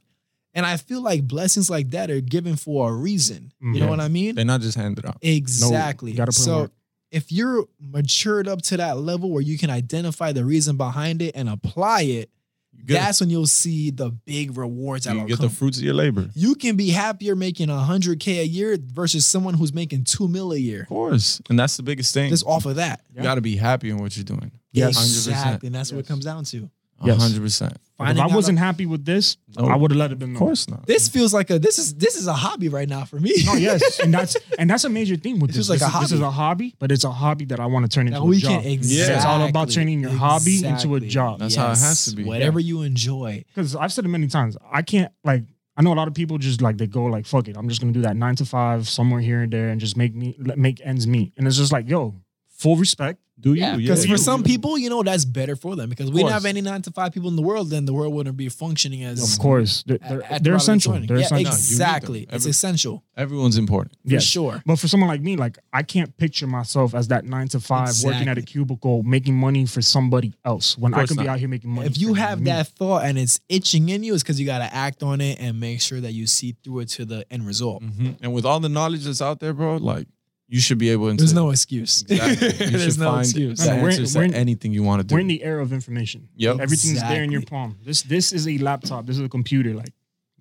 Speaker 2: And I feel like blessings like that are given for a reason. You know
Speaker 3: Mhm.
Speaker 2: what I mean?
Speaker 1: They're not just handed out.
Speaker 2: Exactly.
Speaker 3: you gotta put in
Speaker 2: so
Speaker 3: work.
Speaker 2: if you're matured up to that level where you can identify the reason behind it and apply it,
Speaker 1: You good.
Speaker 2: That's when you'll see the big rewards
Speaker 1: you
Speaker 2: that'll
Speaker 1: get
Speaker 2: come.
Speaker 1: the fruits of your labor. Of
Speaker 2: you can be happier making 100K a year versus someone who's making 2 mil a year.
Speaker 1: course. And that's the biggest thing.
Speaker 2: Just off of that.
Speaker 1: you got to be happy in what you're doing.
Speaker 3: Yes.
Speaker 1: 100%.
Speaker 2: Exactly. And that's what it
Speaker 3: Yes.
Speaker 2: comes down to.
Speaker 3: Yes.
Speaker 1: 100%.
Speaker 3: If
Speaker 2: Finding
Speaker 3: I
Speaker 2: out-
Speaker 3: wasn't happy with this,
Speaker 1: No.
Speaker 3: I would have let it been.
Speaker 1: Of
Speaker 3: known.
Speaker 1: course not.
Speaker 2: This feels like a this is this is a hobby right now for me.
Speaker 3: No, yes, and that's and that's a major theme with
Speaker 2: This
Speaker 3: this.
Speaker 2: is like
Speaker 3: this,
Speaker 2: a
Speaker 3: this is
Speaker 2: hobby.
Speaker 3: a hobby, but it's a hobby that I want to turn into
Speaker 2: Now
Speaker 3: a
Speaker 2: we
Speaker 3: job.
Speaker 2: can exactly.
Speaker 1: Yeah.
Speaker 3: It's all about turning your hobby into a
Speaker 2: exactly.
Speaker 3: job.
Speaker 1: That's how it has to be.
Speaker 2: Whatever you enjoy.
Speaker 3: Because I've said it many times. I can't like. I know a lot of people just like they go like fuck it. I'm just gonna do that nine to five somewhere here and there and just make me let- make ends meet. And it's just like yo, full respect.
Speaker 1: Do you?
Speaker 2: Because
Speaker 1: you-
Speaker 2: for some people, you know, that's better for them. Because we didn't
Speaker 1: course.
Speaker 2: have any nine to five people in the world, then the world wouldn't be functioning as
Speaker 3: Of course, they're,
Speaker 2: at-
Speaker 3: they're,
Speaker 2: at the bottom
Speaker 3: they're
Speaker 2: of
Speaker 3: essential.
Speaker 2: joining.
Speaker 3: They're
Speaker 2: yeah,
Speaker 3: essential.
Speaker 1: ex-
Speaker 2: exactly.
Speaker 1: them.
Speaker 2: it's
Speaker 1: Every-
Speaker 2: essential
Speaker 1: everyone's important.
Speaker 2: for
Speaker 3: Yes.
Speaker 2: sure.
Speaker 3: But for someone like me, like I can't picture myself as that nine to five working at a
Speaker 2: Exactly.
Speaker 3: cubicle making money for somebody else when
Speaker 1: Of
Speaker 3: I
Speaker 1: course
Speaker 3: could be
Speaker 1: not.
Speaker 3: out here making money.
Speaker 2: If
Speaker 3: for
Speaker 2: you
Speaker 3: me.
Speaker 2: have that thought and it's itching in you, it's because you got to act on it and make sure that you see through it to the end result.
Speaker 1: Mhm. And with all the knowledge that's out there, bro, like you should be able to.
Speaker 2: There's no excuse.
Speaker 1: Exactly. You
Speaker 2: There's
Speaker 1: should
Speaker 2: no
Speaker 1: find
Speaker 2: excuse.
Speaker 1: The
Speaker 3: No, no, we're-
Speaker 1: answers
Speaker 3: we're
Speaker 1: to
Speaker 3: in-
Speaker 1: anything you want to do.
Speaker 3: We're in the era of information.
Speaker 1: Yep.
Speaker 3: Everything's there in your
Speaker 2: Exactly.
Speaker 3: palm. This this is a laptop. This is a computer. Like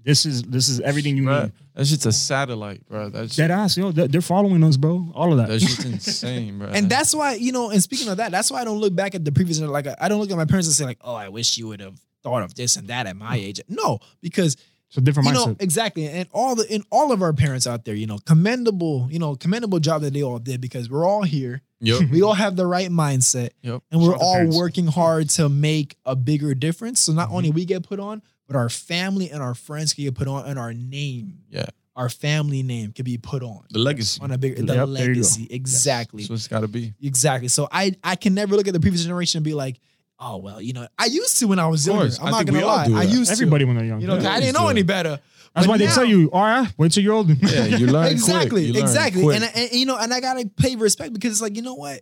Speaker 3: this is this is everything you
Speaker 1: Bruh,
Speaker 3: need.
Speaker 1: That shit's a satellite, bro. That's
Speaker 3: Dead ass, yo. They're they're following us, bro. All of that.
Speaker 1: that shit's insane, bro.
Speaker 3: Uh-huh.
Speaker 2: And that's why, you know, and speaking of that, that's why I don't look back at the previous, like, I don't look at my parents and say, like, oh, I wish you would have thought of this and that at
Speaker 3: Hmm.
Speaker 2: my age. No, because,
Speaker 3: it's a different
Speaker 2: you
Speaker 3: mindset.
Speaker 2: know, exactly. And all the, and all of our parents out there, you know, commendable, you know, commendable job that they all did because we're all here.
Speaker 1: Yup.
Speaker 2: We all have the right mindset
Speaker 1: Yup.
Speaker 2: and we're
Speaker 3: Mm-hmm. Shout out to
Speaker 2: all
Speaker 3: parents. Mm-hmm.
Speaker 2: working hard to make a bigger difference. So not
Speaker 1: Mhm.
Speaker 2: only we get put on, but our family and our friends can get put on and our name,
Speaker 1: Yeah.
Speaker 2: our family name can be put on,
Speaker 1: The legacy.
Speaker 2: on a bigger, the
Speaker 3: Yep, there you go.
Speaker 2: legacy. Exactly.
Speaker 1: That's what it's got to be.
Speaker 2: Exactly. So I I can never look at the previous generation and be like, oh well, you know, I used to when I was
Speaker 1: Of
Speaker 2: younger.
Speaker 1: course.
Speaker 2: I'm
Speaker 1: I
Speaker 2: not
Speaker 1: think
Speaker 2: gonna
Speaker 1: we all
Speaker 2: lie.
Speaker 1: do
Speaker 2: I
Speaker 1: that.
Speaker 2: used
Speaker 3: Everybody when they're young.
Speaker 2: to. You know, 'cause I
Speaker 1: Yeah.
Speaker 2: didn't know any better.
Speaker 3: That's
Speaker 2: But
Speaker 3: why they
Speaker 2: now-
Speaker 3: tell you, all right, wait till you're older.
Speaker 1: Yeah, you learn quick.
Speaker 2: exactly,
Speaker 1: You learn
Speaker 2: exactly.
Speaker 1: quick.
Speaker 2: And, I- and you know, and I gotta pay respect because it's like, you know what?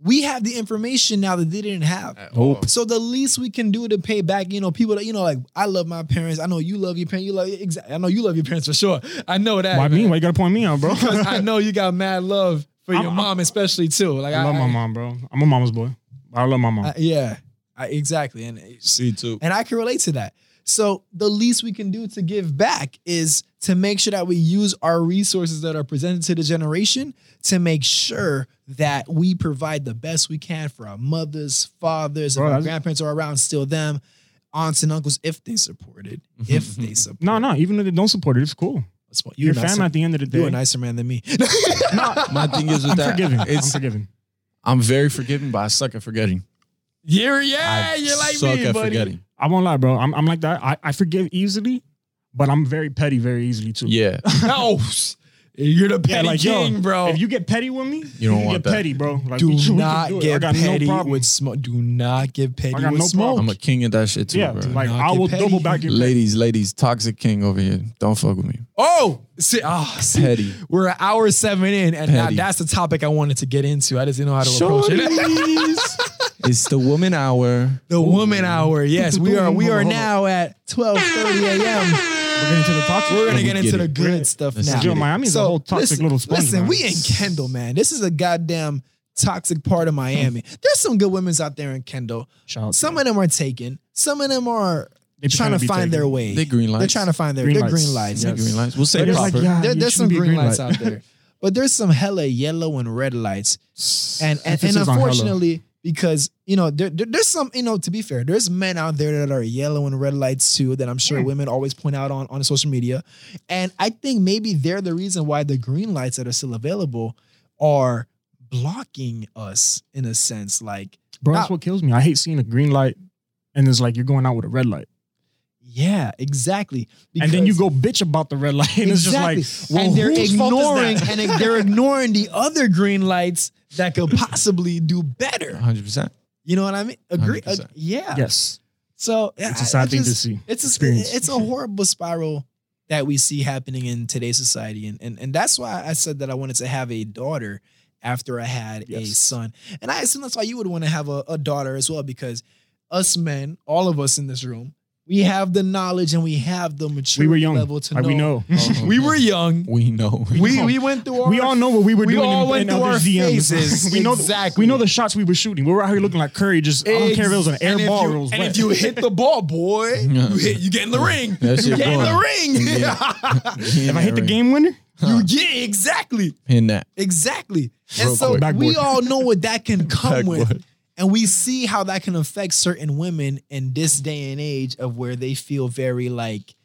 Speaker 2: We have the information now that they didn't have.
Speaker 1: At all.
Speaker 2: So the least we can do to pay back, you know, people that you know, like I love my parents. I know you love your parents. You love exactly. I know you love your parents for sure. I know that.
Speaker 3: Why me?
Speaker 2: man.
Speaker 3: Why you gotta point me out, bro?
Speaker 2: Because I know you got mad love for
Speaker 3: I'm-
Speaker 2: your
Speaker 3: I'm-
Speaker 2: mom, especially too. Like I,
Speaker 3: I love my mom, bro. I'm a mama's boy. I love my mom.
Speaker 2: I- yeah, I, exactly. And it's-
Speaker 1: See too.
Speaker 2: And I can relate to that. So the least we can do to give back is to make sure that we use our resources that are presented to the generation to make sure that we provide the best we can for our mothers, fathers,
Speaker 3: Bro,
Speaker 2: if our
Speaker 3: that's-
Speaker 2: grandparents are around, still them, aunts and uncles, if they support it. If they support
Speaker 3: Mm-hmm, no, no. Even if they don't support it, it's cool.
Speaker 2: Support-
Speaker 3: Your
Speaker 2: You're, not
Speaker 3: family
Speaker 2: some-
Speaker 3: at the end of the day.
Speaker 2: you're a nicer man than me.
Speaker 1: My thing is with
Speaker 3: I'm
Speaker 1: that,
Speaker 3: forgiving. I'm
Speaker 1: it's
Speaker 3: forgiving.
Speaker 1: I'm very forgiving, but I suck at forgetting.
Speaker 2: you're, yeah,
Speaker 1: I
Speaker 2: you're like
Speaker 1: suck
Speaker 2: me,
Speaker 1: at
Speaker 2: buddy.
Speaker 1: forgetting.
Speaker 3: I won't lie, bro. I'm, I'm like that. I, I forgive easily, but I'm very petty very easily too.
Speaker 1: Yeah,
Speaker 2: No, you're the petty
Speaker 3: Yeah, like
Speaker 2: king,
Speaker 3: yo,
Speaker 2: bro.
Speaker 3: If you get petty with me,
Speaker 1: You don't
Speaker 3: can
Speaker 1: want
Speaker 3: get
Speaker 1: that.
Speaker 3: petty, bro. Like,
Speaker 2: do
Speaker 3: we can- we can
Speaker 2: not
Speaker 3: do it. I
Speaker 2: get
Speaker 3: got no
Speaker 2: petty
Speaker 3: problem.
Speaker 2: with smoke. Do not get petty
Speaker 3: got
Speaker 2: with
Speaker 3: no
Speaker 2: smoke.
Speaker 3: problem.
Speaker 1: I'm a king at that shit too,
Speaker 3: yeah,
Speaker 1: bro.
Speaker 3: like
Speaker 2: Not
Speaker 3: I
Speaker 2: get
Speaker 3: will
Speaker 2: petty.
Speaker 3: double back your
Speaker 1: ladies, ladies, toxic king over here. Don't fuck with me.
Speaker 2: Oh, see, ah, see,
Speaker 1: Petty.
Speaker 2: We're an hour seven in, and now
Speaker 1: Petty.
Speaker 2: that's the topic I wanted to get into. I just didn't know how to approach it.
Speaker 1: it's the woman hour.
Speaker 2: The woman hour. Yes, we are. We are now at twelve thirty a.m.
Speaker 3: We're getting to the toxic.
Speaker 2: We're gonna get
Speaker 1: get
Speaker 2: into the
Speaker 1: it.
Speaker 2: good stuff
Speaker 1: Let's
Speaker 2: now.
Speaker 1: get it.
Speaker 3: Yo, Miami's a whole toxic
Speaker 2: listen,
Speaker 3: little sponge.
Speaker 2: listen,
Speaker 3: man.
Speaker 2: we in Kendall, man. This is a goddamn toxic part of Miami. There's some good women's out there in Kendall.
Speaker 3: Shout out to
Speaker 2: Some
Speaker 3: them.
Speaker 2: of them are taken. Some of them are
Speaker 3: They
Speaker 2: trying to
Speaker 3: be
Speaker 2: find
Speaker 3: taken.
Speaker 2: their way.
Speaker 1: They green
Speaker 2: They're
Speaker 1: lights.
Speaker 2: trying to find their
Speaker 3: Green
Speaker 2: they're
Speaker 3: lights.
Speaker 2: green lights.
Speaker 1: They
Speaker 3: Yes.
Speaker 1: green lights. We'll say
Speaker 3: But it's like,
Speaker 1: proper.
Speaker 3: yeah,
Speaker 2: There-
Speaker 3: you
Speaker 2: there's some
Speaker 3: shouldn't be a
Speaker 2: green, lights
Speaker 3: light.
Speaker 2: out there, but there's some hella yellow and red lights, and and, and
Speaker 3: Emphasis on hella.
Speaker 2: unfortunately, because you know there, there- there's some you know to be fair, there's men out there that are yellow and red lights too that I'm sure
Speaker 3: Hmm.
Speaker 2: women always point out on on social media, and I think maybe they're the reason why the green lights that are still available are blocking us in a sense, like
Speaker 3: Bro, that's
Speaker 2: Nah.
Speaker 3: what kills me. I hate seeing a green light, and it's like you're going out with a red light,
Speaker 2: yeah, exactly,
Speaker 3: and then you
Speaker 2: Because-
Speaker 3: go bitch about the red light, and it's just like, well,
Speaker 2: and they're
Speaker 3: whose fault
Speaker 2: ignoring
Speaker 3: is that?
Speaker 2: and they're ignoring the other green lights that could possibly do better.
Speaker 1: 100. percent
Speaker 2: You know what I mean? Agree?
Speaker 1: 100%.
Speaker 2: ag- yeah.
Speaker 3: Yes,
Speaker 2: So
Speaker 3: it's a sad thing to
Speaker 2: just-
Speaker 3: see.
Speaker 2: It's a,
Speaker 3: Experience.
Speaker 2: it's a horrible spiral that we see happening in today's society, and and and that's why I said that I wanted to have a daughter after I had a
Speaker 3: Yes.
Speaker 2: son, and I assume that's why you would want to have a, a daughter as well because us men, all of us in this room.
Speaker 5: We have the knowledge and we have the maturity
Speaker 3: We were young.
Speaker 5: level to
Speaker 3: Like,
Speaker 5: know.
Speaker 3: we know.
Speaker 5: We were young.
Speaker 1: We know.
Speaker 2: We we went through all
Speaker 3: We all know what we were
Speaker 2: We
Speaker 3: doing.
Speaker 2: all
Speaker 3: in,
Speaker 2: went
Speaker 3: in
Speaker 2: through
Speaker 3: other
Speaker 2: our
Speaker 3: DMs.
Speaker 2: phases.
Speaker 3: we know
Speaker 2: Exactly.
Speaker 3: The, we know the shots we were shooting. We were out here looking like Curry. Just I don't care if it was an air
Speaker 2: and if
Speaker 3: ball.
Speaker 2: you-
Speaker 3: or it was
Speaker 2: and
Speaker 3: wet.
Speaker 2: if you hit the ball, boy,
Speaker 1: Yeah.
Speaker 2: you, hit, you get in the ring.
Speaker 1: That's
Speaker 2: you
Speaker 1: your
Speaker 2: get in
Speaker 1: boy.
Speaker 2: the ring.
Speaker 1: If
Speaker 3: If I hit the game winner,
Speaker 2: you, yeah, exactly.
Speaker 1: in that.
Speaker 2: Exactly. And
Speaker 1: Real
Speaker 2: so
Speaker 1: quick.
Speaker 2: we
Speaker 3: Backboard.
Speaker 2: all know what that can come with.
Speaker 1: Backboard.
Speaker 2: And we see how that can affect certain women in this day and age of where they feel very like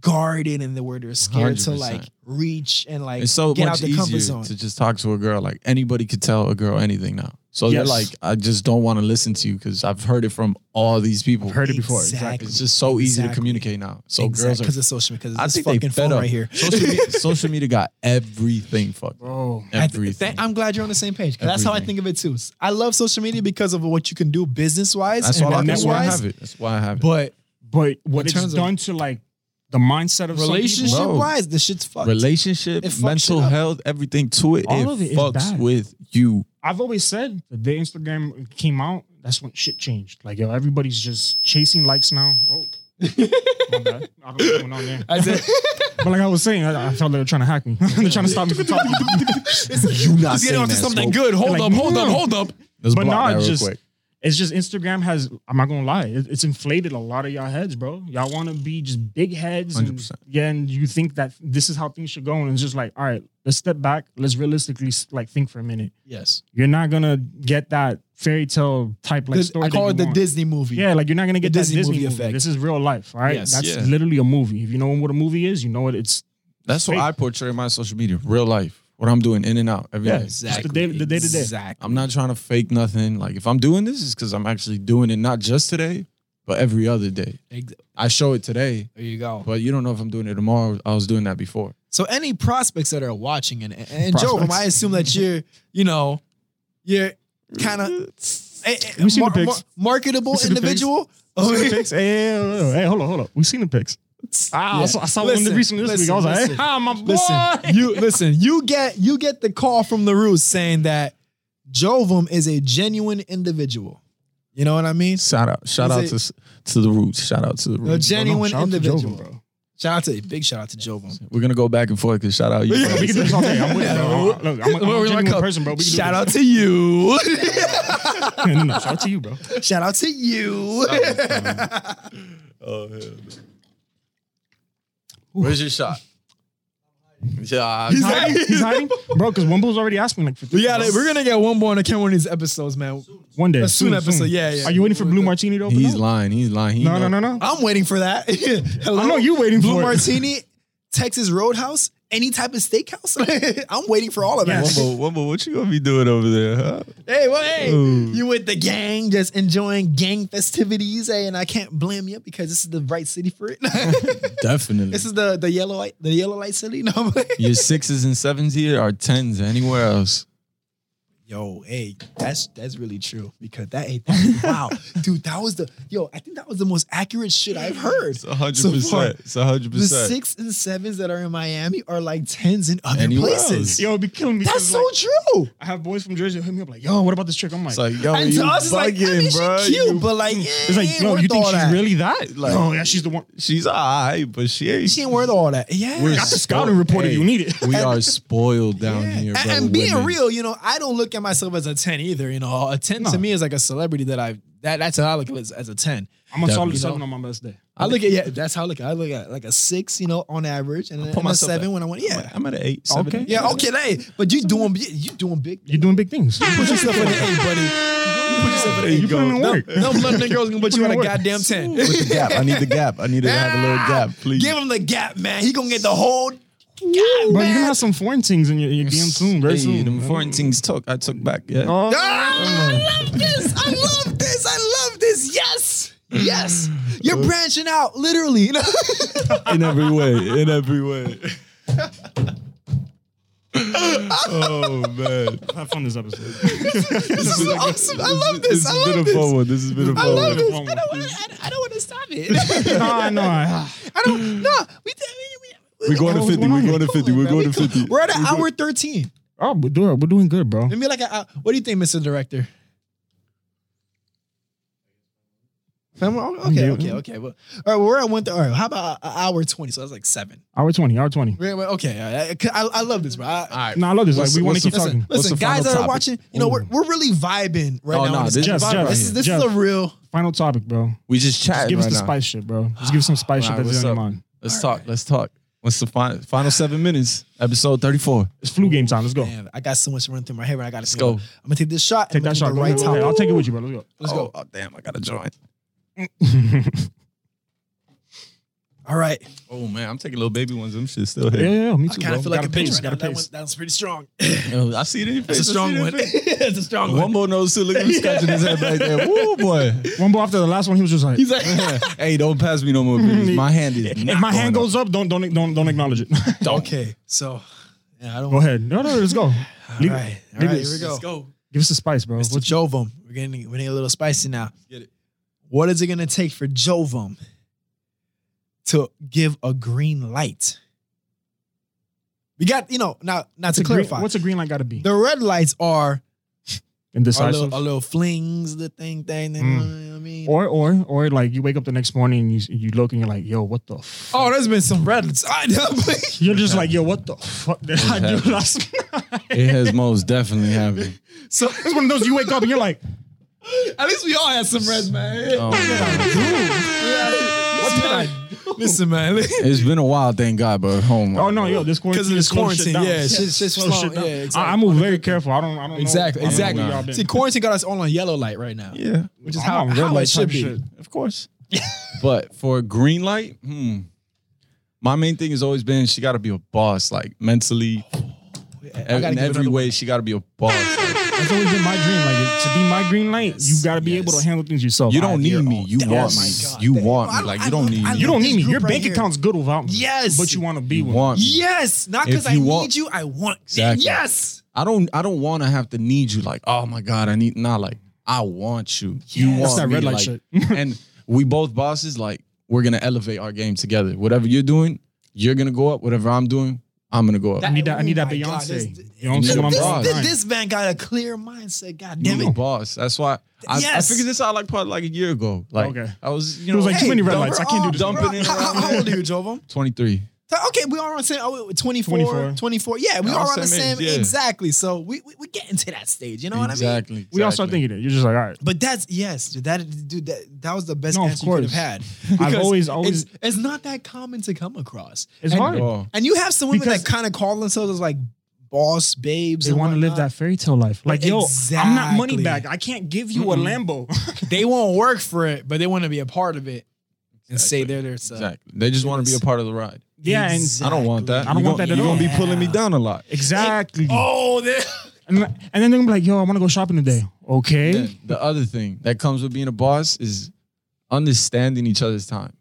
Speaker 2: guarded and the where they're scared to
Speaker 1: 100%.
Speaker 2: like reach and like
Speaker 1: It's so
Speaker 2: get out
Speaker 1: much
Speaker 2: the comfort
Speaker 1: easier
Speaker 2: zone.
Speaker 1: to just talk to a girl. Like anybody could tell a girl anything now. So they're
Speaker 3: Yes.
Speaker 1: like, I just don't want to listen to you because I've heard it from all these people.
Speaker 3: heard it before. Exactly.
Speaker 1: It's just so easy to
Speaker 2: Exactly.
Speaker 1: communicate now. So
Speaker 2: because
Speaker 1: girls are.
Speaker 2: of social because
Speaker 1: I
Speaker 2: it's this
Speaker 1: think they
Speaker 2: fucking
Speaker 1: fed
Speaker 2: phone
Speaker 1: up.
Speaker 2: right here.
Speaker 1: Social, media, social media got everything fucked. up.
Speaker 3: bro.
Speaker 2: I th-
Speaker 1: Everything.
Speaker 2: th- I'm glad you're on the same page. 'cause That's how I
Speaker 1: Everything.
Speaker 2: think of it too. I love social media because of what you can do business wise
Speaker 1: that's,
Speaker 2: and
Speaker 1: all I, that's why I
Speaker 2: wise.
Speaker 1: have it. That's why I have it.
Speaker 2: But
Speaker 3: But what it's
Speaker 2: terms of-
Speaker 3: done to like the mindset of some people-
Speaker 2: relationship
Speaker 1: Bro.
Speaker 2: wise, the shit's fucked.
Speaker 1: Relationship,
Speaker 2: It fucks
Speaker 1: mental
Speaker 2: it up.
Speaker 1: health, everything to it,
Speaker 3: All
Speaker 1: it,
Speaker 3: of it is
Speaker 1: fucks
Speaker 3: bad.
Speaker 1: with you.
Speaker 3: I've always said the day Instagram came out, that's when shit changed. Like yo, everybody's just chasing likes now. Oh. My bad. I don't know what's going on there.
Speaker 2: I said,
Speaker 3: But like I was saying, I, I felt they were trying to hack me. They're trying to stop me from talking.
Speaker 1: You not
Speaker 2: Let's get on to something good. Hold
Speaker 3: Like,
Speaker 2: up, hold up,
Speaker 3: no.
Speaker 2: hold up.
Speaker 1: Let's block
Speaker 3: But nah,
Speaker 1: that real
Speaker 3: just-
Speaker 1: quick.
Speaker 3: It's just Instagram has. I'm not gonna lie, it, it's inflated a lot of y'all heads, bro. Y'all want to be just big heads, and
Speaker 1: 100%.
Speaker 3: yeah, and you think that this is how things should go, and it's just like, all right, let's step back, let's realistically like think for a minute.
Speaker 5: Yes.
Speaker 3: You're not gonna get that fairy tale type like
Speaker 2: The-
Speaker 3: story.
Speaker 2: I call it
Speaker 3: that you
Speaker 2: the
Speaker 3: want.
Speaker 2: Disney movie.
Speaker 3: Yeah, like you're not gonna get
Speaker 2: The
Speaker 3: that
Speaker 2: Disney
Speaker 3: Disney,
Speaker 2: movie
Speaker 3: movie
Speaker 2: effect.
Speaker 3: This is real life, all right?
Speaker 5: Yes,
Speaker 3: That's
Speaker 1: yeah.
Speaker 3: literally a movie. If you know what a movie is, you know what it's.
Speaker 1: That's what
Speaker 3: fake.
Speaker 1: I portray my social media, real life, what I'm doing in and out every day.
Speaker 3: Yeah, Just the day, the day to day.
Speaker 2: Exactly.
Speaker 1: I'm not trying to fake nothing. Like if I'm doing this, it's because I'm actually doing it not just today, but every other day.
Speaker 2: Ex-
Speaker 1: I show it today,
Speaker 2: There you go.
Speaker 1: but you don't know if I'm doing it tomorrow. I was doing that before.
Speaker 2: So any prospects that are watching and and, and Joe,
Speaker 3: Prospects.
Speaker 2: I assume that you're, you know, you're kind of
Speaker 3: We seen the pics.
Speaker 2: marketable
Speaker 3: We seen the pics.
Speaker 2: individual.
Speaker 3: Seen the pics? Hey, hey, hey, hey, hey, hold on, hold on. We've seen the pics. Ah, I
Speaker 2: Yeah.
Speaker 3: saw, I saw one
Speaker 2: Listen,
Speaker 3: the recently this week. I was
Speaker 2: listen,
Speaker 3: like, hey,
Speaker 2: listen.
Speaker 3: hi, my boy.
Speaker 2: Listen, you listen. You get you get the call from the roost saying that Jovum is a genuine individual. You know what I mean?
Speaker 1: Shout out, shout
Speaker 2: Is
Speaker 1: out
Speaker 2: it-
Speaker 1: to s- to the roots. Shout out to the
Speaker 2: A
Speaker 1: roots.
Speaker 2: genuine
Speaker 3: shout out to
Speaker 2: individual.
Speaker 3: Jovan, bro.
Speaker 2: Shout out to big shout out to Jovum.
Speaker 1: We're gonna go back and forth because shout out you.
Speaker 3: Bro, we can do this all day. I'm with you, bro.
Speaker 2: Yeah.
Speaker 3: Look, I'm a, I'm
Speaker 2: Where
Speaker 3: a
Speaker 2: we
Speaker 3: genuine
Speaker 2: like,
Speaker 3: person, bro. We can do
Speaker 2: Shout
Speaker 3: this.
Speaker 2: out to you.
Speaker 3: No, no, no. Shout out to you, bro.
Speaker 2: shout out to you.
Speaker 1: Oh, Where's your shot? Yeah,
Speaker 2: He's like-
Speaker 3: He's hiding, bro, because Wimbo's already asked me like for
Speaker 2: we got it. We're gonna get one more in the one of these episodes, man.
Speaker 3: one day
Speaker 2: a soon episode. Yeah, yeah. Ah,
Speaker 3: Are you waiting for Blue Martini to open
Speaker 1: he's
Speaker 3: up?
Speaker 1: lying. He's lying. He
Speaker 3: no, no,
Speaker 1: know-
Speaker 3: no, no.
Speaker 2: I'm waiting for that. Hello?
Speaker 3: I know you're waiting
Speaker 2: Blue
Speaker 3: for it.
Speaker 2: Martini, Texas Roadhouse, any type of steakhouse. I'm waiting for all of that.
Speaker 3: Yes.
Speaker 1: Wumbo, Wumbo, what you gonna be doing over there? Huh?
Speaker 2: Hey, well, hey,
Speaker 1: Ooh.
Speaker 2: you with the gang, just enjoying gang festivities, eh? and I can't blame you because this is the right city for it.
Speaker 1: Definitely.
Speaker 2: this is the the yellow light, the yellow light city. No, but-
Speaker 1: your sixes and sevens here are tens anywhere else.
Speaker 2: yo, hey, that's that's really true because that hey, that- wow, dude, that was the yo. I think that was the most accurate shit I've heard.
Speaker 1: It's hundred
Speaker 2: So far.
Speaker 1: percent. It's hundred
Speaker 2: The
Speaker 1: percent.
Speaker 2: six and sevens that are in Miami are like tens in other
Speaker 1: Anywhere else.
Speaker 2: places.
Speaker 3: Yo, it'd be killing me.
Speaker 2: That's
Speaker 3: 'cause,
Speaker 2: so
Speaker 3: like,
Speaker 2: true.
Speaker 3: I have boys from Jersey who hit me up like, yo, what about this trick? I'm like,
Speaker 1: It's like yo,
Speaker 2: And
Speaker 1: oh, you
Speaker 2: to us, it's like, I
Speaker 1: bugging,
Speaker 2: mean,
Speaker 1: bro.
Speaker 2: she cute,
Speaker 1: You-
Speaker 2: but like,
Speaker 3: it's like, yo, you think she's really that?
Speaker 1: Like-
Speaker 3: Like, oh yeah, she's the one.
Speaker 1: she's alright, but she ain't.
Speaker 2: She ain't worth all that. Yeah.
Speaker 1: We're
Speaker 3: Got the
Speaker 1: spoiled.
Speaker 3: scouting report if
Speaker 1: Hey,
Speaker 3: you need it.
Speaker 1: We are spoiled down
Speaker 2: Yeah.
Speaker 1: here, bro.
Speaker 2: And, and being
Speaker 1: women.
Speaker 2: real, you know, I don't look at myself as a ten either. You know, a ten to
Speaker 3: No.
Speaker 2: me is like a celebrity that I that that's how I look at it as a ten.
Speaker 3: I'm a
Speaker 1: Definitely.
Speaker 3: solid seven on my best day.
Speaker 2: I look at yeah, that's how I look. At, I look at like a six, you know, on average, and then
Speaker 1: put
Speaker 2: I'm a
Speaker 1: myself
Speaker 2: seven
Speaker 1: at-
Speaker 2: when I want.
Speaker 1: I'm "Oh,
Speaker 2: Yeah,
Speaker 1: at- I'm at an eight. Seven,
Speaker 3: Okay.
Speaker 1: eight.
Speaker 2: yeah, okay, hey, but you doing you, you doing big.
Speaker 3: You're doing big things.
Speaker 2: Put yourself in the eight, buddy. You Put yourself in the
Speaker 1: There
Speaker 2: eight.
Speaker 1: you
Speaker 3: You put in
Speaker 1: go.
Speaker 3: the
Speaker 2: No,
Speaker 3: work.
Speaker 2: no London girls gonna put you
Speaker 3: Put
Speaker 2: on a
Speaker 3: in work.
Speaker 2: goddamn ten.
Speaker 1: With the gap, I need the gap. I need to have a little gap, please.
Speaker 2: Give him the gap, man. He gonna get the whole. God,
Speaker 3: Bro,
Speaker 2: man.
Speaker 3: you're gonna have some foreign things in your, your DM soon, very
Speaker 1: Hey,
Speaker 3: soon.
Speaker 1: them foreign things took. I took back. Yeah.
Speaker 3: Oh,
Speaker 2: Ah, I love this. I love this. I love this. Yes. Yes. You're branching out, literally.
Speaker 1: in every way. In every way. oh man,
Speaker 3: have fun this episode.
Speaker 2: this is awesome. I love this.
Speaker 1: this
Speaker 2: I
Speaker 1: has been
Speaker 2: love
Speaker 1: a fun
Speaker 2: this.
Speaker 1: one. This has been a
Speaker 2: I
Speaker 1: fun
Speaker 2: love
Speaker 1: one.
Speaker 2: this. I don't want to. I don't want to stop it.
Speaker 3: no, no, I-
Speaker 2: I don't. No. We. we, we
Speaker 1: We're going to
Speaker 3: What's
Speaker 1: fifty.
Speaker 3: going
Speaker 1: We're
Speaker 3: on?
Speaker 1: going to fifty. We're going to fifty.
Speaker 2: We're at an hour thirteen.
Speaker 3: oh, we're doing, we're doing good, bro.
Speaker 2: Let me like. A, what do you think, Mr. Director? I'm like, Okay,
Speaker 3: Yeah.
Speaker 2: okay, okay. Well, all right, we're at one. Th- all right, how about an hour twenty? So that's like seven.
Speaker 3: Hour 20, hour 20.
Speaker 2: We're- we're- Okay, all right. 'Cause I, I love this, bro. I,
Speaker 1: All right.
Speaker 3: No, I love this. Like,
Speaker 1: What's-
Speaker 3: we want to
Speaker 1: what's the
Speaker 3: keep
Speaker 1: fucking-
Speaker 3: talking.
Speaker 2: listen, listen,
Speaker 1: the final
Speaker 2: guys that are
Speaker 1: topic?
Speaker 2: watching, you know, we're, we're really vibing right
Speaker 1: Oh,
Speaker 2: now.
Speaker 1: nah,
Speaker 2: on this
Speaker 1: this
Speaker 2: this,
Speaker 1: is
Speaker 3: Jeff, Jeff,
Speaker 2: is this
Speaker 3: Jeff.
Speaker 2: is a real.
Speaker 3: Final topic, bro.
Speaker 1: We just
Speaker 3: Just
Speaker 1: chatted
Speaker 3: give us
Speaker 1: right
Speaker 3: the
Speaker 1: now.
Speaker 3: spice shit, bro. Just give us some spice shit
Speaker 1: Alright,
Speaker 3: that's
Speaker 1: what's
Speaker 3: in your
Speaker 1: up?
Speaker 3: mind.
Speaker 1: Let's talk. Let's talk. What's the final, final seven minutes? Episode thirty-four.
Speaker 3: It's flu game time. Let's go.
Speaker 2: Damn, I got so much running through my head, but I got
Speaker 1: Let's
Speaker 2: to
Speaker 1: go.
Speaker 2: I'm gonna take this shot.
Speaker 3: Take
Speaker 2: and
Speaker 3: that
Speaker 2: I'm
Speaker 3: shot.
Speaker 2: gonna
Speaker 3: Go,
Speaker 2: do
Speaker 3: go,
Speaker 2: the
Speaker 3: go.
Speaker 2: Right
Speaker 3: Hey,
Speaker 2: top.
Speaker 3: I'll take it with you, bro. Let's go.
Speaker 2: Let's
Speaker 1: oh,
Speaker 2: go.
Speaker 1: oh, damn! I got to join.
Speaker 2: All right.
Speaker 1: Oh man, I'm taking little baby ones. Them shit still
Speaker 3: yeah, yeah,
Speaker 1: here.
Speaker 3: yeah, me
Speaker 2: I
Speaker 3: too,
Speaker 2: kind
Speaker 3: bro.
Speaker 2: of feel like
Speaker 3: Gotta
Speaker 2: a bitch
Speaker 3: pace,
Speaker 2: right now.
Speaker 3: gotta
Speaker 2: That, one,
Speaker 3: pace.
Speaker 2: that was pretty strong.
Speaker 1: Yo, I see it in your
Speaker 2: That's
Speaker 1: face.
Speaker 2: a
Speaker 1: I see it
Speaker 2: strong
Speaker 1: in
Speaker 2: one.
Speaker 1: your face.
Speaker 2: That's a strong
Speaker 1: One
Speaker 2: one.
Speaker 1: more nose too. Look at him scratching his head back there. Woo boy.
Speaker 3: One ball after the last one, he was just like,
Speaker 2: He's like, Mm-hmm.
Speaker 1: hey, don't pass me no more. Please. My hand is.
Speaker 3: if
Speaker 1: not
Speaker 3: my hand
Speaker 1: going
Speaker 3: goes up, don't don't don't don't acknowledge it.
Speaker 2: okay, so yeah, I don't.
Speaker 3: go ahead. No, no, let's go.
Speaker 2: All
Speaker 3: Leave-
Speaker 2: right, all
Speaker 3: leave
Speaker 2: right, here
Speaker 3: this.
Speaker 2: we go.
Speaker 3: Let's
Speaker 2: go.
Speaker 3: Give us the spice, bro.
Speaker 2: Mr.
Speaker 3: What's-
Speaker 2: Jovum, we're getting we're getting a little spicy now.
Speaker 1: Get it.
Speaker 2: What is it gonna take for Jovum to give a green light? We got you know now. Now
Speaker 3: what's a
Speaker 2: to
Speaker 3: green-
Speaker 2: clarify,
Speaker 3: what's a green light got to be?
Speaker 2: the red lights are our
Speaker 3: Indecisive.
Speaker 2: little, our little flings, the thing, thing. thing
Speaker 3: Mm.
Speaker 2: you know what I mean,
Speaker 3: Or or or like you wake up the next morning and you you look and you're like, yo, what the? Fuck?
Speaker 2: oh, there's been some red lights. I know.
Speaker 3: You're just like, yo, what the fuck did I do
Speaker 1: happened?
Speaker 3: last night?
Speaker 1: It has most definitely happened.
Speaker 2: so
Speaker 3: It's one of those you wake up and you're like,
Speaker 2: at least we all had some red, man.
Speaker 1: Oh, man.
Speaker 2: What did I do? Listen, man.
Speaker 1: It's been a while, thank God, but home.
Speaker 3: oh no, yo, this quarantine
Speaker 2: Because of
Speaker 3: is
Speaker 2: this
Speaker 3: slowing
Speaker 2: quarantine,
Speaker 3: shit down.
Speaker 2: yeah, shit's shit's
Speaker 3: Slow
Speaker 2: slow.
Speaker 3: shit
Speaker 2: Yeah,
Speaker 3: down.
Speaker 2: exactly.
Speaker 3: I, I move very careful. I don't. I don't.
Speaker 2: Exactly,
Speaker 3: know, I don't
Speaker 2: exactly.
Speaker 3: Know where y'all been.
Speaker 2: See, quarantine got us all on yellow light right now,
Speaker 1: Yeah,
Speaker 2: which is
Speaker 3: I'm
Speaker 2: how,
Speaker 3: on red
Speaker 2: how
Speaker 3: light
Speaker 2: it should
Speaker 3: type
Speaker 2: be.
Speaker 3: shit.
Speaker 1: of course. but for a green light, hmm, my main thing has always been she got to be a boss, like mentally, e-,
Speaker 2: I Oh, gotta
Speaker 1: in
Speaker 2: give it
Speaker 1: every
Speaker 2: another
Speaker 1: way. She got to be a boss. Like,
Speaker 3: That's always been my dream. Like to be my green light, you got to be able to
Speaker 2: yes.
Speaker 3: handle things yourself.
Speaker 1: you don't
Speaker 3: I-
Speaker 1: need me. You want
Speaker 3: my
Speaker 1: me.
Speaker 2: Oh God.
Speaker 1: You
Speaker 2: Damn.
Speaker 1: want
Speaker 2: I-
Speaker 1: me. Like
Speaker 2: I
Speaker 1: you don't
Speaker 2: love-
Speaker 1: need
Speaker 2: I
Speaker 1: me.
Speaker 3: You don't need me.
Speaker 2: This
Speaker 3: Your
Speaker 2: group
Speaker 3: bank
Speaker 2: right
Speaker 3: account's good without me.
Speaker 2: Yes.
Speaker 3: but you want to be
Speaker 1: You
Speaker 3: one.
Speaker 1: want me.
Speaker 2: Yes, not
Speaker 1: If
Speaker 2: because I
Speaker 1: you want-
Speaker 2: need you. I want.
Speaker 1: Exactly.
Speaker 2: Yes.
Speaker 1: I don't. I don't want to have to need you. Like, oh my god, I need not. Like, I want you. You want
Speaker 3: That's that
Speaker 1: me,
Speaker 3: red light
Speaker 1: like-
Speaker 3: shit.
Speaker 1: and we both bosses. Like, we're gonna elevate our game together. Whatever you're doing, you're gonna go up. Whatever I'm doing, I'm gonna go up.
Speaker 3: I need that. I need that
Speaker 2: Oh my God,
Speaker 3: Beyonce.
Speaker 2: this-
Speaker 3: you know what I'm
Speaker 1: this-
Speaker 2: This,
Speaker 3: saying? I'm
Speaker 1: this-
Speaker 3: drawing.
Speaker 2: this, this man got a clear mindset. God damn
Speaker 1: I'm a
Speaker 2: it.
Speaker 1: boss. That's why I,
Speaker 2: Yes.
Speaker 1: I figured this out like probably like a year ago. Like
Speaker 3: Okay.
Speaker 1: I was, you
Speaker 3: It
Speaker 1: know,
Speaker 3: was like too many red
Speaker 2: we're
Speaker 3: lights. I can't do
Speaker 2: all
Speaker 3: this.
Speaker 1: dumb-
Speaker 2: Bro,
Speaker 1: Dumping it
Speaker 2: how,
Speaker 1: around.
Speaker 2: how old are you, Jovum?
Speaker 1: 23.
Speaker 2: So, Okay, we are on the same. Oh, wait, 24, 24.
Speaker 3: 24.
Speaker 2: Yeah, we
Speaker 1: Yeah,
Speaker 2: are
Speaker 1: I'm
Speaker 2: on the
Speaker 1: same
Speaker 2: same.
Speaker 1: age, yeah.
Speaker 2: Exactly. So we, we we getting to that stage. You know what I mean?
Speaker 1: exactly.
Speaker 3: We all start
Speaker 1: exactly.
Speaker 3: thinking it. You're just like, all right.
Speaker 2: But that's yes, dude. That dude, that that was the best
Speaker 3: No, of
Speaker 2: answer you could have
Speaker 3: course.
Speaker 2: had.
Speaker 3: I've
Speaker 2: Because
Speaker 3: always, always.
Speaker 2: It's, it's not that common to come across.
Speaker 3: It's
Speaker 2: and,
Speaker 3: hard.
Speaker 1: Oh,
Speaker 2: And you have some women
Speaker 3: Because-
Speaker 2: that kind of call themselves as like boss babes.
Speaker 3: They
Speaker 2: and
Speaker 3: want to live
Speaker 2: whatnot.
Speaker 3: that fairy tale life. Like, yo, I'm not money
Speaker 2: Exactly.
Speaker 3: back. I can't give you a Lambo.
Speaker 2: They won't work for it, but they want to be a part of it and say they're their self.
Speaker 1: exactly. They just want to be a part of the ride.
Speaker 3: yeah, and
Speaker 1: I don't want that.
Speaker 2: Exactly.
Speaker 3: I don't
Speaker 1: You
Speaker 3: want
Speaker 1: gon-
Speaker 3: that at
Speaker 1: You're
Speaker 3: all.
Speaker 1: gonna be pulling me down a lot.
Speaker 3: exactly.
Speaker 2: Oh, they-
Speaker 3: And, and then they're gonna be like, yo, I want to go shopping today. Okay.
Speaker 1: Then the other thing that comes with being a boss is understanding each other's time.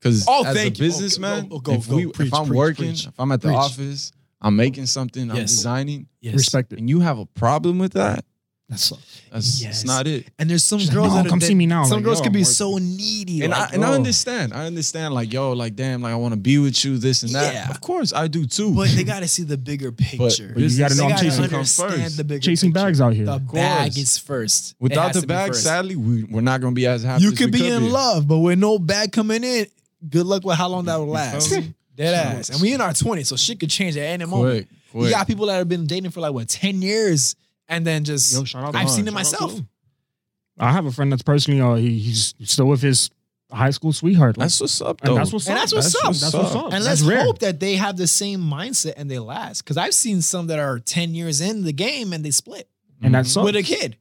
Speaker 1: Because
Speaker 2: Oh,
Speaker 1: as
Speaker 2: thank
Speaker 1: a
Speaker 2: you. Okay,
Speaker 1: businessman,
Speaker 2: go- go-
Speaker 1: if,
Speaker 2: go.
Speaker 1: we,
Speaker 2: Preach,
Speaker 1: if I'm
Speaker 2: preach,
Speaker 1: working,
Speaker 2: preach.
Speaker 1: if I'm at the
Speaker 2: Preach.
Speaker 1: office, I'm making something, I'm
Speaker 2: Yes.
Speaker 1: designing,
Speaker 2: Yes.
Speaker 3: Respect it.
Speaker 1: and you have a problem with that,
Speaker 3: That sucks.
Speaker 1: that's
Speaker 2: Yes.
Speaker 1: it's not it.
Speaker 2: And there's some
Speaker 3: She's like,
Speaker 2: girls
Speaker 3: "No,
Speaker 2: that are-
Speaker 3: come
Speaker 2: that-
Speaker 3: see me now."
Speaker 2: Some
Speaker 3: Like,
Speaker 2: girls
Speaker 3: yo,
Speaker 2: can
Speaker 3: I'm
Speaker 2: be
Speaker 3: working.
Speaker 2: so needy.
Speaker 1: and
Speaker 2: like,
Speaker 1: I and I
Speaker 2: yo.
Speaker 1: understand. I understand. Like yo, like damn, like I want to be with you, this and that.
Speaker 2: Yeah.
Speaker 1: Of course, I do too.
Speaker 2: But they got to see the bigger picture.
Speaker 3: But you gotta
Speaker 2: they
Speaker 3: know I'm
Speaker 2: gotta
Speaker 3: chasing
Speaker 1: comes
Speaker 2: understand
Speaker 1: first.
Speaker 2: the bigger
Speaker 3: Chasing
Speaker 2: picture.
Speaker 3: bags out here.
Speaker 2: The
Speaker 1: course.
Speaker 2: bag is first. It
Speaker 1: Without
Speaker 2: has
Speaker 1: the
Speaker 2: to be
Speaker 1: bag,
Speaker 2: first.
Speaker 1: sadly, we, we're not gonna be as happy.
Speaker 2: you
Speaker 1: as
Speaker 2: could
Speaker 1: we
Speaker 2: be in
Speaker 1: be.
Speaker 2: love, but with no bag coming in, good luck with how long that will last.
Speaker 1: feel me?
Speaker 2: Dead ass. And we in our 20s, so shit could change at any
Speaker 1: Quick,
Speaker 2: moment.
Speaker 1: quick.
Speaker 2: You got people that have been dating for like what 10 years and then just
Speaker 3: Yo, shout out to
Speaker 2: I've
Speaker 3: her.
Speaker 2: seen it
Speaker 3: Shout out to
Speaker 2: myself.
Speaker 3: her. I have a friend that's personally, uh, he, he's still with his high school sweetheart. Like,
Speaker 1: That's what's up, though.
Speaker 3: and that's what's
Speaker 2: And
Speaker 3: up.
Speaker 2: that's what's up.
Speaker 3: That's what's up.
Speaker 2: And
Speaker 3: That's
Speaker 2: let's
Speaker 3: rare.
Speaker 2: hope that they have the same mindset and they last. Cause I've seen some that are 10 years in the game and they split
Speaker 3: And that's up.
Speaker 2: with a kid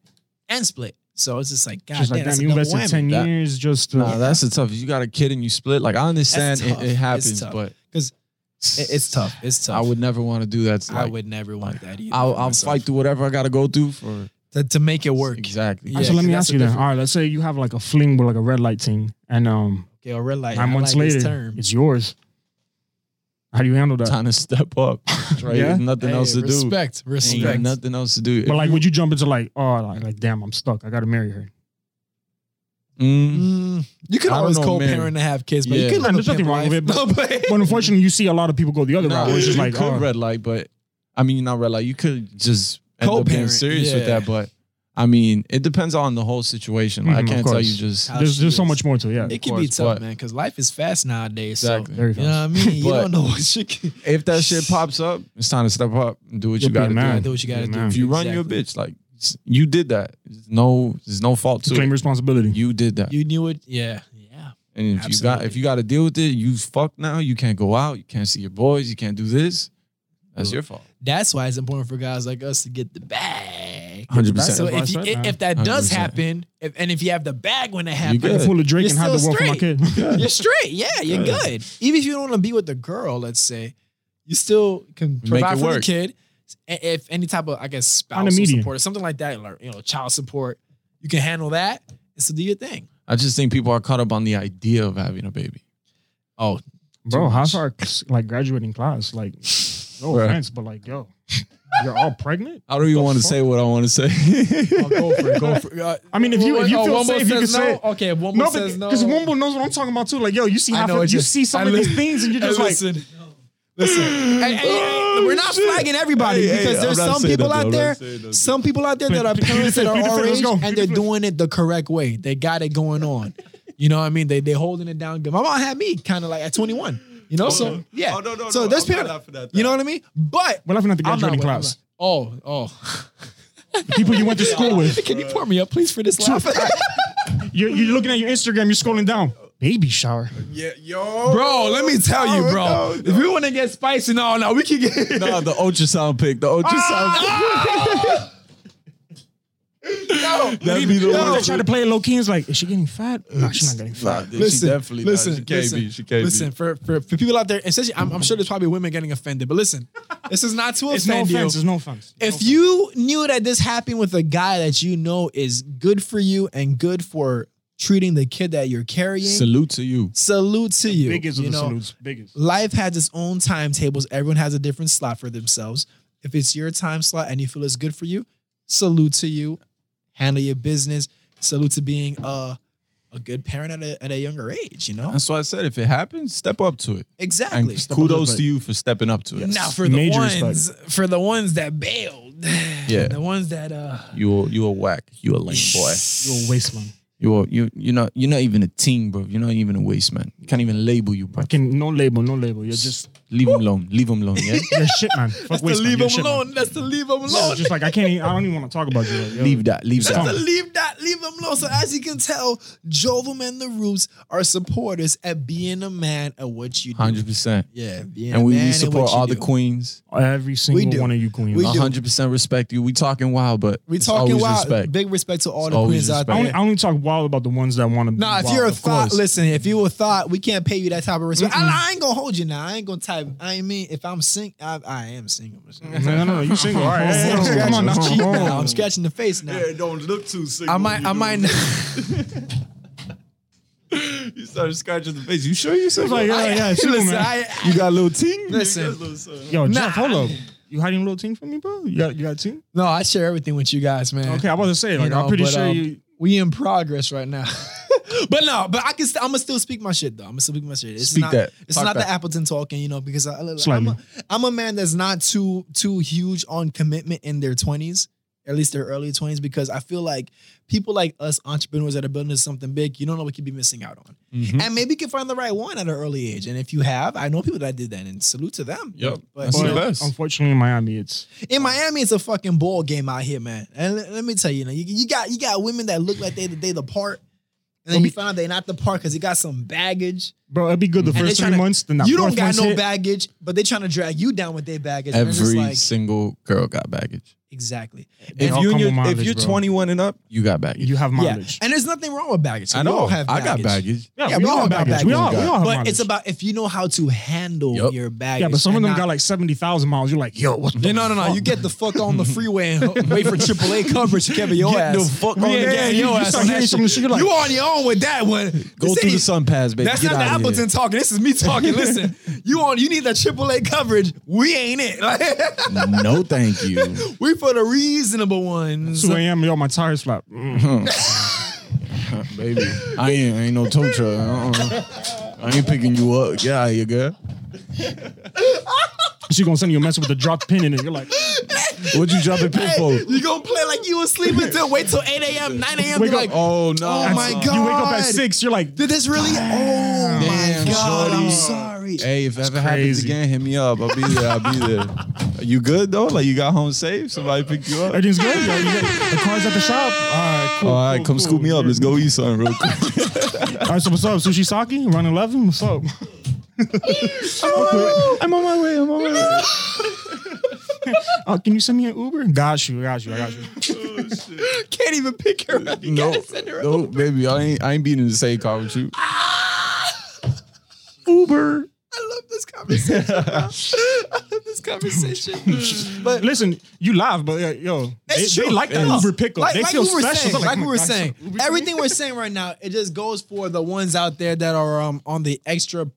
Speaker 2: and split. So it's just like, God
Speaker 3: She's
Speaker 2: damn,
Speaker 3: like,
Speaker 2: that's
Speaker 3: damn,
Speaker 2: a
Speaker 3: you
Speaker 2: double
Speaker 3: invested
Speaker 2: whammy.
Speaker 3: ten
Speaker 1: That-
Speaker 3: years just to.
Speaker 1: Nah, that's the tough. You got a kid and you split. Like I understand
Speaker 2: That's
Speaker 1: it,
Speaker 2: tough. It's
Speaker 1: it happens,
Speaker 2: tough.
Speaker 1: but
Speaker 2: 'Cause It- it's tough. It's tough.
Speaker 1: I would never want to do that. To,
Speaker 2: I
Speaker 1: like,
Speaker 2: would never want that either.
Speaker 1: I'll,
Speaker 2: for
Speaker 1: I'll
Speaker 2: myself.
Speaker 1: fight through whatever I got to go through for
Speaker 2: to, to make it work.
Speaker 1: exactly.
Speaker 2: Yeah,
Speaker 3: so let me
Speaker 2: that's
Speaker 3: ask
Speaker 2: a
Speaker 3: you then.
Speaker 2: different-
Speaker 3: All right, let's say you have like a fling with like a red light team, and um,
Speaker 2: Okay, or red light.
Speaker 3: nine
Speaker 2: I
Speaker 3: months
Speaker 2: like this
Speaker 3: later,
Speaker 2: term.
Speaker 3: it's yours. How do you handle that?
Speaker 1: Time to step up. Right?
Speaker 3: Yeah?
Speaker 1: There's nothing
Speaker 2: Hey,
Speaker 1: else to do.
Speaker 2: respect,
Speaker 1: Ain't got
Speaker 2: Respect,
Speaker 1: nothing else to do.
Speaker 3: But like, would you jump into like, oh, like, like damn, I'm stuck. I gotta marry her.
Speaker 1: Mm.
Speaker 2: Mm, you can
Speaker 1: I don't
Speaker 2: always
Speaker 1: know,
Speaker 2: co-parent
Speaker 1: man.
Speaker 2: and have kids, but you
Speaker 1: Yeah.
Speaker 2: can live
Speaker 3: And there's
Speaker 2: a
Speaker 3: nothing
Speaker 2: pimp
Speaker 3: wrong with
Speaker 2: life.
Speaker 3: it, but-
Speaker 2: No, but-
Speaker 3: But unfortunately, you see a lot of people go the other
Speaker 1: Nah,
Speaker 3: route, which is
Speaker 1: you
Speaker 3: like,
Speaker 1: could
Speaker 3: oh,
Speaker 1: red light, but I mean, not red light. You could just end up being
Speaker 2: Co-parent,
Speaker 1: serious with
Speaker 2: yeah.
Speaker 1: that. But I mean, it depends on the whole situation. Like,
Speaker 3: Mhm, of
Speaker 1: I can't tell you
Speaker 3: course.
Speaker 1: just
Speaker 2: Mm-hmm, How
Speaker 3: There's
Speaker 2: she
Speaker 3: there's so
Speaker 2: is.
Speaker 3: much more to it. Yeah,
Speaker 2: It can be
Speaker 1: course,
Speaker 2: tough,
Speaker 1: but-
Speaker 2: man, because life is fast nowadays.
Speaker 1: exactly.
Speaker 2: So
Speaker 3: very
Speaker 2: you know what
Speaker 3: fast.
Speaker 2: I mean. You
Speaker 1: But-
Speaker 2: don't know what shit. Can,
Speaker 1: if that shit pops up, it's time to step up and do what you
Speaker 3: You'll be a
Speaker 1: got to
Speaker 3: man.
Speaker 1: do.
Speaker 2: gotta do what you gotta
Speaker 3: Yeah,
Speaker 2: do.
Speaker 3: man.
Speaker 1: If you run,
Speaker 2: Exactly.
Speaker 1: you're a bitch. Like s- you did that. There's no, there's no fault to
Speaker 3: claim
Speaker 1: it.
Speaker 3: responsibility.
Speaker 1: You did that.
Speaker 2: you knew it. Yeah, yeah.
Speaker 1: And if you got
Speaker 2: Absolutely.
Speaker 1: if you got to deal with it, you fucked now. You can't go out. You can't see your boys. You can't do this. That's your fault.
Speaker 2: That's why it's important for guys like us to get the bag.
Speaker 1: Hundred
Speaker 2: So
Speaker 1: percent.
Speaker 3: That's what I
Speaker 2: if you,
Speaker 3: said, man.
Speaker 2: if that does
Speaker 1: 100%.
Speaker 2: happen, if, and if you have the bag when it
Speaker 1: You
Speaker 2: happens,
Speaker 1: good.
Speaker 3: I can pull a Drake
Speaker 2: You're
Speaker 3: and have the
Speaker 2: still
Speaker 3: world for my kid.
Speaker 2: You're straight. Yeah, you're
Speaker 1: Yeah.
Speaker 2: good. Even if you don't want to be with the girl, let's say, you still can
Speaker 1: Make
Speaker 2: provide
Speaker 1: it
Speaker 2: for the
Speaker 1: work.
Speaker 2: kid. A- If any type of, I guess,
Speaker 3: Find a
Speaker 2: spousal
Speaker 3: medium.
Speaker 2: support or something like that, or you know, child support, you can handle that and still do your thing.
Speaker 1: I just think people are caught up on the idea of having a baby.
Speaker 2: Oh,
Speaker 3: Bro,
Speaker 2: much.
Speaker 3: how's our like graduating class? Like, no
Speaker 1: Bruh.
Speaker 3: offense, but like, yo, you're all pregnant.
Speaker 1: I don't even
Speaker 3: The
Speaker 1: want to
Speaker 3: fuck?
Speaker 1: say what I want to say.
Speaker 2: go for it. Go for it. Uh,
Speaker 3: I mean, if you
Speaker 2: Wait,
Speaker 3: if you
Speaker 2: oh,
Speaker 3: feel
Speaker 2: Wombo
Speaker 3: safe, you can
Speaker 2: says
Speaker 3: say
Speaker 2: no?
Speaker 3: it.
Speaker 2: Okay, if Wombo
Speaker 3: No,
Speaker 2: says no.
Speaker 3: because Wombo knows what I'm talking about too. Like, yo, you see
Speaker 2: I
Speaker 3: half
Speaker 2: know,
Speaker 3: of,
Speaker 2: it's
Speaker 3: you
Speaker 2: just-
Speaker 3: see some
Speaker 2: I
Speaker 3: of
Speaker 2: li-
Speaker 3: these things, and you're just
Speaker 2: Hey,
Speaker 3: like,
Speaker 2: listen, listen. Hey, hey, hey,
Speaker 1: Oh,
Speaker 2: we're not
Speaker 1: shit.
Speaker 2: flagging everybody
Speaker 1: Hey, hey,
Speaker 2: because
Speaker 1: I'm
Speaker 2: there's
Speaker 1: not
Speaker 2: some
Speaker 1: saying
Speaker 2: people
Speaker 1: that,
Speaker 2: out
Speaker 1: though. I'm
Speaker 2: there,
Speaker 1: not saying that,
Speaker 2: some people out there that are
Speaker 3: Peter
Speaker 2: parents that
Speaker 3: Flip,
Speaker 2: are
Speaker 3: Peter
Speaker 2: our
Speaker 3: Flip, let's
Speaker 2: age
Speaker 3: go.
Speaker 2: and they're
Speaker 3: Peter Flip.
Speaker 2: doing it the correct way. They got it going on. You know what I mean? They they holding it down good. My mom had me kind of like at 21. You know, so yeah.
Speaker 1: Oh, no, no,
Speaker 2: so
Speaker 1: no,
Speaker 2: there's
Speaker 1: I'm not
Speaker 2: people.
Speaker 1: laughing at
Speaker 2: You know
Speaker 1: that.
Speaker 2: what I mean? But
Speaker 3: we're laughing at the
Speaker 2: I'm not
Speaker 3: graduating
Speaker 2: with-
Speaker 3: class.
Speaker 2: Oh, oh.
Speaker 3: The people you went to school with.
Speaker 2: Can you pour me up, please, for this laugh?
Speaker 3: You're, you're looking at your Instagram. You're scrolling down. Baby shower.
Speaker 1: yeah, yo,
Speaker 2: bro, let me tell you,
Speaker 1: No,
Speaker 2: bro.
Speaker 1: no,
Speaker 2: If we want to get spicy, no, no, we can get.
Speaker 1: No, the ultrasound pick. The ultrasound. pic. That'd be the
Speaker 3: I
Speaker 1: one.
Speaker 3: tried to play it low key. and It's like, is she getting fat? No, she's not getting fat.
Speaker 1: Nah, dude, she definitely not. She can't be. She can't
Speaker 2: listen
Speaker 1: be.
Speaker 2: For, for for people out there, especially I'm, I'm sure there's probably women getting offended, but listen, this is not to
Speaker 3: It's no
Speaker 2: offend
Speaker 3: offense.
Speaker 2: you.
Speaker 3: It's no offense.
Speaker 2: If you knew that this happened with a guy that you know is good for you and good for treating the kid that you're carrying,
Speaker 1: Salute to you.
Speaker 2: salute to you.
Speaker 3: biggest of
Speaker 2: you
Speaker 3: the
Speaker 2: know?
Speaker 3: salutes. Biggest.
Speaker 2: Life has its own timetables. Everyone has a different slot for themselves. If it's your time slot and you feel it's good for you, salute to you. Handle your business. Salute to being a a good parent at a, at a younger age. You know
Speaker 1: That's why I said if it happens, step up to it.
Speaker 2: exactly.
Speaker 1: And kudos to you for stepping up to it.
Speaker 2: Now for the
Speaker 3: Major
Speaker 2: ones for the ones that bailed.
Speaker 1: Yeah.
Speaker 2: The ones that uh
Speaker 1: You you a whack. You a lame boy.
Speaker 3: You're a wasteland.
Speaker 1: You you you're not you're not even a team, bro. You're not even a waste man. Can't even label you, bro.
Speaker 3: Can no label. No label. You're just
Speaker 1: Leave him alone. Leave him alone. Yeah.
Speaker 3: you're a shit man. Fuck
Speaker 2: to leave
Speaker 3: waste man. You're a
Speaker 2: them
Speaker 3: shit man.
Speaker 2: alone. That's to leave them
Speaker 3: Yeah,
Speaker 2: alone.
Speaker 3: it's just like I can't. Even, I don't even want to talk about you. Like, yo,
Speaker 1: leave that. Leave
Speaker 3: Stop.
Speaker 1: that.
Speaker 2: to leave that, leave them alone. So as you can tell, Jovem and the Roots are supporters at being a man at what you do.
Speaker 1: Hundred percent.
Speaker 2: Yeah, being a
Speaker 1: And we,
Speaker 2: man
Speaker 1: we
Speaker 2: at
Speaker 1: support
Speaker 2: what you
Speaker 1: all the
Speaker 2: do.
Speaker 1: queens.
Speaker 3: every
Speaker 2: We do.
Speaker 3: single one of you queens.
Speaker 2: We
Speaker 1: A
Speaker 2: do.
Speaker 1: hundred percent respect you. We talking wild, but
Speaker 2: We
Speaker 1: it's
Speaker 2: talking
Speaker 1: always
Speaker 2: wild.
Speaker 1: respect.
Speaker 2: Big respect to all
Speaker 1: It's
Speaker 2: the
Speaker 1: always
Speaker 2: queens
Speaker 1: respect.
Speaker 2: out there.
Speaker 3: I only, I only talk wild about the ones that want to.
Speaker 2: Nah, if you're a
Speaker 1: of
Speaker 2: thought,
Speaker 1: course.
Speaker 2: listen. If you a thought, we can't pay you that type of respect. I, I ain't gonna hold you now. I ain't gonna type. I mean, if I'm sing, I, I am single. I'm
Speaker 3: no, no, no, you single. All right, hey, hey, hey, come on,
Speaker 2: scratching
Speaker 3: now.
Speaker 2: the cheek now.
Speaker 3: Oh.
Speaker 2: I'm scratching the face now.
Speaker 1: don't look too sick.
Speaker 2: I might. I might.
Speaker 1: You started scratching the face. You sure you said
Speaker 3: like, yeah, yeah, single,
Speaker 2: listen,
Speaker 3: man.
Speaker 2: I,
Speaker 1: You got a little ting?
Speaker 2: Listen.
Speaker 3: Yo,
Speaker 2: Nah.
Speaker 3: Jeff, hold up. You hiding a little team from me, bro? You got, you got a team?
Speaker 2: no, I share everything with you guys, man.
Speaker 3: Okay, I was about to say, like,
Speaker 2: You know,
Speaker 3: I'm pretty
Speaker 2: but,
Speaker 3: sure
Speaker 2: um,
Speaker 3: you.
Speaker 2: we in progress right now. but no, but I can. St- I'm gonna still speak my shit though. I'm gonna still speak my shit. It's
Speaker 1: Speak
Speaker 2: not,
Speaker 1: that.
Speaker 2: It's
Speaker 1: Talk
Speaker 2: not
Speaker 1: that.
Speaker 2: the Appleton talking, you know, because I, I'm,
Speaker 3: Slightly.
Speaker 2: a, I'm a man that's not too too huge on commitment in their 20s, at least their early 20s, because I feel like people like us entrepreneurs that are building something big, you don't know what you could be missing out on,
Speaker 3: Mm-hmm.
Speaker 2: and maybe you can find the right one at an early age. And if you have, I know people that did that, and salute to them.
Speaker 1: Yep.
Speaker 2: But
Speaker 1: That's
Speaker 2: you
Speaker 1: the
Speaker 2: know,
Speaker 1: best.
Speaker 3: Unfortunately, in Miami, it's
Speaker 2: in Miami, it's a fucking ball game out here, man. And let, let me tell you, you, know, you, you got you got women that look like they they the part, and then you find out they not the part because they got some baggage.
Speaker 3: bro. It'd be good the
Speaker 2: And
Speaker 3: first
Speaker 2: they
Speaker 3: three
Speaker 2: tryna-
Speaker 3: months. Then that
Speaker 2: you don't
Speaker 3: fourth
Speaker 2: got
Speaker 3: month's
Speaker 2: no
Speaker 3: hit,
Speaker 2: baggage, but they trying to drag you down with their baggage. and it's
Speaker 1: Every
Speaker 2: like,
Speaker 1: single girl got baggage.
Speaker 2: exactly,
Speaker 3: They
Speaker 1: if
Speaker 3: all
Speaker 1: you
Speaker 3: come
Speaker 1: are
Speaker 3: with
Speaker 1: if
Speaker 3: mileage,
Speaker 1: you're
Speaker 3: bro.
Speaker 1: 21 and up, you got baggage.
Speaker 3: You have
Speaker 2: yeah.
Speaker 3: mileage.
Speaker 2: And there's nothing wrong with baggage.
Speaker 1: I
Speaker 2: We all
Speaker 1: know.
Speaker 2: have.
Speaker 1: I got
Speaker 2: Baggage.
Speaker 1: baggage.
Speaker 2: Yeah, we, all,
Speaker 3: have
Speaker 2: got baggage.
Speaker 3: We all, we all have
Speaker 2: but
Speaker 3: mileage.
Speaker 2: it's about if you know how to handle
Speaker 1: Yup.
Speaker 2: your baggage.
Speaker 3: yeah, but some of
Speaker 2: and
Speaker 3: them
Speaker 2: not-
Speaker 3: got like seventy thousand miles. You're like, yo, what?
Speaker 2: Yeah, no, no, no. You get the fuck on the freeway and wait for AAA coverage to cover your
Speaker 1: Get
Speaker 2: ass.
Speaker 1: the fuck on
Speaker 2: We ain't
Speaker 1: the-
Speaker 2: getting
Speaker 1: Yeah,
Speaker 2: your
Speaker 1: you- you
Speaker 2: ass
Speaker 1: start
Speaker 2: on
Speaker 1: hearing
Speaker 2: that
Speaker 3: some
Speaker 2: shit.
Speaker 3: shit, you're like-
Speaker 2: you on your own with that one.
Speaker 1: Go
Speaker 2: This
Speaker 1: through the
Speaker 2: ain't-
Speaker 1: sun pass, baby.
Speaker 2: That's
Speaker 1: Get
Speaker 2: not the
Speaker 1: outta here.
Speaker 2: Appleton talking. This is me talking. Listen, you on? You need that AAA coverage. We ain't it. Like,
Speaker 1: no, thank you.
Speaker 2: we for the reasonable ones.
Speaker 3: two a.m. Yo, my tires flap. Mm.
Speaker 1: Baby, I ain't, I ain't no tow truck. Uh-uh. I ain't picking you up. Yeah, you girl.
Speaker 3: She's gonna send you a message with a dropped pin in it. You're like, oh
Speaker 1: What'd you drop it pin for?
Speaker 2: You gonna play like you was sleeping until wait till 8 a.m., 9 a.m.
Speaker 3: Wake
Speaker 2: Be
Speaker 3: up.
Speaker 2: like,
Speaker 1: Oh no!
Speaker 6: Oh my God.
Speaker 3: you wake up at
Speaker 6: God.
Speaker 3: six. You're like,
Speaker 6: Did this really? Oh
Speaker 1: Damn,
Speaker 6: my god! I'm
Speaker 1: shorty.
Speaker 6: sorry.
Speaker 1: Hey, if ever happens
Speaker 3: crazy.
Speaker 1: again, hit me up. I'll be there. I'll be there. Are you good though? Like you got home safe? Somebody picked you up?
Speaker 3: everything's good. yo. You get- the car's at the shop. All right, cool.
Speaker 1: All right,
Speaker 3: cool,
Speaker 1: come
Speaker 3: cool.
Speaker 1: scoop me up. Let's go eat something real quick.
Speaker 3: All right, so what's up, Sushi Saki? Run eleven. What's up?
Speaker 1: I'm on my way. I'm on my way.
Speaker 3: Uh, can you send me an Uber? Got you. Got you. I got you.
Speaker 2: can't even pick her up. You
Speaker 1: No,
Speaker 2: gotta send her up.
Speaker 1: no, baby, I ain't. I ain't beating the same car with you. Uber.
Speaker 2: I love this conversation. bro. I love this conversation. But
Speaker 3: Listen, you laugh, but uh, yo, they,
Speaker 2: That's
Speaker 3: they
Speaker 2: true.
Speaker 3: like that
Speaker 2: Yeah.
Speaker 3: Uber pickup.
Speaker 2: like,
Speaker 3: they
Speaker 2: like
Speaker 3: feel
Speaker 2: we were
Speaker 3: special.
Speaker 2: saying,
Speaker 3: They're
Speaker 2: like we were
Speaker 3: "Nice
Speaker 2: saying,
Speaker 3: Uber pickup."
Speaker 2: everything we're saying right now, it just goes for the ones out there that are um, on the extra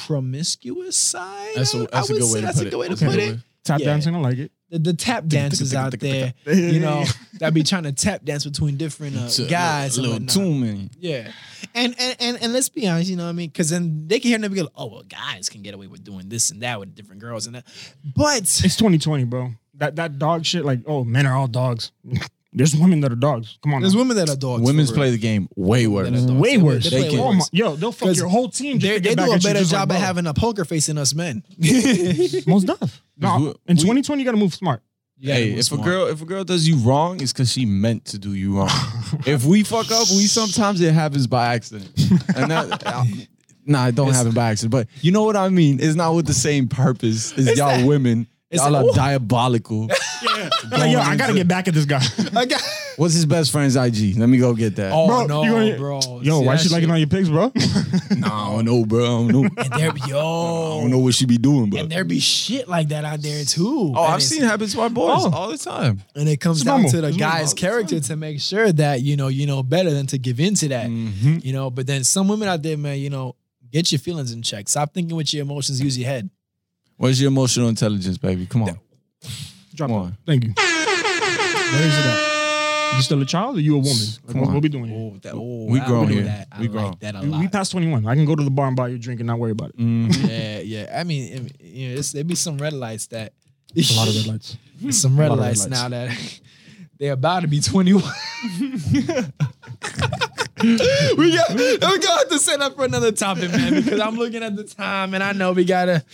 Speaker 2: promiscuous side.
Speaker 1: That's a-
Speaker 2: I would-
Speaker 1: that's
Speaker 2: I
Speaker 1: a
Speaker 2: would
Speaker 1: good
Speaker 2: say
Speaker 1: way to
Speaker 2: that's
Speaker 1: put
Speaker 2: a
Speaker 1: it.
Speaker 2: good way to
Speaker 1: Okay.
Speaker 2: put
Speaker 1: Good
Speaker 2: it.
Speaker 1: way.
Speaker 3: Tap
Speaker 2: Yeah.
Speaker 3: dancing, I like it.
Speaker 2: The, the tap dancers out there, you know, that be trying to tap dance between different uh, guys. and
Speaker 1: little
Speaker 2: whatnot.
Speaker 1: too many.
Speaker 2: Yeah. And and and and let's be honest, you know what I mean? Cause then they can hear them go, oh well, guys can get away with doing this and that with different girls and that. But
Speaker 3: It's 2020, bro. That that dog shit, like, oh, men are all dogs. There's women that are dogs. Come on.
Speaker 2: there's
Speaker 3: now.
Speaker 2: women that are dogs.
Speaker 1: Women's
Speaker 2: for real.
Speaker 1: play the game way
Speaker 2: That
Speaker 1: worse.
Speaker 2: are dogs.
Speaker 3: way
Speaker 2: They-
Speaker 3: worse.
Speaker 2: They,
Speaker 1: They
Speaker 2: play
Speaker 1: can-
Speaker 2: way
Speaker 3: Oh my,
Speaker 2: worse.
Speaker 3: yo, they'll fuck
Speaker 2: 'Cause
Speaker 3: your whole team. Just
Speaker 2: They,
Speaker 3: to
Speaker 2: they
Speaker 3: get back
Speaker 2: do a
Speaker 3: at you,
Speaker 2: better
Speaker 3: just
Speaker 2: job
Speaker 3: like,
Speaker 2: of
Speaker 3: bro.
Speaker 2: having a poker face than us men.
Speaker 3: most deaf.
Speaker 1: we-
Speaker 3: No, in
Speaker 1: we-
Speaker 3: 2020, you gotta move smart.
Speaker 1: hey,
Speaker 2: we're
Speaker 1: if
Speaker 2: smart.
Speaker 1: a girl if a girl does you wrong, it's because she meant to do you wrong. if we fuck up, we sometimes it happens by accident, and that. I- Nah, it don't happen by accident. But you know what I mean? It's not with the same purpose as y'all women.
Speaker 2: it's
Speaker 1: Y'all
Speaker 2: that-
Speaker 1: are
Speaker 2: Ooh.
Speaker 1: diabolical.
Speaker 3: Like, yo, I gotta
Speaker 1: into-
Speaker 3: get back at this guy.
Speaker 2: I got
Speaker 1: What's his best friend's IG? Let me go get that.
Speaker 2: Oh
Speaker 3: Bro,
Speaker 2: no,
Speaker 3: you gonna-
Speaker 2: bro.
Speaker 3: yo,
Speaker 2: See,
Speaker 3: why
Speaker 2: that
Speaker 3: she liking
Speaker 2: shit-
Speaker 3: all your pics, bro?
Speaker 1: no, I don't know, bro. I don't know. I
Speaker 2: And there, yo,
Speaker 1: don't know what she be doing, but
Speaker 2: and there be shit like that out there too.
Speaker 1: oh,
Speaker 2: And
Speaker 1: I've
Speaker 2: it's-
Speaker 1: seen it happen to my boys
Speaker 3: Oh.
Speaker 1: all the time.
Speaker 2: and it comes
Speaker 3: It's
Speaker 2: down
Speaker 3: normal.
Speaker 2: to the
Speaker 3: It's normal.
Speaker 2: guy's character to make sure that you know you know better than to give in to that. You know, but then some women out there, man, you know, get your feelings in check. Stop thinking with your emotions. Use your head.
Speaker 1: Where's your emotional intelligence, baby? Come on.
Speaker 3: Drop
Speaker 1: Come on.
Speaker 3: it. Thank you. Where's it at? You still a child or you a woman? Like,
Speaker 1: Come
Speaker 3: what,
Speaker 1: on.
Speaker 3: what we doing here?
Speaker 2: that, oh,
Speaker 1: We
Speaker 2: I
Speaker 1: grown
Speaker 2: would do
Speaker 1: here.
Speaker 2: That. I
Speaker 1: We
Speaker 2: like
Speaker 1: grown.
Speaker 2: that a
Speaker 3: We-
Speaker 2: lot. Mm.
Speaker 3: We past 21. I can go to the bar and buy you a drink and not worry about it.
Speaker 1: Mhm.
Speaker 2: yeah, yeah. I mean, I mean, you know, it's, there be some red lights that
Speaker 3: A lot of red lights.
Speaker 2: some red
Speaker 3: lot of red
Speaker 2: lights,
Speaker 3: lights.
Speaker 2: now that they're about to be 21. we got we gonna have to set up for another topic, man, because I'm looking at the time and I know we gotta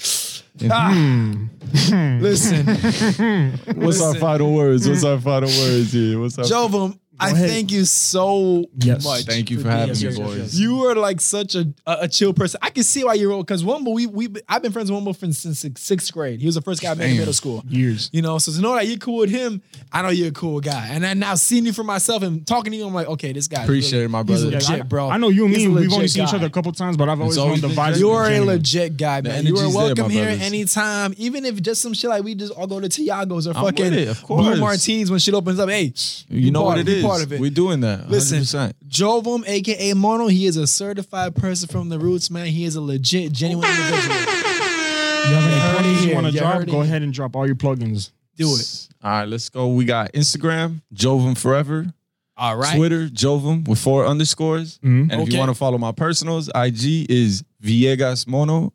Speaker 2: Ah. listen,
Speaker 1: What's our
Speaker 2: Listen.
Speaker 1: final words? What's our final words here? What's our
Speaker 2: Jovum, I
Speaker 3: ahead.
Speaker 2: thank you so
Speaker 3: Yes.
Speaker 2: much.
Speaker 1: Thank you for
Speaker 2: being
Speaker 1: having me,
Speaker 2: here.
Speaker 1: boys.
Speaker 2: You are like such a, a, a chill person. I can see why you're old because Wumbo, we we I've been friends with Wumbo since since sixth grade. He was the first guy I met in
Speaker 1: Damn.
Speaker 2: middle school.
Speaker 3: Years.
Speaker 2: You know, so to know that you're cool with him, I know you're a cool guy. And I now seeing you for myself and talking to you, I'm like, okay, this guy.
Speaker 1: Appreciate it, my brother.
Speaker 2: He's
Speaker 1: Yeah,
Speaker 2: legit,
Speaker 3: I,
Speaker 2: bro.
Speaker 3: I know you and
Speaker 2: He's
Speaker 3: me,
Speaker 2: a
Speaker 3: we've only
Speaker 2: legit
Speaker 3: seen each
Speaker 2: guy.
Speaker 3: other a couple times, but I've always known
Speaker 1: always
Speaker 3: the
Speaker 1: been
Speaker 3: vibes.
Speaker 1: genuine.
Speaker 3: were
Speaker 2: You're a
Speaker 3: genuine.
Speaker 2: legit guy, man. You
Speaker 1: energy's
Speaker 2: are
Speaker 1: there, my
Speaker 2: welcome here
Speaker 1: brothers.
Speaker 2: anytime, even if just some shit like we just all go to Tiago's or
Speaker 1: I'm with
Speaker 2: fucking
Speaker 1: it, of
Speaker 2: Blue
Speaker 1: course.
Speaker 2: Martinis when shit opens up. Hey,
Speaker 1: You know what
Speaker 2: part,
Speaker 1: it is.
Speaker 2: Part of it.
Speaker 1: We're doing that.
Speaker 2: Listen,
Speaker 1: 100%.
Speaker 2: Jovum, aka Mono, he is a certified person from the roots, man. He is a legit, genuine individual.
Speaker 3: You have
Speaker 2: heard
Speaker 3: any
Speaker 2: it
Speaker 3: plugins
Speaker 2: here.
Speaker 3: you want to
Speaker 2: You
Speaker 3: drop?
Speaker 2: heard it
Speaker 3: Go
Speaker 2: here.
Speaker 3: ahead and drop all your plugins.
Speaker 2: Do it.
Speaker 1: All right, let's go. We got Instagram, Jovum Forever.
Speaker 2: All right.
Speaker 1: Twitter, Jovum with four underscores.
Speaker 3: Mhm.
Speaker 1: And if you
Speaker 2: Okay.
Speaker 1: want to follow my personals, IG is Viegas Mono.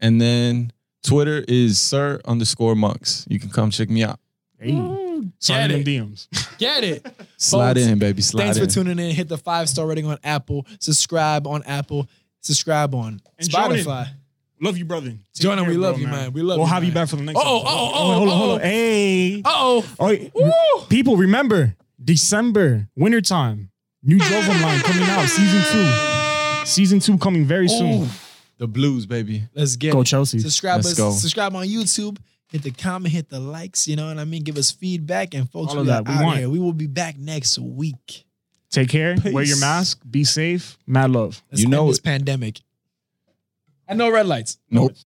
Speaker 1: And then Twitter is Sir underscore Monks. You can come check me out.
Speaker 3: Hey,
Speaker 2: get
Speaker 3: slide in
Speaker 2: it.
Speaker 3: them DMs.
Speaker 2: Get it.
Speaker 1: Slide
Speaker 2: Folks,
Speaker 1: in, baby. Slide
Speaker 2: Thanks
Speaker 1: in.
Speaker 2: for tuning in. Hit the five star rating on Apple. Subscribe on Apple. Subscribe on
Speaker 3: And join in.
Speaker 2: Spotify.
Speaker 3: Love you, brother. Take
Speaker 2: Jonah,
Speaker 3: care,
Speaker 2: we
Speaker 3: bro,
Speaker 2: love you, man. We love
Speaker 3: We'll
Speaker 2: you,
Speaker 3: have you
Speaker 2: man. Oh,
Speaker 3: back for the next.
Speaker 2: Uh-oh,
Speaker 3: episode.
Speaker 2: uh-oh,
Speaker 3: Hold on, hold on, hold on.
Speaker 2: uh-oh.
Speaker 3: Hey.
Speaker 2: Uh
Speaker 3: Oh, yeah.
Speaker 2: oh.
Speaker 3: people, remember December wintertime. New Jovem line coming out, season two. Season two coming very soon.
Speaker 1: the blues, baby.
Speaker 2: Let's get
Speaker 3: Go
Speaker 2: it.
Speaker 3: Chelsea.
Speaker 2: Subscribe
Speaker 1: Let's
Speaker 2: us.
Speaker 1: go.
Speaker 2: Subscribe on YouTube. Hit the comment. Hit the likes. You know what I mean. Give us feedback and folks.
Speaker 3: All of
Speaker 2: we are
Speaker 3: that. We
Speaker 2: out
Speaker 3: want it.
Speaker 2: here. We will be back next week.
Speaker 3: Take care. Wear your
Speaker 1: Peace.
Speaker 3: mask. Be safe. Mad love.
Speaker 2: Let's
Speaker 1: You know
Speaker 2: end this
Speaker 1: it.
Speaker 2: pandemic. I know red lights.
Speaker 1: Nope.